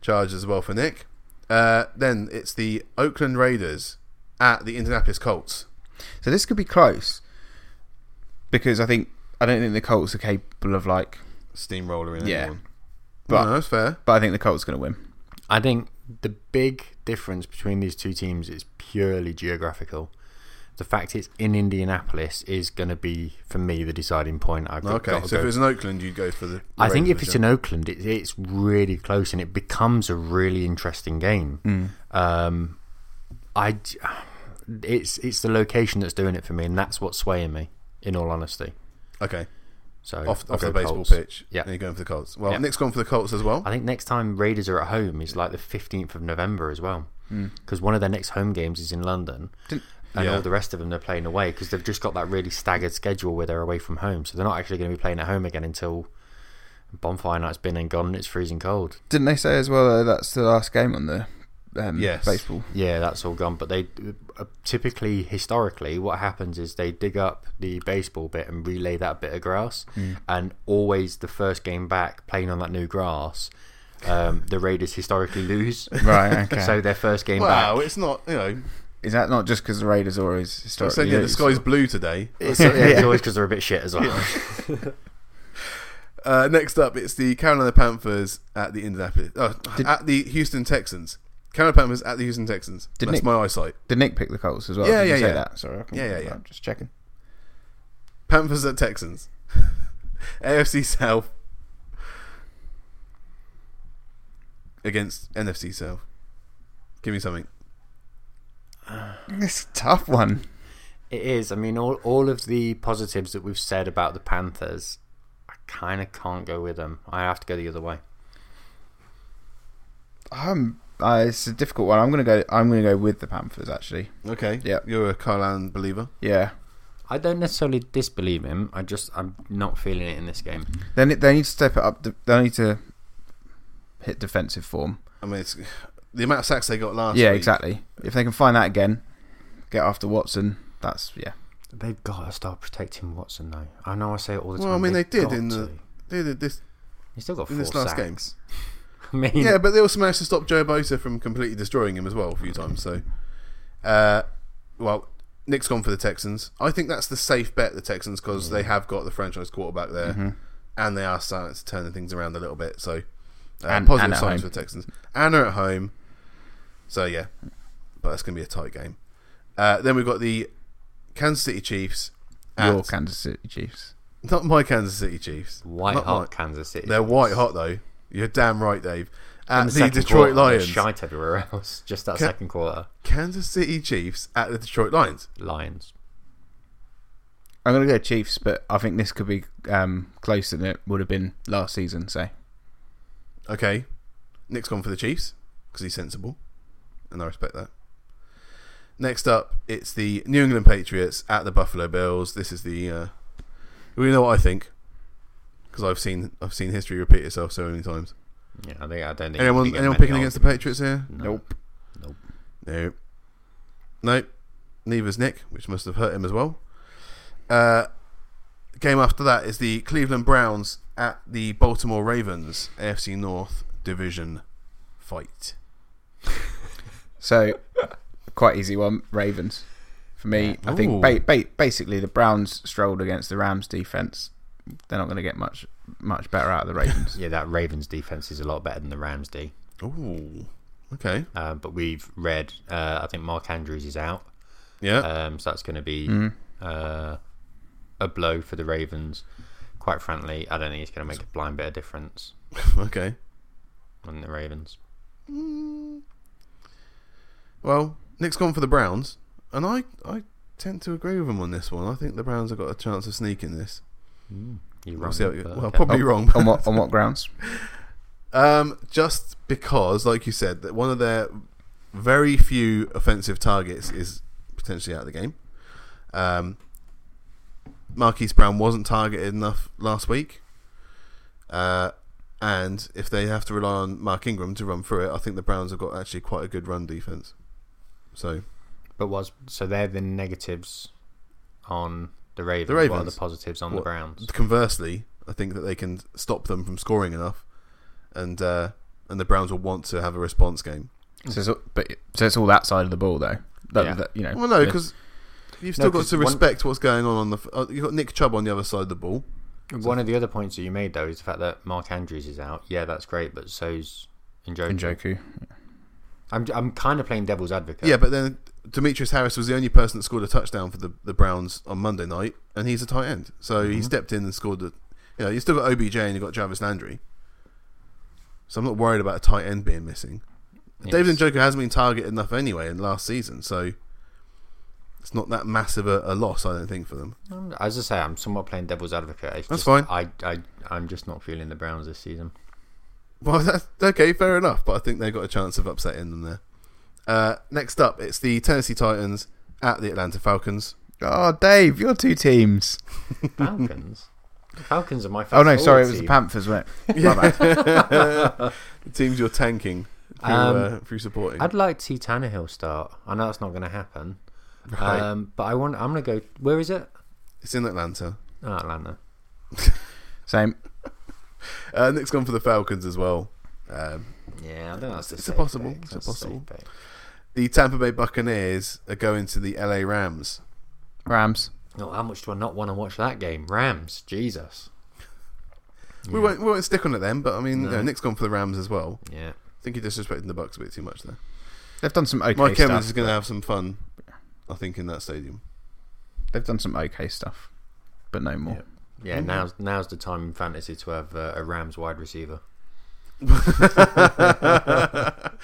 Chargers as well for Nick. Uh, then it's the Oakland Raiders at the Indianapolis Colts. So this could be close because I think I don't think the Colts are capable of like, Steamroller in Yeah. anyone. But- no, that's fair. but I think the Colts are going to win. I think the big difference between these two teams is purely geographical. The fact it's in Indianapolis is going to be, for me, the deciding point. I've got- Okay, got to so go- if it was in Oakland, you'd go for the. I think Raiders, if it's yeah. in Oakland, it, it's really close and it becomes a really interesting game. Mm. Um, I, d- it's it's the location that's doing it for me, and that's what's swaying me. In all honesty, okay so off I'll off the go baseball Colts. pitch, Yeah. and you're going for the Colts. Well, Yeah. Nick's gone for the Colts as well. I think next time Raiders are at home is like the 15th of November as well. Because one of their next home games is in London. and Mm. Yeah. all the rest of them they're playing away because they've just got that really staggered schedule where they're away from home. So they're not actually going to be playing at home again until bonfire night's been and gone and it's freezing cold. Didn't they say as well uh, that's the last game on the um, Yes. baseball? Yeah, that's all gone. But they uh, typically, historically, what happens is they dig up the baseball bit and relay that bit of grass, and always the first game back playing on that new grass, um, the Raiders historically lose. Right. Okay. So their first game Wow, back. it's not you know. is that not just because the Raiders are always Start historically saying yeah, the lose? sky's blue today. It's, yeah, it's always because they're a bit shit as well. Uh, next up, it's the Carolina Panthers at the Indianapolis. Oh, at the Houston Texans. Carolina Panthers at the Houston Texans. Did That's Nick- my eyesight. Did Nick pick the Colts as well? Yeah, Did you yeah, say yeah. That? Sorry, I can, Yeah, yeah, yeah. I'm just checking. Panthers at Texans. AFC South against NFC South. Give me something. It's a tough one. It is. I mean, all, all of the positives that we've said about the Panthers, I kind of can't go with them. I have to go the other way. Um, uh, it's a difficult one. I'm gonna go. I'm gonna go with the Panthers actually. Okay. Yeah. You're a Carlan believer. Yeah. I don't necessarily disbelieve him. I just I'm not feeling it in this game. They need, they need to step it up. They need to hit defensive form. I mean, it's the amount of sacks they got last. yeah, week. exactly. If they can find that again, get after Watson. That's yeah. They've got to start protecting Watson though. I know I say it all the Well, time. I mean, they they've did got in the to. they did this He's still got four in this last sacks. game. I mean, Yeah, but they also managed to stop Joe Bosa from completely destroying him as well a few times. So, uh, well, Nick's gone for the Texans. I think that's the safe bet, the Texans, because Mm. they have got the franchise quarterback there, Mm-hmm. and they are starting to turn things around a little bit. So, uh, And- positive and at signs home. for the Texans. And are at home. So yeah, but that's going to be a tight game. Uh, then we've got the Kansas City Chiefs. At, Your Kansas City Chiefs. not my Kansas City Chiefs. white Not hot my- Kansas City. they're white hot though. You're damn right, Dave. At the, second Detroit quarter, they're Lions. shite everywhere else. Just that Ca- second quarter, Kansas City Chiefs at the Detroit Lions. Lions. I'm gonna go Chiefs, but I think this could be um, closer than it would have been last season. So Okay. Nick's gone for the Chiefs because he's sensible. and I respect that. Next up, it's the New England Patriots at the Buffalo Bills. This is the uh, we know what I think because I've seen I've seen history repeat itself so many times. Yeah, I think I don't think you Anyone can get anyone many picking against the arguments. Patriots here? No. Nope. Nope. No. Nope. Neither's Nick, which must have hurt him as well. Uh, game after that is the Cleveland Browns at the Baltimore Ravens AFC North Division fight. So, quite easy one. Ravens. For me, I think Ooh. ba- ba- basically the Browns strolled against the Rams defense. They're not going to get much much better out of the Ravens. Yeah, that Ravens defense is a lot better than the Rams D. Ooh. Okay. Um, but we've read, uh, I think Mark Andrews is out, Yeah. um, so that's going to be mm-hmm. uh, a blow for the Ravens. Quite frankly, I don't think it's going to make a blind bit of difference okay. on the Ravens. Well, Nick's gone for the Browns, and I I tend to agree with him on this one. I think the Browns have got a chance of sneaking this. You're We'll wrong. see how it but goes. Well, okay. probably wrong. but- on what on what grounds? Um, just because, like you said, that one of their very few offensive targets is potentially out of the game. Um, Marquise Brown wasn't targeted enough last week, uh, and if they have to rely on Mark Ingram to run through it, I think the Browns have got actually quite a good run defense. So But was so they're the negatives on the Ravens. The What are Ravens. the positives on What- the Browns? conversely, I think that they can stop them from scoring enough, and uh, and the Browns will want to have a response game. So it's all, but so it's all that side of the ball though. That, Yeah. that- you know. Well, no, the- because you've still got 'cause to one- respect what's going on on the. f- Uh, you've got Nick Chubb on the other side of the ball. One of the other points that you made though is the fact that Mark Andrews is out. Yeah, that's great, but so's Njoku. Njoku. I'm I'm kind of playing devil's advocate. Yeah, but then Demetrius Harris was the only person that scored a touchdown for the, the Browns on Monday night, and he's a tight end, so Mm-hmm. he stepped in and scored. The, you know, you still got OBJ and you have got Travis Landry, so I'm not worried about a tight end being missing. Yes. David Njoku hasn't been targeted enough anyway in last season, so it's not that massive a, a loss, I don't think, for them. Um, As I say, I'm somewhat playing devil's advocate. It's That's just, fine. I, I, I'm just not feeling the Browns this season. Well, that's okay, fair enough. But I think they've got a chance of upsetting them there. Uh, next up, it's the Tennessee Titans at the Atlanta Falcons. Oh, Dave, your two teams. Falcons. Falcons are my Oh favourite. no, sorry, it was the Panthers, wasn't it? My bad. The teams you're tanking through, Um, uh, through supporting. I'd like to see Tannehill start. I know that's not going to happen. Right. Um, but I want. I'm going to go. Where is it? it's in Atlanta. Oh, Atlanta. Same. Uh, Nick's gone for the Falcons as well. Um, Yeah, I think that's the It's a safe possible- pick. it's a That's the safe possible. pick. the Tampa Bay Buccaneers are going to the LA Rams. Rams. Oh, how much do I not want to watch that game? Rams. Jesus. We won't we won't stick on it then, but I mean, you know, No. Nick's gone for the Rams as well. Yeah. I think you're disrespecting the Bucks a bit too much there. They've done some okay Mike stuff. Evans is going to have some fun, I think, in that stadium. They've done some okay stuff, but no more. Yeah, Mm-hmm. now's now's the time in fantasy to have uh, a Rams wide receiver.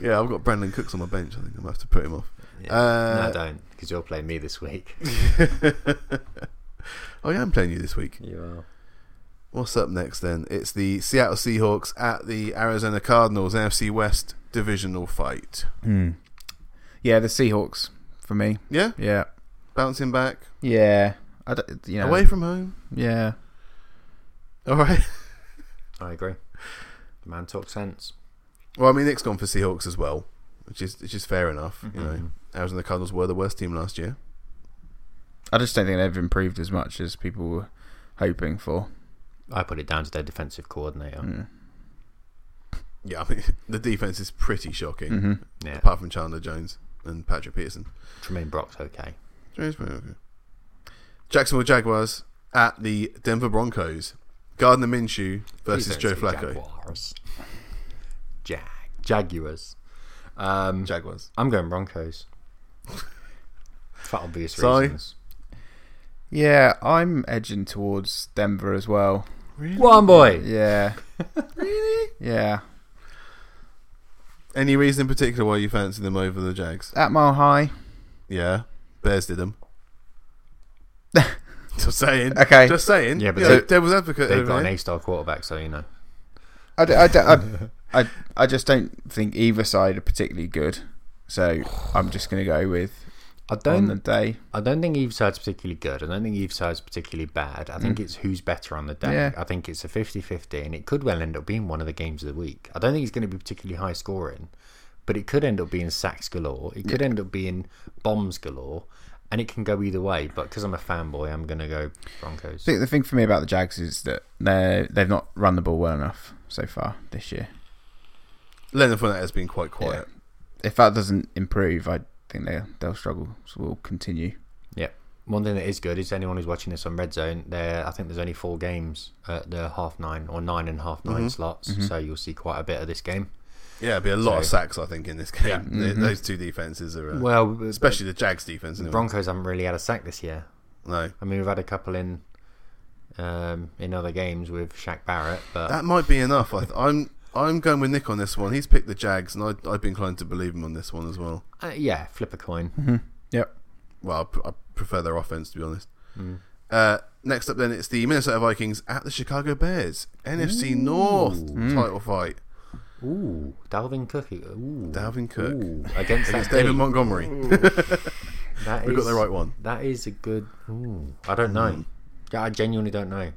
Yeah, I've got Brandon Cooks on my bench. I think I'm going to have to put him off. Yeah. Uh, no, don't, because you're playing me this week. Uh, I am oh, playing you this week. you are. What's up next then? It's the Seattle Seahawks at the Arizona Cardinals NFC West divisional fight. Hmm. Yeah, the Seahawks for me. Yeah, Yeah. bouncing back Yeah. I don't, you know. away from home. Yeah. All right. I agree. The man talks sense. Well, I mean, Nick's gone for Seahawks as well, which is which is fair enough. Mm-hmm. You know, Arizona Cardinals were the worst team last year. I just don't think they've improved as much as people were hoping for. Mm. I put it down to their defensive coordinator. Mm. Yeah, I mean, the defense is pretty shocking, Mm-hmm. Mm-hmm. Yeah, apart from Chandler Jones and Patrick Peterson. Tremaine Brock's okay. James Brown, okay. Jacksonville Jaguars at the Denver Broncos. Gardner Minshew versus Please Joe don't say Flacco. Jaguars. Jag Jaguars. Um, Jaguars. I'm going Broncos. For obvious Sorry? reasons. Yeah, I'm edging towards Denver as well. Go on, boy. Yeah. really? Yeah. Any reason in particular why you fancy them over the Jags? At Mile High. Yeah, Bears did them. Just saying. Okay. Just saying. Yeah, but You know, they- devil's advocate. They've Over got an there. A-star quarterback, so you know. I, d- I d- I- I I just don't think either side are particularly good. So I'm just going to go with I on don't. the day. I don't think either side's particularly good. I don't think either side's particularly bad. I think it's who's better on the day. Yeah. I think it's a 50-50, and it could well end up being one of the games of the week. I don't think it's going to be particularly high scoring, but it could end up being sacks galore. It could end up being bombs galore, and it can go either way. But because I'm a fanboy, I'm going to go Broncos. I think the thing for me about the Jags is that they they've not run the ball well enough so far this year. Leonard Fournette has been quite quiet. If that doesn't improve, I think they they'll struggle. So we'll continue. Yeah. One thing that is good is anyone who's watching this on Red Zone, there I think there's only four games at the half nine or nine and half nine slots, so you'll see quite a bit of this game. Yeah, it'd be a lot of So- sacks, I think, in this game. Th- Those two defenses are, uh, Mm-hmm. Well, the especially the Jags defense. Anyway. Broncos haven't really had a sack this year. no, I mean, we've had a couple in um, in other games with Shaq Barrett, but that might be enough. I th- I'm I'm going with Nick on this one. He's picked the Jags, and I, I've been inclined to believe him on this one as well. uh, yeah, flip a coin. Mm-hmm. Yep. Well, I, pr- I prefer their offense to be honest. Hmm. Uh, next up, then it's the Minnesota Vikings at the Chicago Bears NFC North Hmm. title fight. Ooh, Dalvin Cook. Ooh, Dalvin Cook. Ooh, against that It's David team. Montgomery. That We got is- the right Mm. one. That is a good. Ooh, I don't know. Yeah, I genuinely don't know.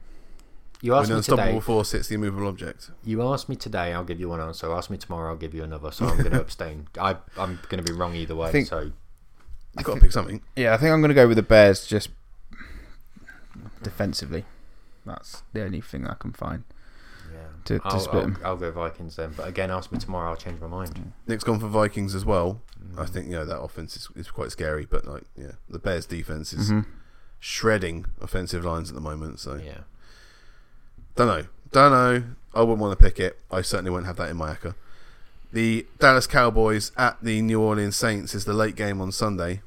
You When asked the me today. unstoppable force hits the immovable object. You asked me today, I'll give you one answer. Ask me tomorrow, I'll give you another. So I'm going to abstain. I, I'm going to be wrong either way. think- so You've got to pick something. Yeah, I think I'm going to go with the Bears just defensively. That's the only thing I can find. yeah, To- to I'll, split I'll- 'em. I'll go Vikings then. But again, ask me tomorrow, I'll change my mind. Nick's gone for Vikings as well. I Hmm. think you know that offense is, is quite scary, but like yeah, the Bears defense is Mm-hmm. shredding offensive lines at the moment. So Yeah, don't know, don't know. I wouldn't want to pick it. I certainly won't have that in my acca. The Dallas Cowboys at the New Orleans Saints is the late game on Sunday.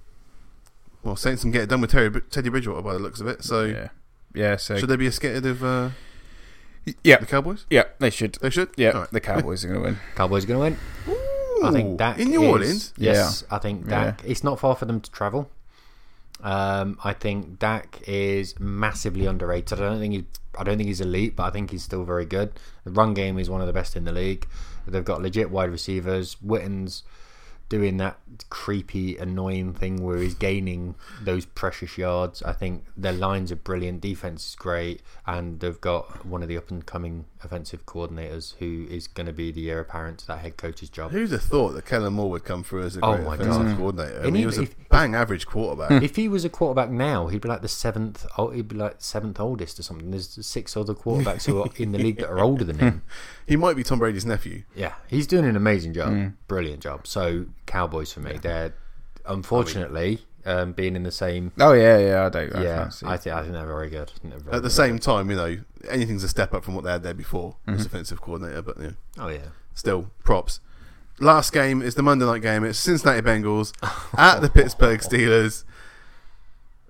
Well, Saints can get it done with Terry, Teddy Bridgewater by the looks of it. So Yeah. Yeah, so should they be scared of uh, yeah, the Cowboys? yeah, they should. They should. Yeah, All right. the Cowboys are going to win. Cowboys going to win. I Ooh, think Dak in New is- Orleans. Yes, I think Yeah. Dak. It's not far for them to travel. Um, I think Dak is massively underrated. I don't think he's, I don't think he's elite, but I think he's still very good. The run game is one of the best in the league. They've got legit wide receivers. Witten's doing that creepy, annoying thing where he's gaining those precious yards. I think their lines are brilliant. Defense is great, and they've got one of the up and coming offensive coordinators who is going to be the heir apparent to that head coach's job. Who'd have thought that Kellen Moore would come through as a Oh great my offensive God. coordinator? I And mean, he if- was a if- Hmm. bang average quarterback. if he was a quarterback now, he'd be like the seventh. Oh, he'd be like seventh oldest or something. There's six other quarterbacks who are in the league that are older than him. he might be Tom Brady's nephew. Yeah, he's doing an amazing job, brilliant job. So Cowboys for me. They're unfortunately um, being in the same. Oh yeah, yeah, I don't. I yeah, fancy. I think I think they're very good. They're very At the good. same time, you know, anything's a step up from what they had there before Hmm. as offensive coordinator, but you know, oh yeah, still props. Last game is the Monday night game. It's Cincinnati Bengals at the Pittsburgh Steelers.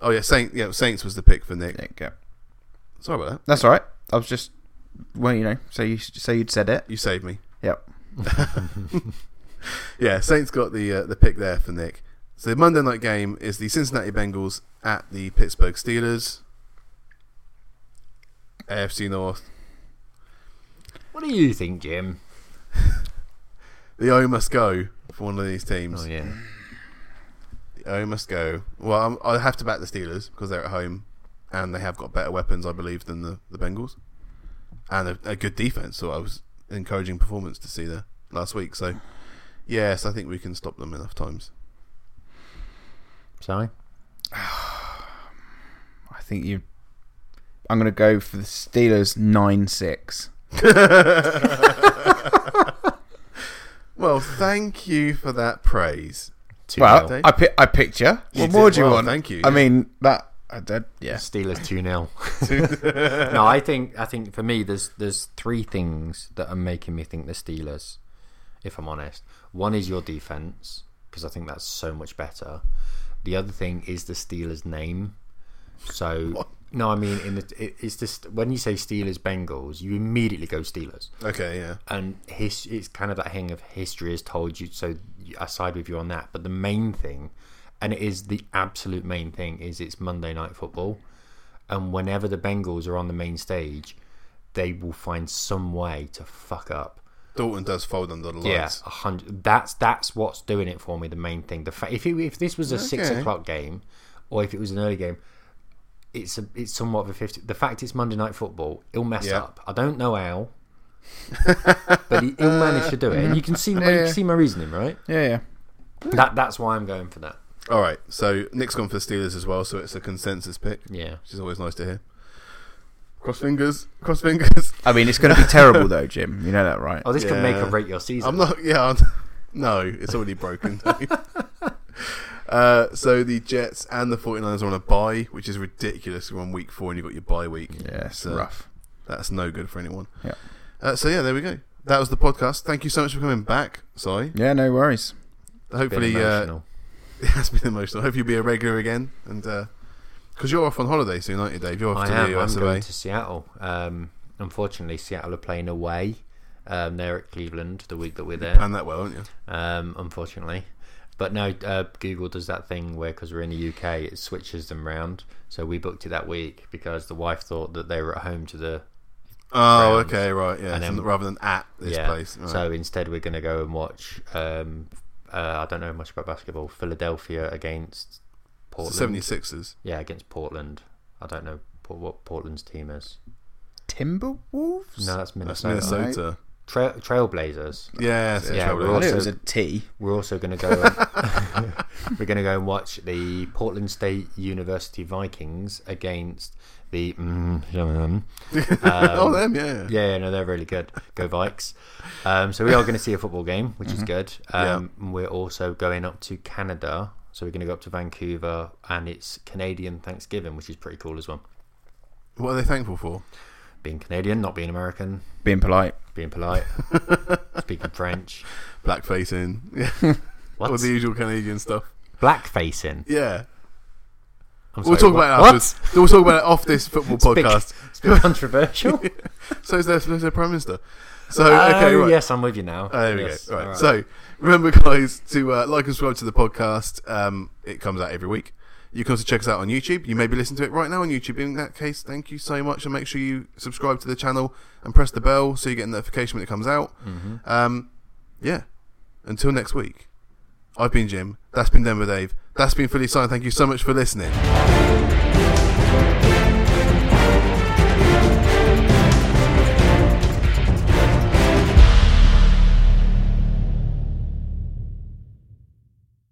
Oh yeah, Saint, yeah, Saints was the pick for Nick. There you go. Sorry about That's all right. I was just, well, you know, so you so you'd said it. that. You saved me. Yep. Yeah, Saints got the uh, the pick there for Nick. So the Monday night game is the Cincinnati Bengals at the Pittsburgh Steelers. AFC North. what do you think, Jim? The O must go for one of these teams. Oh yeah, The O must go. Well, I'm, I have to back the Steelers because they're at home and they have got better weapons, I believe, than the, the Bengals. And a, a good defense. So I was an encouraging performance to see there last week. So, yes, I think we can stop them enough times. sorry. I think you. I'm going to go for the Steelers nine six. Well, thank you for that praise. Two Well, nil. I pi- I picked you. What did more do you well, want? thank you. I mean that. I did. Yeah. Steelers two 0 No, I think I think for me there's there's three things that are making me think the Steelers. If I'm honest, one is your defense because I think that's so much better. The other thing is the Steelers name. So no, I mean in the it, it's just when you say Steelers Bengals, you immediately go Steelers Okay, yeah. and his, it's kind of that thing of history has told you so i side with you on that but the main thing and it is the absolute main thing is it's monday night football and whenever the bengals are on the main stage they will find some way to fuck up Dalton does fold under the lights. Yes, a hundred. That's that's what's doing it for me. The main thing. The fa- if it, if this was a six Okay. o'clock game, or if it was an early game, it's a, it's somewhat of a fifty. The fact it's Monday night football, he'll mess Yeah. up. I don't know how, but he, he'll manage to do it. And you can see my, you Yeah. can see my reasoning, right? Yeah, yeah. That that's why I'm going for that. All right, so Nick's gone for the Steelers as well, so it's a consensus pick, Yeah. which is always nice to hear. Cross fingers, cross fingers. I mean, it's going to be terrible though, Jim. You know that, right? Oh, this could make or Yeah. rate your season. I'm not. Yeah, I'm, no, it's already broken. Dave. uh, so the Jets and the 49ers are on a bye, which is ridiculous. We're on week four and you've got your bye week. Yeah, it's So rough. That's no good for anyone. Yeah. Uh, so yeah, there we go. That was the podcast. Thank you so much for coming back, Si. Yeah, no worries. Bit Hopefully, uh, emotional. it has been emotional. Hope you'll be a regular again, and because you're off on holiday soon, aren't you, Dave? You're off I to am. the US I'm of going A. to Seattle. Um, unfortunately, Seattle are playing away. Um, they're at Cleveland the week that we're there. and that well, aren't you? um, unfortunately. But no, uh, Google does that thing where because we're in the UK, it switches them round. So we booked it that week because the wife thought that they were at home to the Oh, round. okay, right, yeah. uh, And so then- rather than at this yeah. place, right. So instead, we're going to go and watch. Um, uh, I don't know much about basketball. Philadelphia against Portland. Seventy Sixers. Yeah, against Portland. I don't know Por- what Portland's team is. Timberwolves? No, that's That's Minnesota. Minnesota. Tra- Trailblazers. Yes, Yeah, Trailblazers. we're I all- um, knew it was a T. We're also going to go. and- we're going to go and watch the Portland State University Vikings against the. Mm, oh, them, yeah. yeah, yeah, no, they're really good. Go Vikes! Um, so we are going to see a football game, which Mm-hmm. is good. Um, We're also going up to Canada, so we're going to go up to Vancouver, and it's Canadian Thanksgiving, which is pretty cool as well. What are they thankful for? Being Canadian, not being American, Being polite. being polite, speaking French. Blackface in. Yeah. All What? the usual Canadian stuff. Blackfacing. Yeah. I'm We'll sorry, talk what? about it What? afterwards. We'll talk about it off this football It's big. podcast. It's a bit controversial. So is their, is their Prime Minister. So, okay, Oh, right. Yes, I'm with you now. Oh, there we Yes, go. All right. So alright. remember, guys, to uh, like and subscribe to the podcast. Um, it comes out every week. You can also check us out on YouTube. You may be listening to it right now on YouTube. In that case, thank you so much, and make sure you subscribe to the channel and press the bell so you get a notification when it comes out. Um, yeah. Until next week, I've been Jim. That's been Denver Dave. That's been Philly Sign. Thank you so much for listening.